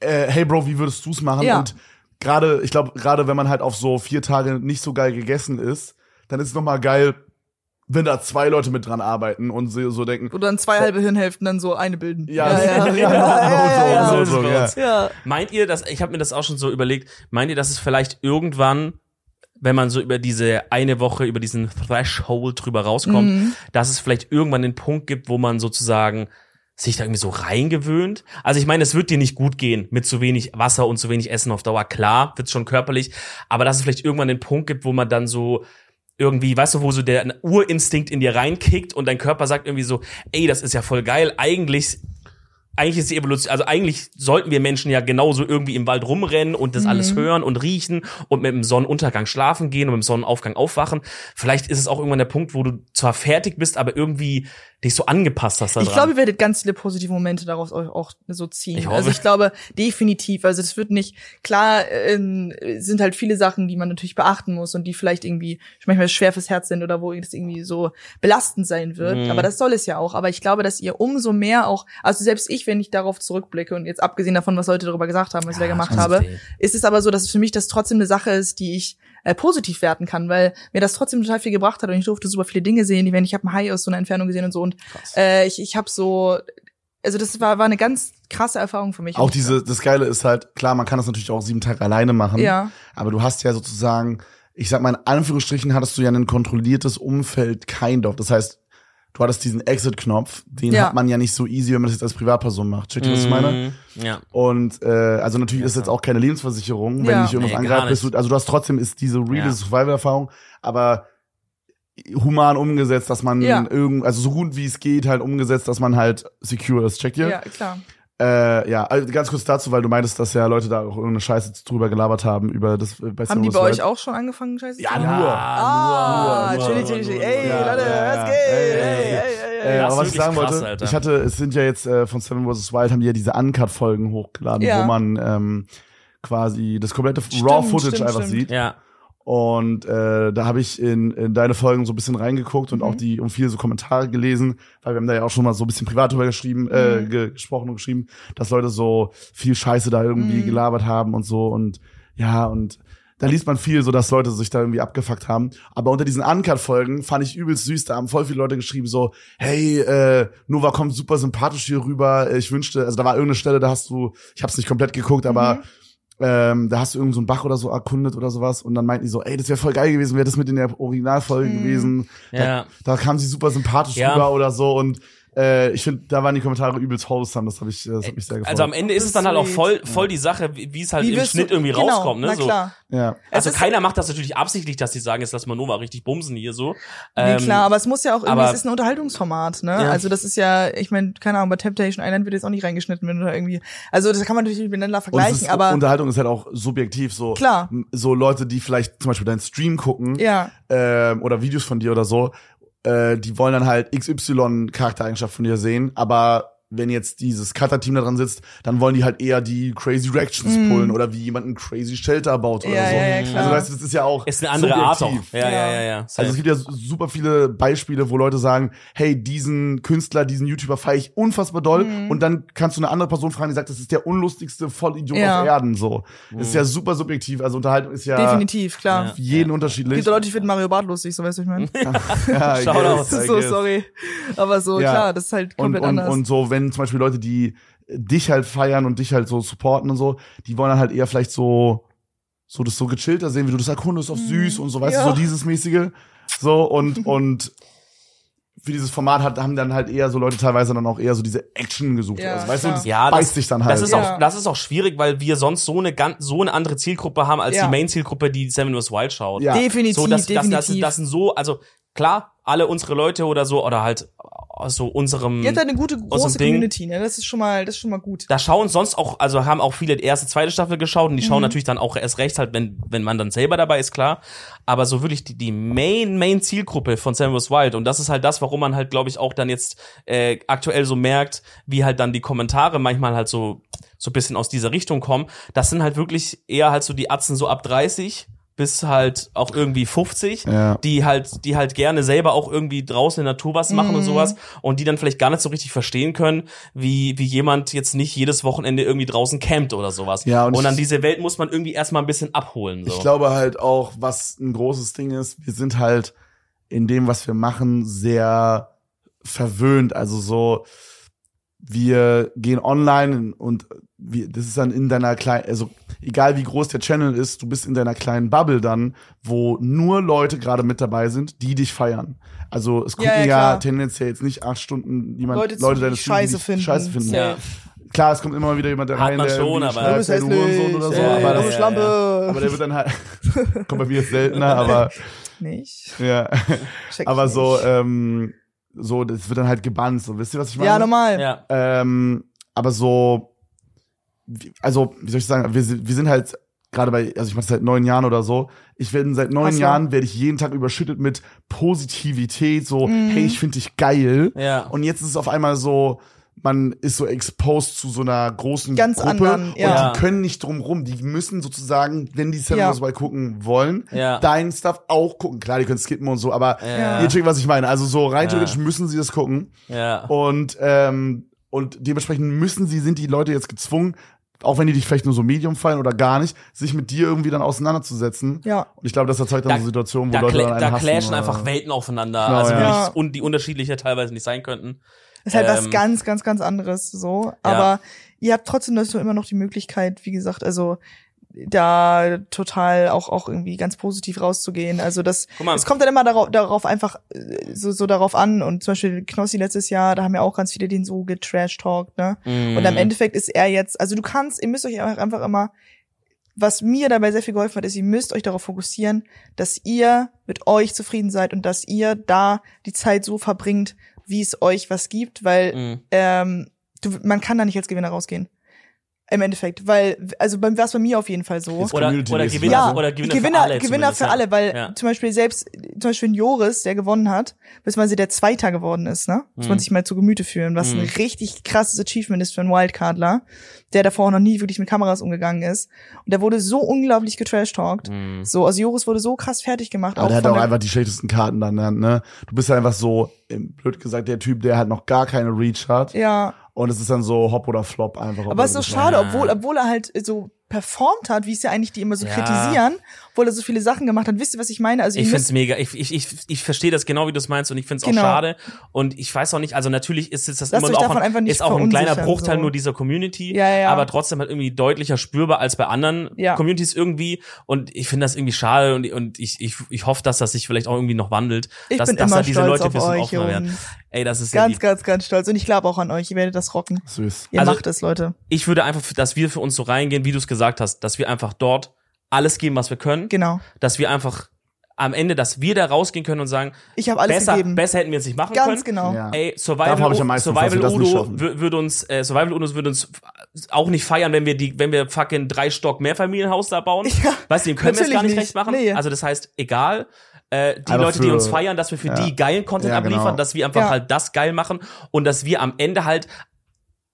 S1: äh, hey Bro, wie würdest du's machen?
S3: Ja.
S1: Und gerade, ich glaube, gerade wenn man halt auf so vier Tage nicht so geil gegessen ist, dann ist es nochmal geil, wenn da zwei Leute mit dran arbeiten und sie so denken,
S3: Oder dann zwei halbe Hirnhälften dann so eine bilden.
S1: ja, ja,
S3: ja,
S1: ja,
S2: ja.
S1: so, so, so, ja.
S3: Genau ja.
S2: Meint ihr, dass ich habe mir das auch schon so überlegt, meint ihr, dass es vielleicht irgendwann, wenn man so über diese eine Woche, über diesen Threshold drüber rauskommt,
S3: Mhm.
S2: dass es vielleicht irgendwann den Punkt gibt, wo man sozusagen sich da irgendwie so reingewöhnt. Also ich meine, es wird dir nicht gut gehen mit zu wenig Wasser und zu wenig Essen auf Dauer. Klar, wird's schon körperlich, aber dass es vielleicht irgendwann den Punkt gibt, wo man dann so irgendwie, weißt du, wo so der Urinstinkt in dir reinkickt und dein Körper sagt irgendwie so, ey, das ist ja voll geil, eigentlich eigentlich ist die Evolution, also eigentlich sollten wir Menschen ja genauso irgendwie im Wald rumrennen und das alles hören und riechen und mit dem Sonnenuntergang schlafen gehen und mit dem Sonnenaufgang aufwachen. Vielleicht ist es auch irgendwann der Punkt, wo du zwar fertig bist, aber irgendwie dich so angepasst hast daran.
S3: Ich glaube, ihr werdet ganz viele positive Momente daraus euch auch so ziehen.
S2: Ich hoffe.
S3: also ich glaube definitiv. Also das wird nicht klar. Ähm, es sind halt viele Sachen, die man natürlich beachten muss und die vielleicht irgendwie manchmal schwer fürs Herz sind oder wo das irgendwie so belastend sein wird.
S2: Mhm.
S3: Aber das soll es ja auch. Aber ich glaube, dass ihr umso mehr auch, also selbst ich, wenn ich darauf zurückblicke und jetzt abgesehen davon, was Leute darüber gesagt haben, was ich da gemacht habe, ist es aber so, dass es für mich das trotzdem eine Sache ist, die ich äh, positiv werten kann, weil mir das trotzdem total viel gebracht hat und ich durfte super viele Dinge sehen, die wenn ich habe einen Hai aus so einer Entfernung gesehen und so und
S2: Krass.
S3: äh, ich ich habe so also das war war eine ganz krasse Erfahrung für mich.
S1: Auch diese, das Geile ist halt, klar, man kann das natürlich auch sieben Tage alleine machen,
S3: ja,
S1: aber du hast ja sozusagen, ich sag mal, in Anführungsstrichen hattest du ja ein kontrolliertes Umfeld, kind of. Das heißt, du hattest diesen Exit-Knopf, den
S3: Ja. Mhm.
S1: hat man ja nicht so easy, wenn man das jetzt als Privatperson macht. Checkt ihr, was ich meine?
S2: Mhm. Ja.
S1: Und äh, also natürlich
S2: Ja,
S1: ist jetzt
S2: klar.
S1: auch keine Lebensversicherung, wenn
S3: Ja.
S1: dich irgendwas
S2: Nee,
S1: angreift.
S2: gar
S1: Bist du,
S2: nicht.
S1: also du hast trotzdem ist diese reale
S2: Ja.
S1: Survival-Erfahrung, aber human umgesetzt, dass man
S3: Ja.
S1: irgend, also so gut wie es geht, halt umgesetzt, dass man halt secure ist. Checkt ihr?
S3: ja, klar.
S1: Äh, ja, also ganz kurz dazu, weil du meintest, dass ja Leute da auch irgendeine Scheiße drüber gelabert haben über das äh, bei
S3: Haben die
S1: Cinema
S3: bei
S1: Worldwide.
S3: euch auch schon angefangen, scheiße?
S1: Ja,
S2: Ja,
S1: nur.
S3: Ah,
S1: nur,
S3: chillig,
S1: nur,
S3: chillig, chillig.
S2: nur,
S3: Ey,
S2: nur, nur.
S3: Leute,
S1: Ja,
S3: let's
S1: ja,
S3: go.
S1: ja.
S3: Ey,
S1: Ja,
S3: ey,
S1: ja.
S3: ey, ey, ey.
S1: Äh,
S2: Das ist
S1: aber was ich
S2: wirklich
S1: sagen
S2: krass,
S1: wollte,
S2: Alter.
S1: ich hatte, es sind ja jetzt äh, von Seven vs. Wild haben die ja diese Uncut-Folgen hochgeladen,
S3: Ja.
S1: wo man ähm, quasi das komplette
S3: Stimmt,
S1: Raw-Footage
S3: stimmt,
S1: einfach
S3: stimmt.
S1: sieht.
S2: Ja.
S1: Und äh, da habe ich in, in deine Folgen so ein bisschen reingeguckt und auch die und viele so Kommentare gelesen, weil wir haben da ja auch schon mal so ein bisschen privat drüber geschrieben, äh, ge gesprochen und geschrieben, dass Leute so viel Scheiße da irgendwie
S3: Mhm.
S1: gelabert haben und so und ja und da liest man viel, so dass Leute sich da irgendwie abgefuckt haben. Aber unter diesen Uncut-Folgen fand ich übelst süß. Da haben voll viele Leute geschrieben so, hey, äh, Nova kommt super sympathisch hier rüber. Ich wünschte, also da war irgendeine Stelle, da hast du, ich hab's nicht komplett geguckt, aber ähm, da hast du irgendeinen so einen Bach oder so erkundet oder sowas und dann meinten die so, ey, das wäre voll geil gewesen, wäre das mit in der Originalfolge
S3: Mhm.
S1: gewesen.
S2: Ja.
S1: Da kam sie super sympathisch
S2: Ja.
S1: rüber oder so und äh, ich finde, da waren die Kommentare übelst wholesome, das, hab ich, das hat mich sehr gefreut.
S2: Also am Ende ist es dann halt auch voll, voll die Sache, wie wie es halt im
S3: wirst du-
S2: Schnitt irgendwie
S3: genau,
S2: rauskommt. Ne?
S3: Na
S2: So.
S3: klar.
S1: ja.
S3: Es
S2: Also
S3: ist-
S2: keiner macht das natürlich absichtlich, dass sie sagen, jetzt lass mal Nova richtig bumsen hier so.
S3: Nee,
S2: Ähm,
S3: klar, aber es muss ja auch irgendwie,
S2: aber-
S3: es ist ein Unterhaltungsformat, ne?
S2: Ja.
S3: Also das ist ja, ich meine, keine Ahnung, bei Temptation Island wird jetzt auch nicht reingeschnitten, wenn du da irgendwie. Also das kann man natürlich miteinander
S1: Und es
S3: vergleichen,
S1: ist,
S3: aber
S1: Unterhaltung ist halt auch subjektiv, so
S3: Klar.
S1: m- so Leute, die vielleicht zum Beispiel deinen Stream gucken
S3: ja,
S1: ähm, oder Videos von dir oder so, äh, die wollen dann halt XY-Charaktereigenschaft von dir sehen, aber wenn jetzt dieses Cutter-Team da dran sitzt, dann wollen die halt eher die crazy Reactions
S3: Mm.
S1: pullen oder wie jemand einen crazy Shelter baut oder
S3: ja,
S1: so.
S3: ja, ja,
S2: Also
S3: klar.
S1: Also weißt du, das ist ja auch
S2: Ist eine andere Art
S1: subjektiv.
S2: auch. Ja, ja,
S3: Ja.
S2: ja, ja.
S1: Also es gibt ja su- super viele Beispiele, wo Leute sagen, hey, diesen Künstler, diesen YouTuber feiere ich unfassbar doll
S3: Mhm.
S1: und dann kannst du eine andere Person fragen, die sagt, das ist der unlustigste Vollidiot
S3: Ja.
S1: auf Erden so. Das
S2: Mhm.
S1: ist ja super subjektiv, also Unterhaltung ist ja
S3: definitiv, klar.
S2: Ja.
S1: für jeden unterschiedlich.
S3: Gibt Leute, die finden Mario Barth lustig, so weißt du, was ich meine.
S1: Ja, I
S2: Shoutout.
S1: guess, I
S3: so,
S1: guess.
S3: sorry. Aber so,
S1: Ja.
S3: klar, das ist halt
S1: Und,
S3: komplett
S1: und,
S3: anders.
S1: und so, wenn zum Beispiel Leute, die dich halt feiern und dich halt so supporten und so, die wollen dann halt eher vielleicht so, so das so gechillter sehen, wie du das erkundest auf süß und so, weißt
S3: Mhm.
S1: du,
S3: Ja.
S1: so dieses mäßige. So, und, und für dieses Format hat, haben dann halt eher so Leute teilweise dann auch eher so diese Action gesucht.
S3: Ja,
S1: also, weißt du,
S3: klar.
S1: das
S2: Ja, das-
S1: beißt sich dann halt.
S2: Das ist,
S3: Ja.
S2: auch, das ist auch schwierig, weil wir sonst so eine, gan- so eine andere Zielgruppe haben als
S3: Ja.
S2: die Main-Zielgruppe, die Seven vs. Wild schaut.
S1: Ja.
S3: Definitiv,
S2: so, das, das,
S3: definitiv.
S2: das, das sind so, also klar, alle unsere Leute oder so, oder halt aus so unserem.
S3: Ihr habt da eine gute
S2: Aus
S3: große
S2: dem Ding.
S3: Community, ne? Das ist schon mal, das ist schon mal gut.
S2: da schauen sonst auch, also haben auch viele die erste, zweite Staffel geschaut und die schauen natürlich dann auch erst recht halt, wenn, wenn man dann selber dabei ist, klar. Aber so wirklich die, die Main, Main Zielgruppe von Sam vs. Wild und das ist halt das, warum man halt, glaube ich, auch dann jetzt äh, aktuell so merkt, wie halt dann die Kommentare manchmal halt so, so ein bisschen aus dieser Richtung kommen. Das sind halt wirklich eher halt so die Atzen so ab 30 bis halt auch irgendwie 50
S1: Ja.
S2: die halt, die halt gerne selber auch irgendwie draußen in der Natur was machen
S3: Mhm.
S2: und sowas und die dann vielleicht gar nicht so richtig verstehen können, wie, wie jemand jetzt nicht jedes Wochenende irgendwie draußen campt oder sowas.
S1: Ja, und
S2: und
S1: ich-
S2: an diese Welt muss man irgendwie erstmal ein bisschen abholen. So.
S1: Ich glaube halt auch, was ein großes Ding ist, wir sind halt in dem, was wir machen, sehr verwöhnt. Also so, wir gehen online und wir, das ist dann in deiner kleinen, also egal wie groß der Channel ist, du bist in deiner kleinen Bubble dann, wo nur Leute gerade mit dabei sind, die dich feiern. Also es
S3: Ja,
S1: gucken ja,
S3: ja, klar.
S1: tendenziell jetzt nicht acht Stunden jemand, Leute,
S3: Leute zu, die
S1: deines
S3: dich
S1: Streams, die
S3: scheiße
S1: dich
S3: finden.
S1: Scheiße finden.
S2: ja.
S1: Klar, es kommt immer wieder jemand da
S2: Hat
S1: rein,
S2: man
S1: der
S2: schon,
S1: irgendwie
S2: aber-
S1: schreibt,
S2: Du
S3: bist halt
S1: "Ey, du Hurensohn oder äh, so,
S2: ey,
S1: aber
S2: du
S1: das
S2: ja,
S1: aber
S3: Schlampe.
S1: der wird dann halt, kommt bei mir jetzt seltener, aber
S3: Nicht.
S1: ja,
S3: Check ich
S1: aber
S3: nicht.
S1: so, ähm, so, das wird dann halt gebannt, so, wisst ihr, was ich meine?
S3: Ja, normal.
S2: ja.
S1: Ähm, aber so, wie- also, wie soll ich sagen, wir, sind- wir sind halt gerade bei, also ich mache seit neun Jahren oder so, ich werde seit neun
S3: Ach so.
S1: Jahren, werde ich jeden Tag überschüttet mit Positivität, so,
S3: Mhm.
S1: hey, ich finde dich geil.
S2: Ja.
S1: Und jetzt ist es auf einmal so, man ist so exposed zu so einer großen
S3: Ganz
S1: Gruppe
S3: anderen, ja.
S1: und die können nicht drum rum. Die müssen sozusagen, wenn die Seven
S3: Ja.
S1: ja. Wild gucken wollen,
S2: Ja.
S1: dein Stuff auch gucken. Klar, die können skippen und so, aber
S2: Ja.
S1: ihr checkt, was ich meine. Also so rein
S2: Ja.
S1: theoretisch müssen sie das gucken
S2: ja.
S1: und ähm, und dementsprechend müssen sie, sind die Leute jetzt gezwungen, auch wenn die dich vielleicht nur so medium fallen oder gar nicht, sich mit dir irgendwie dann auseinanderzusetzen.
S3: Ja.
S1: Und ich glaube, das erzeugt dann
S2: Da-
S1: so Situationen, wo
S2: Da,
S1: Leute
S2: cla
S1: dann einen
S2: da
S1: hassen
S2: clashen
S1: oder-
S2: einfach Welten aufeinander,
S1: Genau,
S2: also
S1: ja.
S2: wirklich
S3: Ja.
S2: un die unterschiedlicher teilweise nicht sein könnten.
S3: Ist halt was
S2: Ähm,
S3: ganz, ganz, ganz anderes so. Aber ihr habt trotzdem dazu immer noch die Möglichkeit, wie gesagt, also da total auch, auch irgendwie ganz positiv rauszugehen. Also das,
S2: Guck mal,
S3: es kommt dann immer darauf, darauf einfach äh, so, so darauf an. Und zum Beispiel Knossi letztes Jahr, da haben ja auch ganz viele den so getrash-talkt, ne? Und
S2: Mhm.
S3: am Endeffekt ist er jetzt, also du kannst, ihr müsst euch einfach einfach immer, was mir dabei sehr viel geholfen hat, ist, ihr müsst euch darauf fokussieren, dass ihr mit euch zufrieden seid und dass ihr da die Zeit so verbringt, wie es euch was gibt, weil
S2: Mhm.
S3: ähm, du, man kann da nicht als Gewinner rausgehen. Im Endeffekt, weil, also war es bei mir auf jeden Fall so.
S1: Ist
S2: Oder,
S1: Community
S2: oder,
S1: mäßig,
S2: Gewinner,
S1: ja.
S2: oder Gewinner,
S3: Gewinner,
S2: für alle.
S3: Gewinner
S2: zumindest,
S3: für
S2: ja.
S3: alle, weil
S2: Ja.
S3: zum Beispiel selbst, zum Beispiel ein Joris, der gewonnen hat, beziehungsweise der Zweiter geworden ist, ne? Muss man
S2: Mhm.
S3: sich mal zu Gemüte fühlen, was ein
S2: Mhm.
S3: richtig krasses Achievement ist für einen Wildcardler, der davor auch noch nie wirklich mit Kameras umgegangen ist. Und der wurde so unglaublich getrashtalkt.
S2: Mhm.
S3: So, also Joris wurde so krass fertig gemacht.
S1: Aber der hat
S3: von
S1: auch
S3: der-
S1: einfach die schlechtesten Karten dann, ne? Du bist ja einfach so, ähm, blöd gesagt, der Typ, der halt noch gar keine Reach hat.
S3: ja.
S1: Und es ist dann so Hop oder Flop einfach. ob
S3: Aber
S1: er
S3: es ist auch
S1: das
S3: schade,
S2: Oh, Ja.
S3: obwohl, obwohl er halt so performt hat, wie es ja eigentlich die immer so
S2: Ja.
S3: kritisieren, obwohl er so viele Sachen gemacht hat. Wisst ihr, was ich meine? Also ihr
S2: Ich
S3: müsst-
S2: find's mega. Ich, ich, ich, ich verstehe das genau, wie du es meinst, und ich find's
S3: Genau.
S2: auch schade. Und ich weiß auch nicht, also natürlich ist jetzt das
S3: Lasst
S2: immer
S3: euch
S2: noch
S3: davon
S2: ein,
S3: einfach nicht
S2: ist auch ein kleiner
S3: verunsichern,
S2: Bruchteil
S3: so.
S2: nur dieser Community,
S3: Ja, ja.
S2: aber trotzdem halt irgendwie deutlicher spürbar als bei anderen
S3: Ja.
S2: Communities irgendwie. Und ich finde das irgendwie schade und, und ich, ich, ich hoffe, dass das sich vielleicht auch irgendwie noch wandelt,
S3: ich
S2: dass,
S3: bin
S2: dass
S3: immer
S2: da diese
S3: stolz
S2: Leute ein
S3: auf
S2: bisschen
S3: euch,
S2: offener werden.
S3: Jungs.
S2: Ey, das ist ja
S3: Ganz,
S2: lieb.
S3: ganz, ganz stolz. Und ich glaube auch an euch. Ihr werdet das rocken.
S1: Süß.
S3: Ihr
S2: Also-
S3: macht es, Leute.
S2: Ich würde einfach, dass wir für uns so reingehen, wie du es gesagt hast, dass wir einfach dort alles geben, was wir können,
S3: Genau.
S2: dass wir einfach am Ende, dass wir da rausgehen können und sagen,
S3: Ich habe alles
S2: besser,
S3: gegeben.
S2: besser hätten wir es nicht machen können.
S3: Ganz genau.
S1: Ja.
S2: Ey,
S1: Davon
S2: Survival,
S1: hab ich am meisten, falls
S2: Survival
S1: wir das nicht
S2: Udo
S1: schaffen.
S2: wür- würde uns, äh, Survival Udos würde uns auch nicht feiern, wenn wir die, wenn wir fucking drei Stock Mehrfamilienhaus da bauen.
S3: Ja,
S2: weißt du, dem können wir es
S3: natürlich
S2: gar nicht
S3: nicht.
S2: recht machen.
S3: Nee.
S2: Also das heißt, egal. Äh, die
S1: Aber
S2: Leute, die
S1: für-
S2: uns feiern, dass wir für
S1: ja.
S2: die geilen Content
S1: Ja,
S2: abliefern,
S1: genau.
S2: dass wir einfach
S3: Ja.
S2: halt das geil machen und dass wir am Ende halt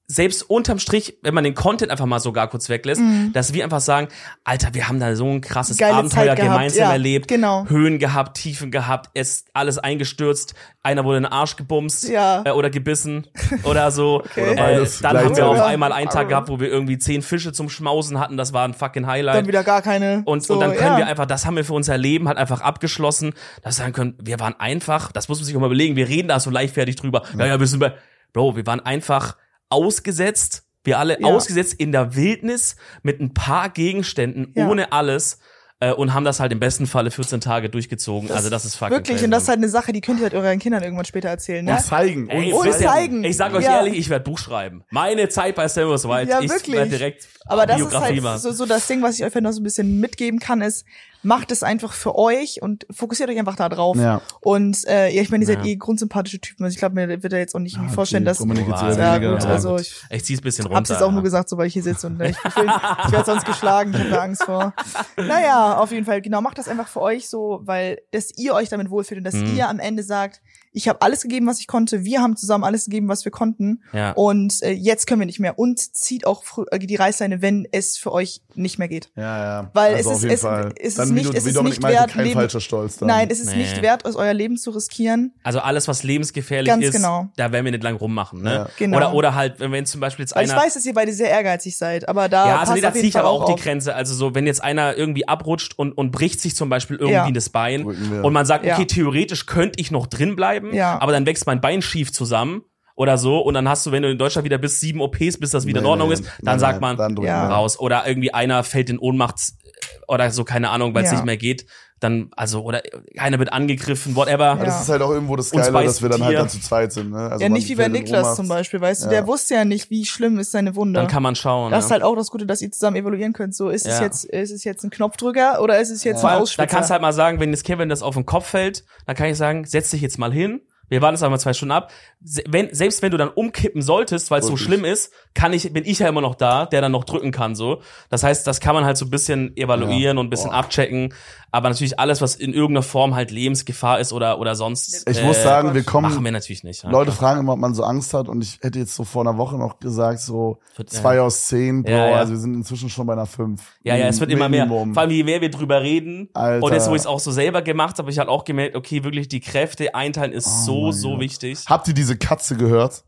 S2: selbst unterm Strich, wenn man den Content einfach mal sogar kurz weglässt,
S1: Mhm.
S2: dass wir einfach sagen, Alter, wir haben da so ein krasses
S3: Geile
S2: Abenteuer
S3: Zeit gehabt.
S2: gemeinsam
S3: Ja,
S2: erlebt,
S3: genau.
S2: Höhen gehabt, Tiefen gehabt, es alles eingestürzt, einer wurde in den Arsch gebumst
S3: Ja.
S2: äh, oder gebissen oder so.
S3: Oder
S2: äh,
S1: beides
S2: dann haben wir auf
S1: gleichzeitig.
S2: einmal einen Tag gehabt, wo wir irgendwie zehn Fische zum Schmausen hatten, das war ein fucking Highlight.
S3: Dann wieder gar keine.
S2: Und,
S3: so,
S2: und dann können
S3: ja.
S2: wir einfach, das haben wir für unser Leben halt einfach abgeschlossen, dass wir sagen können, wir waren einfach, das muss man sich auch mal überlegen, wir reden da so leichtfertig drüber. Ja, ja, wir sind bei, Bro, wir waren einfach ausgesetzt, wir alle
S3: Ja.
S2: ausgesetzt in der Wildnis mit ein paar Gegenständen,
S3: Ja.
S2: ohne alles. äh, Und haben das halt im besten Falle 14 Tage durchgezogen. also das ist fucking
S3: Wirklich,
S2: crazy.
S3: und das ist halt eine Sache, die könnt ihr halt euren Kindern irgendwann später erzählen. Ne?
S1: Und zeigen.
S2: Ey,
S1: und
S3: Und
S2: Christian,
S3: zeigen.
S2: Ich sag euch
S3: Ja.
S2: ehrlich, ich werde Buch schreiben. Meine Zeit bei Samus Wild.
S3: Ja,
S2: ich
S3: wirklich.
S2: werd direkt
S3: Aber das ist
S2: Biografie
S3: halt
S2: machen.
S3: so, so das Ding, was ich euch noch so ein bisschen mitgeben kann, ist, macht es einfach für euch und fokussiert euch einfach da drauf.
S1: Ja.
S3: Und äh, ja, ich meine, ihr seid
S2: Ja.
S3: eh grundsympathische Typen. Also ich glaube, mir wird er jetzt auch nicht irgendwie
S1: Ah,
S3: vorstellen,
S1: die
S3: dass
S1: Dominik jetzt eher
S3: ja,
S1: weniger,
S3: gut,
S1: aber
S3: also
S1: gut.
S3: ich
S2: ich zieh's ein bisschen runter.
S3: Hab's jetzt auch
S2: ja.
S3: nur gesagt, sobald ich hier sitze und äh, ich, ich, will- ich werde sonst geschlagen, ich habe da Angst vor. Naja, auf jeden Fall, genau, macht das einfach für euch so, weil dass ihr euch damit wohlfühlt und dass
S2: Mhm.
S3: ihr am Ende sagt, ich habe alles gegeben, was ich konnte, wir haben zusammen alles gegeben, was wir konnten
S2: Ja.
S3: und äh, jetzt können wir nicht mehr und zieht auch frü- äh, die Reißleine, wenn es für euch nicht mehr geht.
S1: Ja, ja.
S3: Weil es
S1: also
S3: ist-
S1: auf jeden
S3: es-
S1: Fall.
S3: es ist
S1: dann, wie
S3: nicht-
S1: du-
S3: es
S1: wie
S3: ist
S1: Dominik
S3: nicht
S1: meinte,
S3: wert,
S1: kein
S3: Leben-
S1: falscher Stolz dann.
S3: Nein, es ist
S2: Nee.
S3: nicht wert, aus euer Leben zu riskieren.
S2: Also alles, was lebensgefährlich
S3: Ganz
S2: ist,
S3: genau.
S2: da werden wir nicht lang rummachen. Ne?
S1: Ja.
S3: Genau.
S2: Oder, oder halt, wenn, wenn zum Beispiel jetzt
S3: Weil Also, ich
S2: einer.
S3: weiß, dass ihr beide sehr ehrgeizig seid, aber da
S2: ja, also nee,
S3: passt
S2: da
S3: auf
S2: ziehe
S3: jeden
S2: ich
S3: Fall
S2: aber auch die
S3: auf.
S2: Grenze. Also so, wenn jetzt einer irgendwie abrutscht und, und bricht sich zum Beispiel irgendwie
S3: Ja.
S2: das Bein
S1: Rücken wir.
S2: und man sagt, okay,
S3: Ja.
S2: theoretisch könnte ich noch drin bleiben,
S3: Ja.
S2: aber dann wächst mein Bein schief zusammen oder so und dann hast du, wenn du in Deutschland wieder bis sieben OPs, bis das wieder in Ordnung ist, dann
S1: nein,
S2: sagt
S1: nein,
S2: man,
S1: Dann drücken
S3: ja.
S1: wir.
S2: raus. Oder irgendwie einer fällt in Ohnmacht äh, oder so, keine Ahnung, weil es
S3: Ja.
S2: nicht mehr geht. Dann, also, oder einer wird angegriffen, whatever.
S1: Aber
S3: Ja.
S1: das ist halt auch irgendwo das
S2: Uns
S1: Geile,
S2: beißt
S1: dass wir dann halt
S2: Tier.
S1: dann zu zweit sind. Ne? Also
S3: Ja,
S1: man
S3: nicht wie bei
S1: fällt in
S3: Niklas
S1: Ohnmacht.
S3: zum Beispiel, weißt du,
S1: Ja.
S3: der wusste ja nicht, wie schlimm ist seine Wunde.
S2: Dann kann man schauen. ne?
S3: Das ist
S2: ja.
S3: halt auch das Gute, dass ihr zusammen evaluieren könnt. So, ist es
S2: Ja.
S3: jetzt, ist es jetzt ein Knopfdrücker oder ist es jetzt
S1: Vor
S3: ein
S1: allem,
S2: da kannst du
S3: Ausschwitzer?
S2: halt mal sagen, wenn das Kevin das auf den Kopf fällt, dann kann ich sagen, setz dich jetzt mal hin. Wir warten das einmal zwei Stunden ab. Se wenn, selbst wenn du dann umkippen solltest, weil es so
S1: Richtig.
S2: schlimm ist, kann ich, bin ich ja immer noch da, der dann noch drücken kann, so. Das heißt, das kann man halt so ein bisschen evaluieren
S1: Ja.
S2: und ein bisschen
S1: Boah.
S2: abchecken. Aber natürlich alles, was in irgendeiner Form halt Lebensgefahr ist oder, oder sonst. äh,
S1: Ich muss sagen, wir
S2: machen wir
S1: kommen.
S2: natürlich nicht. ne? ja.
S1: Leute fragen immer, ob man so Angst hat. Und ich hätte jetzt so vor einer Woche noch gesagt, so
S2: Wird- ja.
S1: zwei aus zehn, Bro.
S2: Ja, ja.
S1: Also wir sind inzwischen schon bei einer fünf.
S2: Ja, ja, es wird immer mehr.
S1: Minimum.
S2: Vor allem, je mehr wir drüber reden.
S1: Alter.
S2: Und jetzt, wo ich es auch so selber gemacht habe, ich halt auch gemerkt, okay, wirklich die Kräfte einteilen ist so,
S1: Oh mein
S2: so
S1: Gott.
S2: wichtig.
S1: Habt ihr diese Katze gehört?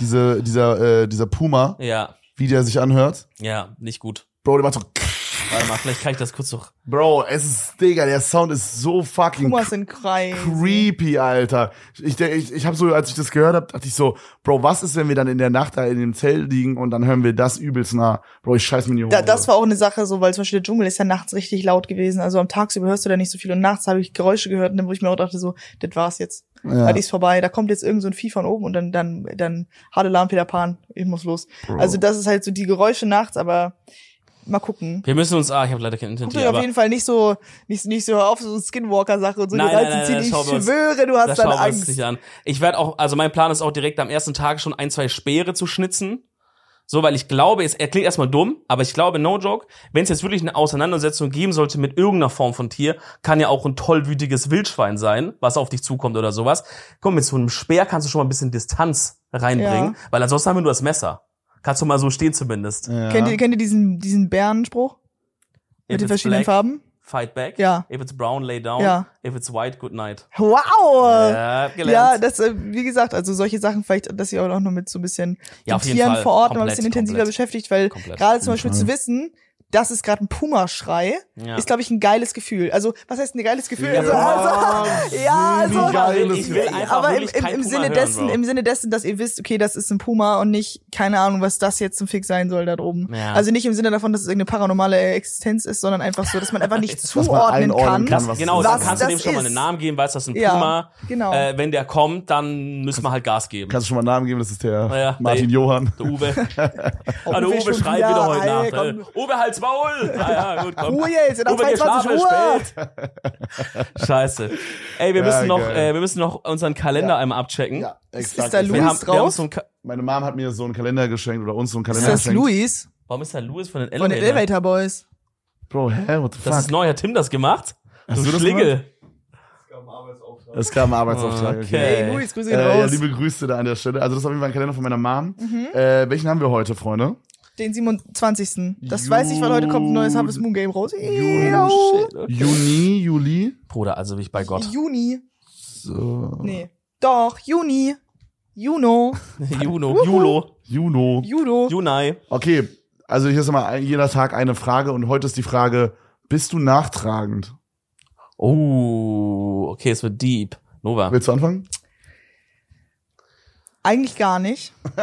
S1: Diese, dieser, äh, dieser Puma,
S2: Ja.
S1: wie der sich anhört.
S2: Ja, nicht gut.
S1: Bro, der macht so.
S2: Warte mal, vielleicht kann ich das kurz noch.
S1: Bro, es ist, Digga, der Sound ist so fucking
S3: Pumas sind crazy.
S1: creepy, Alter. Ich, denk- ich, ich habe so, als ich das gehört habe, dachte ich so, Bro, was ist, wenn wir dann in der Nacht da in dem Zelt liegen und dann hören wir das übelst nah? Bro, ich scheiß mir in die Hose.
S3: Da, das war auch eine Sache so, weil zum Beispiel der Dschungel ist ja nachts richtig laut gewesen. Also am Tagsüber hörst du da nicht so viel und nachts habe ich Geräusche gehört, und dann wo ich mir auch dachte so, das war's jetzt.
S1: ja,
S3: Das ist vorbei. Da kommt jetzt irgend so ein Vieh von oben und dann, dann, dann harte Alarm, Peter Pan. Ich muss los.
S1: Bro.
S3: Also das ist halt so die Geräusche nachts, aber mal gucken.
S2: Wir müssen uns. Ah, ich habe leider kein Internet
S3: Guckt
S2: hier,
S3: euch auf
S2: aber
S3: jeden Fall nicht so, nicht, nicht so auf so Skinwalker-Sache und so
S2: Nein, nein,
S3: Reize
S2: nein,
S3: ziehen.
S2: das
S3: Ich
S2: schauen wir uns-
S3: schwöre, du hast
S2: das
S3: dann
S2: schauen wir uns
S3: Angst.
S2: nicht an. Ich werde auch, also mein Plan ist auch direkt am ersten Tag schon ein, zwei Speere zu schnitzen. So, weil ich glaube, es er klingt erstmal dumm, aber ich glaube, no joke, wenn es jetzt wirklich eine Auseinandersetzung geben sollte mit irgendeiner Form von Tier, kann ja auch ein tollwütiges Wildschwein sein, was auf dich zukommt oder sowas. Komm, mit so einem Speer kannst du schon mal ein bisschen Distanz reinbringen, weil ansonsten haben wir nur das Messer. Kannst du mal so stehen zumindest.
S1: ja.
S3: Kennt ihr, kennt ihr diesen, diesen Bärenspruch?
S2: If
S3: Mit den
S2: it's
S3: verschiedenen
S2: black,
S3: Farben?
S2: Fight back.
S3: Ja.
S2: If it's brown, lay down.
S3: Ja.
S2: If it's white, good night.
S3: Wow!
S2: Ja, hab gelernt.
S3: Ja, das, äh, wie gesagt, also solche Sachen vielleicht, dass ihr auch noch mit so ein bisschen
S2: Ja,
S3: den
S2: auf jeden
S3: Tieren
S2: Fall.
S3: vor Ort noch ein
S2: Komplett,
S3: bisschen intensiver
S2: komplett.
S3: beschäftigt, weil
S2: Komplett.
S3: gerade zum Beispiel
S1: Fall.
S3: zu wissen, das ist gerade ein Pumaschrei,
S2: Ja.
S3: ist, glaube ich, ein geiles Gefühl. Also, was heißt ein geiles Gefühl?
S1: Ja,
S3: Also, also, ja, also-
S1: wie geil
S2: Ich
S1: ist
S2: will
S1: das?
S2: einfach
S3: aber im,
S2: wirklich
S3: im,
S2: kein
S3: im
S2: Puma
S3: Sinne
S2: hören,
S3: dessen,
S2: Bro.
S3: im Sinne dessen, dass ihr wisst, okay, das ist ein Puma und nicht, keine Ahnung, was das jetzt zum Fick sein soll da oben.
S2: Ja.
S3: Also nicht im Sinne davon, dass es irgendeine paranormale Existenz ist, sondern einfach so, dass man einfach nicht
S1: man
S3: zuordnen kann.
S1: einordnen kann,
S2: Das,
S1: was-
S2: genau,
S3: was
S2: dann kannst du
S3: das
S2: dem schon mal
S3: ist.
S2: einen Namen geben, weißt, das ist ein
S3: Ja,
S2: Puma.
S3: genau.
S2: Äh, wenn der kommt, dann müssen wir halt Gas geben.
S1: Kannst du schon mal einen Namen geben? Das ist der
S2: Ja,
S1: Martin
S2: nee.
S1: Johann.
S2: Der Uwe. ah, der
S3: Uwe
S2: Uwe
S3: schon
S2: schreit
S3: wieder,
S2: wieder heute Nacht.
S3: ey, komm.
S2: Äh, Uwe, halt's Maul! Ja, ja, gut, komm.
S3: Ruhe jetzt, in der
S2: Uwe, geh
S3: 22
S2: schlafen,
S3: Uhr.
S2: spät. Scheiße. Ey, wir
S1: Ja,
S2: müssen noch,
S1: geil.
S2: äh, wir müssen noch unseren Kalender
S1: Ja.
S2: einmal abchecken.
S1: Ja,
S3: Ist-
S1: exakt.
S3: ist da
S2: Wir
S3: Louis
S2: haben,
S3: drauf?
S2: wir haben so einen Ka
S1: Meine Mom hat mir so einen Kalender geschenkt oder uns so einen
S3: Ist
S1: Kalender
S3: das
S1: geschenkt.
S3: Luis
S2: Warum ist da Louis von den
S3: von den
S2: Elevator?
S3: Elevator Boys?
S1: Bro, hä, what the
S2: Das ist
S1: fuck?
S2: neu, hat Tim das gemacht?
S1: Hast du das
S2: Schlingel.
S1: Es kam ein Arbeitsauftrag, okay.
S2: Okay.
S3: Hey, Luis, grüße gehen
S1: Äh, ja,
S3: raus.
S1: liebe Grüße da an der Stelle. Also das ist auf jeden Fall ein Kalender von meiner Mom. Äh, welchen haben wir heute, Freunde?
S3: Den 27. Das weiß ich, weil heute kommt ein neues
S1: Jun-
S3: Harvest Moon Game raus.
S1: Juni.
S2: Shit, okay.
S1: Juni, Juli.
S2: Bruder, also bin ich bei Gott.
S3: Juni.
S1: So.
S3: Nee. Doch, Juni. Juno.
S2: Juno, Julo,
S1: Juno.
S3: Judo.
S2: Junai.
S1: Okay, also hier ist immer ein, jeder Tag eine Frage und heute ist die Frage, bist du nachtragend?
S2: Oh, okay, es wird deep. Nova.
S1: Willst du anfangen?
S3: Eigentlich gar nicht.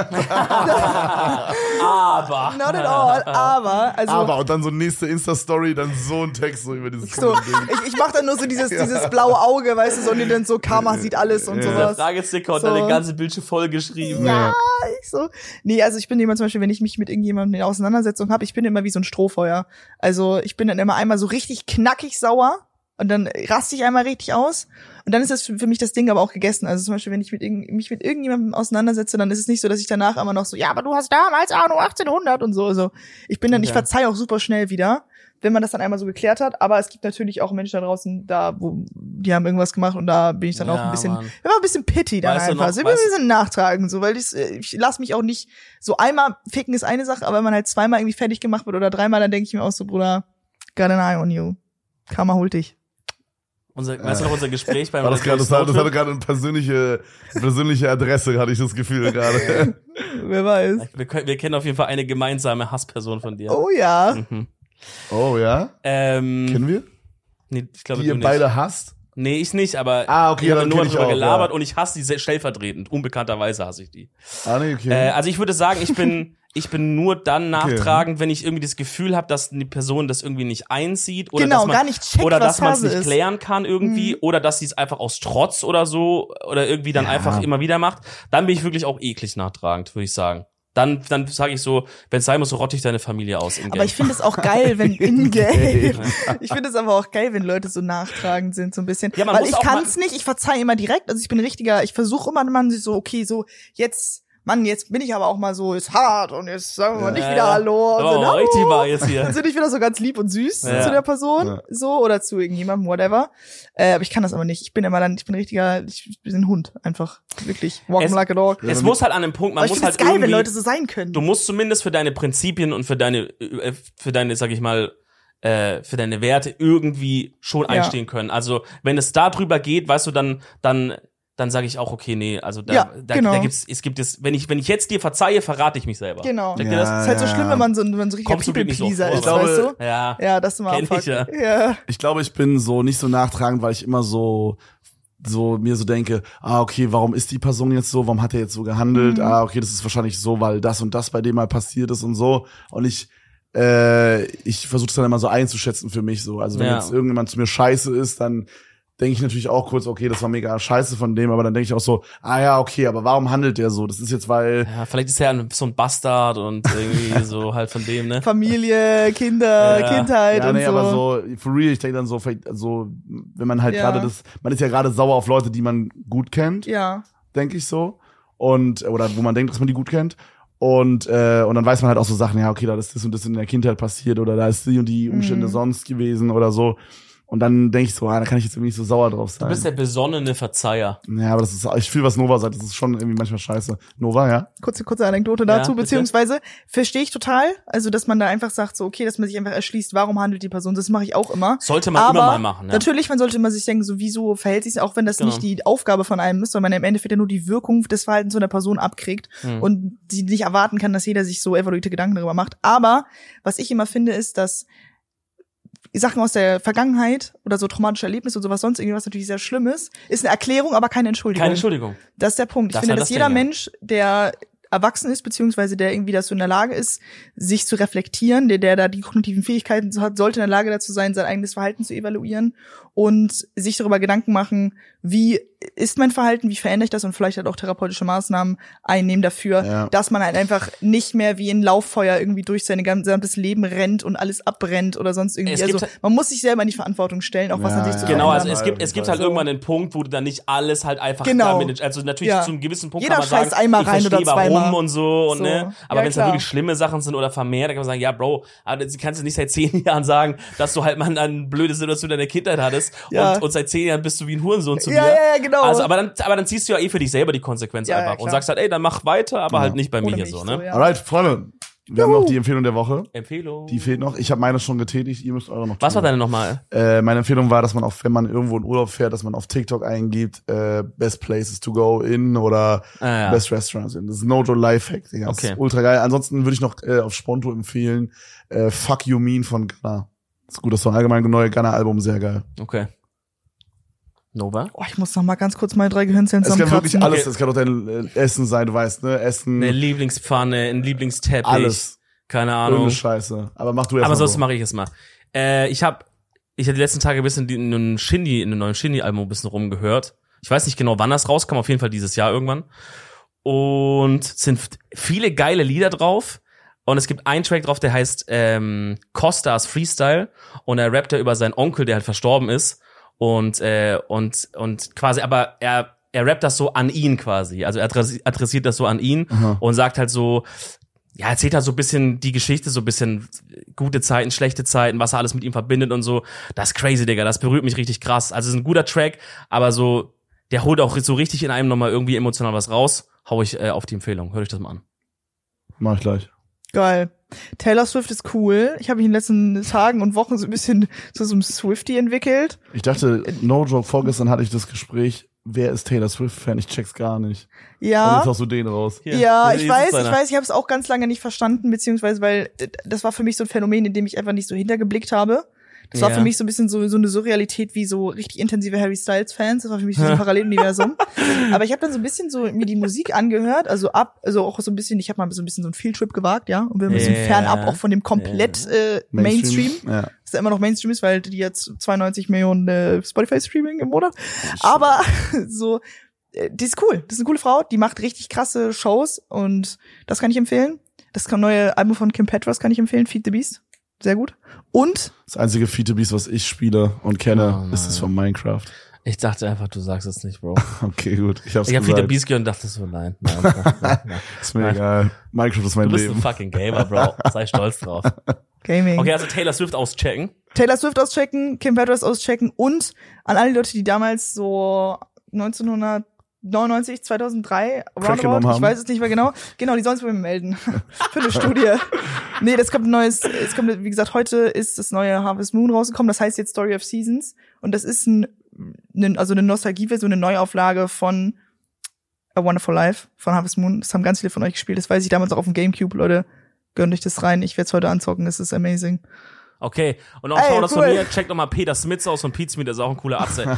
S2: Aber.
S3: Not at all. Aber, also.
S1: Aber und dann so nächste Insta-Story, dann so ein Text so über dieses
S3: So,
S1: komische Ding.
S3: ich, ich mach dann nur so dieses, dieses blaue Auge, weißt du, so, und dann so Karma sieht alles und
S1: Ja.
S2: Der
S3: sowas.
S2: Fragesticker hat
S3: So.
S2: deine ganze Bildschirm vollgeschrieben.
S1: Ja.
S3: Ich so. Nee, also ich bin jemand zum Beispiel, wenn ich mich mit irgendjemandem in Auseinandersetzung habe, ich bin immer wie so ein Strohfeuer. Also ich bin dann immer einmal so richtig knackig sauer und dann raste ich einmal richtig aus und dann ist das für, für mich das Ding aber auch gegessen. Also zum Beispiel, wenn ich mit irgend, mich mit irgendjemandem auseinandersetze, dann ist es nicht so, dass ich danach immer noch so, ja, aber du hast damals Ahnung 1800 und so. Also ich bin dann, ich
S2: Okay.
S3: verzeihe auch super schnell wieder, wenn man das dann einmal so geklärt hat. Aber es gibt natürlich auch Menschen da draußen, da wo die haben irgendwas gemacht und da bin ich dann auch
S2: Ja,
S3: ein bisschen
S2: Mann.
S3: immer ein bisschen pity dann
S2: Weißt du
S3: einfach.
S2: noch-
S3: Also ich bin ein
S2: weißt du-
S3: bisschen nachtragend, so, weil ich, äh, ich lasse mich auch nicht, so einmal ficken ist eine Sache, aber wenn man halt zweimal irgendwie fertig gemacht wird oder dreimal, dann denke ich mir auch so, Bruder, got an eye on you. Karma holt dich.
S2: Unser, weißt du noch unser Gespräch beim
S1: War das, gerade, das, war- das hatte
S2: Roadtrip?
S1: gerade eine persönliche, persönliche Adresse, hatte ich das Gefühl gerade.
S3: Wer weiß.
S2: wir, können- wir kennen auf jeden Fall eine gemeinsame Hassperson von dir.
S3: Oh ja.
S2: Mhm.
S1: Oh ja?
S2: Ähm,
S1: Kennen wir?
S2: nee, ich glaube,
S1: Die
S2: du
S1: ihr
S2: nicht.
S1: beide hasst?
S2: Nee, ich nicht, aber
S1: Ah, okay,
S2: ich
S1: ja,
S2: habe
S1: dann
S2: nur
S1: kenn ich
S2: darüber
S1: auch,
S2: gelabert
S1: ja.
S2: und ich hasse die sehr- stellvertretend. Unbekannterweise hasse ich die.
S1: Ah, nee, okay.
S2: Äh, also ich würde sagen, ich bin, ich bin nur dann nachtragend, wenn ich irgendwie das Gefühl habe, dass die Person das irgendwie nicht einsieht oder
S3: genau,
S2: dass man
S3: gar nicht checkt,
S2: oder
S3: was
S2: dass man es
S3: Phase
S2: nicht
S3: ist. Mhm.
S2: klären kann irgendwie oder dass sie es einfach aus Trotz oder so oder irgendwie dann einfach immer wieder macht, dann bin ich wirklich auch eklig nachtragend, würde ich sagen. Dann, dann sage ich so, wenn es sein muss, so rotte ich deine Familie aus. Im
S3: Aber
S2: Game.
S3: ich finde es auch geil, wenn in-game.
S1: In-game.
S3: ich finde es aber auch geil, wenn Leute so nachtragend sind, so ein bisschen.
S2: Ja, man
S3: Weil
S2: muss
S3: ich
S2: auch
S3: kann es nicht, ich verzeihe immer direkt. Also ich bin richtiger, ich versuche immer man sich so, okay, so jetzt, Mann, jetzt bin ich aber auch mal so, ist hart und jetzt sagen wir mal nicht
S2: Ja.
S3: wieder Hallo. Und
S2: Aber
S3: oh, so,
S2: mal
S3: "Hallo."
S2: Oh, richtig war jetzt
S3: Dann
S2: hier.
S3: sind ich wieder so ganz lieb und süß
S2: Ja.
S3: zu der Person,
S1: Ja.
S3: so oder zu irgendjemandem, whatever. Äh, aber ich kann das aber nicht. Ich bin immer dann, ich bin richtiger, ich bin ein Hund einfach, wirklich. Walk
S2: Es-
S3: like a dog.
S2: Es muss halt an einem Punkt, man
S3: aber ich
S2: muss
S3: finde
S2: halt
S3: es geil, wenn
S2: irgendwie-
S3: Leute so sein können.
S2: du musst zumindest für deine Prinzipien und für deine, äh, für deine, sag ich mal, äh, für deine Werte irgendwie schon
S3: Ja.
S2: einstehen können. Also wenn es da drüber geht, weißt du, dann, dann dann sage ich auch, okay, nee, also da,
S3: Ja,
S2: da,
S3: genau.
S2: da gibt's, es gibt es, wenn ich, wenn ich jetzt dir verzeihe, verrate ich mich selber.
S3: Genau.
S2: Denkt ihr das?
S1: Ja,
S3: ist halt so
S1: ja.
S3: schlimm, wenn man so, ein- wenn man so ein richtiger
S2: Kommt zum Glück nicht so vor,
S3: People-Pleaser ist,
S1: aber- Ich
S3: weißt
S1: glaube,
S3: du?
S2: Ja.
S3: Ja, das ist immer
S2: Kenn
S3: abfuck.
S2: ich ja.
S3: ja.
S1: Ich glaube, ich bin so nicht so nachtragend, weil ich immer so so mir so denke, ah okay, warum ist die Person jetzt so, warum hat er jetzt so gehandelt? Ah okay, das ist wahrscheinlich so, weil das und das bei dem mal passiert ist und so und ich äh, ich versuche es dann immer so einzuschätzen für mich so. Also wenn
S2: Ja.
S1: jetzt irgendjemand zu mir scheiße ist, dann denke ich natürlich auch kurz, okay, das war mega scheiße von dem, aber dann denke ich auch so, ah ja, okay, aber warum handelt der so? Das ist jetzt weil
S2: Ja, vielleicht ist er ein- so ein Bastard und irgendwie so halt von dem, ne?
S3: Familie, Kinder,
S2: Ja.
S3: Kindheit
S1: Ja,
S3: und
S1: nee,
S3: so.
S1: aber so, for real, ich denke dann so, vielleicht, so, wenn man halt
S3: Ja.
S1: gerade das, man ist ja gerade sauer auf Leute, die man gut kennt,
S3: Ja.
S1: denke ich so. Und, oder wo man denkt, dass man die gut kennt. Und, äh, und dann weiß man halt auch so Sachen, ja, okay, da ist das und das in der Kindheit passiert oder da ist die und die Umstände sonst gewesen oder so. Und dann denke ich so, ah, da kann ich jetzt irgendwie nicht so sauer drauf sein.
S2: Du bist der besonnene Verzeiher.
S1: ja, aber das ist, ich fühle, was Nova sagt, das ist schon irgendwie manchmal scheiße. Nova, ja?
S3: kurze, kurze Anekdote
S2: Ja,
S3: dazu,
S2: bitte.
S3: beziehungsweise verstehe ich total, also dass man da einfach sagt, so okay, dass man sich einfach erschließt, warum handelt die Person, das mache ich auch immer.
S2: Sollte man
S3: Aber
S2: immer mal machen, ja.
S3: Natürlich, man sollte immer sich denken, so wieso verhält sich auch wenn das
S2: Genau.
S3: nicht die Aufgabe von einem ist, weil man im Endeffekt ja nur die Wirkung des Verhaltens von der Person abkriegt
S2: Hm.
S3: und die nicht erwarten kann, dass jeder sich so evaluierte Gedanken darüber macht. Aber was ich immer finde, ist, dass Sachen aus der Vergangenheit oder so traumatische Erlebnisse und sowas sonst irgendwas natürlich sehr schlimm ist, ist eine Erklärung, aber keine Entschuldigung.
S2: Keine Entschuldigung.
S3: Das ist der Punkt. Ich
S2: Das ist
S3: finde,
S2: halt
S3: dass
S2: das
S3: jeder
S2: Ding, ja.
S3: Mensch, der erwachsen ist, beziehungsweise der irgendwie dazu in der Lage ist, sich zu reflektieren, der, der da die kognitiven Fähigkeiten zu hat, sollte in der Lage dazu sein, sein eigenes Verhalten zu evaluieren und sich darüber Gedanken machen, wie ist mein Verhalten, wie verändere ich das und vielleicht halt auch therapeutische Maßnahmen einnehmen dafür,
S1: Ja.
S3: dass man halt einfach nicht mehr wie ein Lauffeuer irgendwie durch sein gesamtes Leben rennt und alles abbrennt oder sonst irgendwie.
S2: Es gibt
S3: Also
S2: halt-
S3: man muss sich selber in die Verantwortung stellen, auch was
S1: Ja,
S3: natürlich zu
S1: ja.
S2: Genau,
S3: verändern
S2: also es
S1: Ja,
S2: gibt,
S1: auf
S2: es
S1: jeden
S2: gibt
S1: Fall.
S2: halt irgendwann den Punkt, wo du dann nicht alles halt einfach
S3: Genau.
S2: damit entsch- Also natürlich
S3: Ja.
S2: zu einem gewissen Punkt
S3: Jeder
S2: kann man sagen,
S3: scheißt einmal rein
S2: ich verstehe
S3: oder
S2: warum
S3: zweimal.
S2: und so und
S3: So.
S2: ne. Aber
S3: Ja,
S2: wenn es
S3: klar.
S2: natürlich schlimme Sachen sind oder vermehrt, dann kann man sagen, ja, Bro, aber du kannst du nicht seit zehn Jahren sagen, dass du halt mal eine blöde Situation in deiner Kindheit hattest
S3: Ja.
S2: und, und seit zehn Jahren bist du wie ein Hurensohn zu
S3: Ja,
S2: mir.
S3: ja, ja, genau.
S2: Also, aber dann, aber dann ziehst du ja eh für dich selber die Konsequenz
S3: Ja, ja,
S2: einfach und
S3: klar.
S2: sagst halt, ey, dann mach weiter, aber
S1: Ja.
S2: halt nicht bei mir
S3: Ohne
S2: hier
S3: mich
S2: so, ne?
S3: ja.
S1: Alright, Freunde, wir haben noch die Empfehlung der Woche.
S2: Empfehlung.
S1: Die fehlt noch. Ich habe meine schon getätigt, ihr müsst eure noch
S2: Was
S1: tun.
S2: war deine nochmal?
S1: Äh, meine Empfehlung war, dass man auch, wenn man irgendwo in Urlaub fährt, dass man auf TikTok eingibt, äh, best places to go in oder
S2: Ah, ja.
S1: best restaurants in. Das ist no joke Lifehack, Digga. Das
S2: Okay.
S1: ist ultra geil. Ansonsten würde ich noch äh, auf Sponto empfehlen, äh, Fuck You Mean von Ghana. Ist gut, das war allgemein ein neues Ghana-Album, sehr geil.
S2: Okay. Nova?
S3: Oh, ich muss noch mal ganz kurz meine drei Gehirnzellen
S1: Es kann wirklich
S3: zusammenkratzen.
S1: alles,
S2: Okay.
S1: es kann auch dein äh, Essen sein, du weißt, ne? Essen,
S2: Eine Lieblingspfanne, ein Lieblingsteppich.
S1: alles.
S2: Keine Ahnung.
S1: Ohne Scheiße. Aber mach du erst
S2: Aber
S1: mal
S2: sonst
S1: so.
S2: mache ich es mal. Äh, ich habe ich hab die letzten Tage ein bisschen die, in einem Shindy, in einem neuen Shindy-Album ein bisschen rumgehört. Ich weiß nicht genau, wann das rauskam, auf jeden Fall dieses Jahr irgendwann. Und es sind f- viele geile Lieder drauf. Und es gibt einen Track drauf, der heißt ähm, Costas Freestyle. Und er rappt da über seinen Onkel, der halt verstorben ist. Und, äh, und, und quasi, aber er, er rappt das so an ihn quasi. Also er adressi- adressiert das so an ihn
S1: Aha.
S2: und sagt halt so, ja, erzählt halt so ein bisschen die Geschichte, so ein bisschen gute Zeiten, schlechte Zeiten, was er alles mit ihm verbindet und so. Das ist crazy, Digga. Das berührt mich richtig krass. Also es ist ein guter Track, aber so, der holt auch so richtig in einem nochmal irgendwie emotional was raus. Hau ich äh, auf die Empfehlung. Hör euch das mal an.
S1: Mach ich gleich.
S3: Geil. Taylor Swift ist cool. Ich habe mich in den letzten Tagen und Wochen so ein bisschen zu so einem Swifty entwickelt.
S1: Ich dachte,
S2: Äh,
S1: no joke, vorgestern hatte ich das Gespräch, wer ist Taylor Swift-Fan? Ich check's gar nicht. Und
S3: Ja.
S1: jetzt hast du den raus.
S2: Hier,
S3: ja,
S2: hier
S3: ich
S2: ist
S3: weiß,
S2: einer.
S3: ich weiß, ich habe es auch ganz lange nicht verstanden, beziehungsweise weil äh, das war für mich so ein Phänomen, in dem ich einfach nicht so hintergeblickt habe. Das war
S2: Ja.
S3: für mich so ein bisschen so, so eine Surrealität wie so richtig intensive Harry Styles Fans. Das war für mich so ein Paralleluniversum. Aber ich habe dann so ein bisschen so mir die Musik angehört, also ab, also auch so ein bisschen, ich habe mal so ein bisschen so einen Fieldtrip gewagt, ja, und bin ein bisschen
S2: Ja.
S3: fernab auch von dem komplett äh, Mainstream.
S1: Ja.
S3: dass er immer noch Mainstream ist, weil die jetzt 92 Millionen äh, Spotify-Streaming im Monat. Aber so, äh, die ist cool. Das ist eine coole Frau, die macht richtig krasse Shows und das kann ich empfehlen. Das kann- neue Album von Kim Petras kann ich empfehlen, Feed the Beast. Sehr gut. Und
S1: Das einzige Feature-Beast, was ich spiele und kenne,
S2: Oh,
S1: ist das von Minecraft.
S2: Ich dachte einfach, du sagst es nicht, Bro.
S1: Okay, gut. Ich hab's
S2: Ich habe
S1: gesagt.
S2: wieder Beast gehört und dachte so, nein. nein, nein, nein, nein.
S1: ist mir egal. Minecraft ist mein
S2: Du bist ein
S1: Leben.
S2: fucking Gamer, Bro. Sei stolz drauf.
S3: Gaming.
S2: Okay, also Taylor Swift auschecken.
S3: Taylor Swift auschecken, Kim Petras auschecken und an alle Leute, die damals so 1999, 2003,
S1: genommen
S3: roundabout,
S1: haben.
S3: ich weiß es nicht mehr genau. Genau, die sollen es bei mir melden. Für eine Studie. Nee, das kommt ein neues, es kommt, wie gesagt, heute ist das neue Harvest Moon rausgekommen, das heißt jetzt Story of Seasons. Und das ist ein ne, also eine Nostalgie-Version, eine Neuauflage von A Wonderful Life von Harvest Moon. Das haben ganz viele von euch gespielt. Das weiß ich damals auch auf dem Gamecube, Leute. Gönnt euch das rein. Ich werde es heute anzocken. Es ist amazing.
S2: Okay, und auch
S3: Ey,
S2: schauen das von
S3: cool.
S2: mir. Checkt nochmal Peter Smits aus von Pete Smith, das ist auch ein cooler Atze.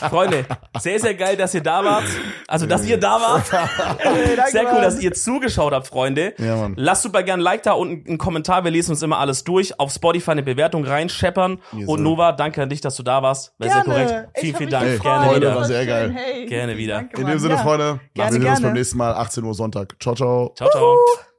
S2: Freunde, sehr, sehr geil, dass ihr da wart. Also, dass ihr da wart. sehr cool,
S3: Mann.
S2: dass ihr zugeschaut habt, Freunde.
S1: Ja, Mann.
S2: Lasst super gern ein Like da und einen Kommentar. Wir lesen uns immer alles durch. Auf Spotify eine Bewertung reinscheppern.
S1: Yes,
S2: und
S1: sir.
S2: Nova, danke an dich, dass du da warst. War sehr korrekt. Vielen, vielen Dank.
S1: mich
S2: Gerne
S1: gefreut.
S2: wieder.
S1: War sehr geil.
S3: Hey.
S2: Gerne wieder.
S1: In dem Sinne, Freunde,
S3: Gerne,
S1: wir sehen uns
S3: gerne.
S1: beim nächsten Mal, 18 Uhr Sonntag. Ciao, ciao.
S2: Ciao, ciao.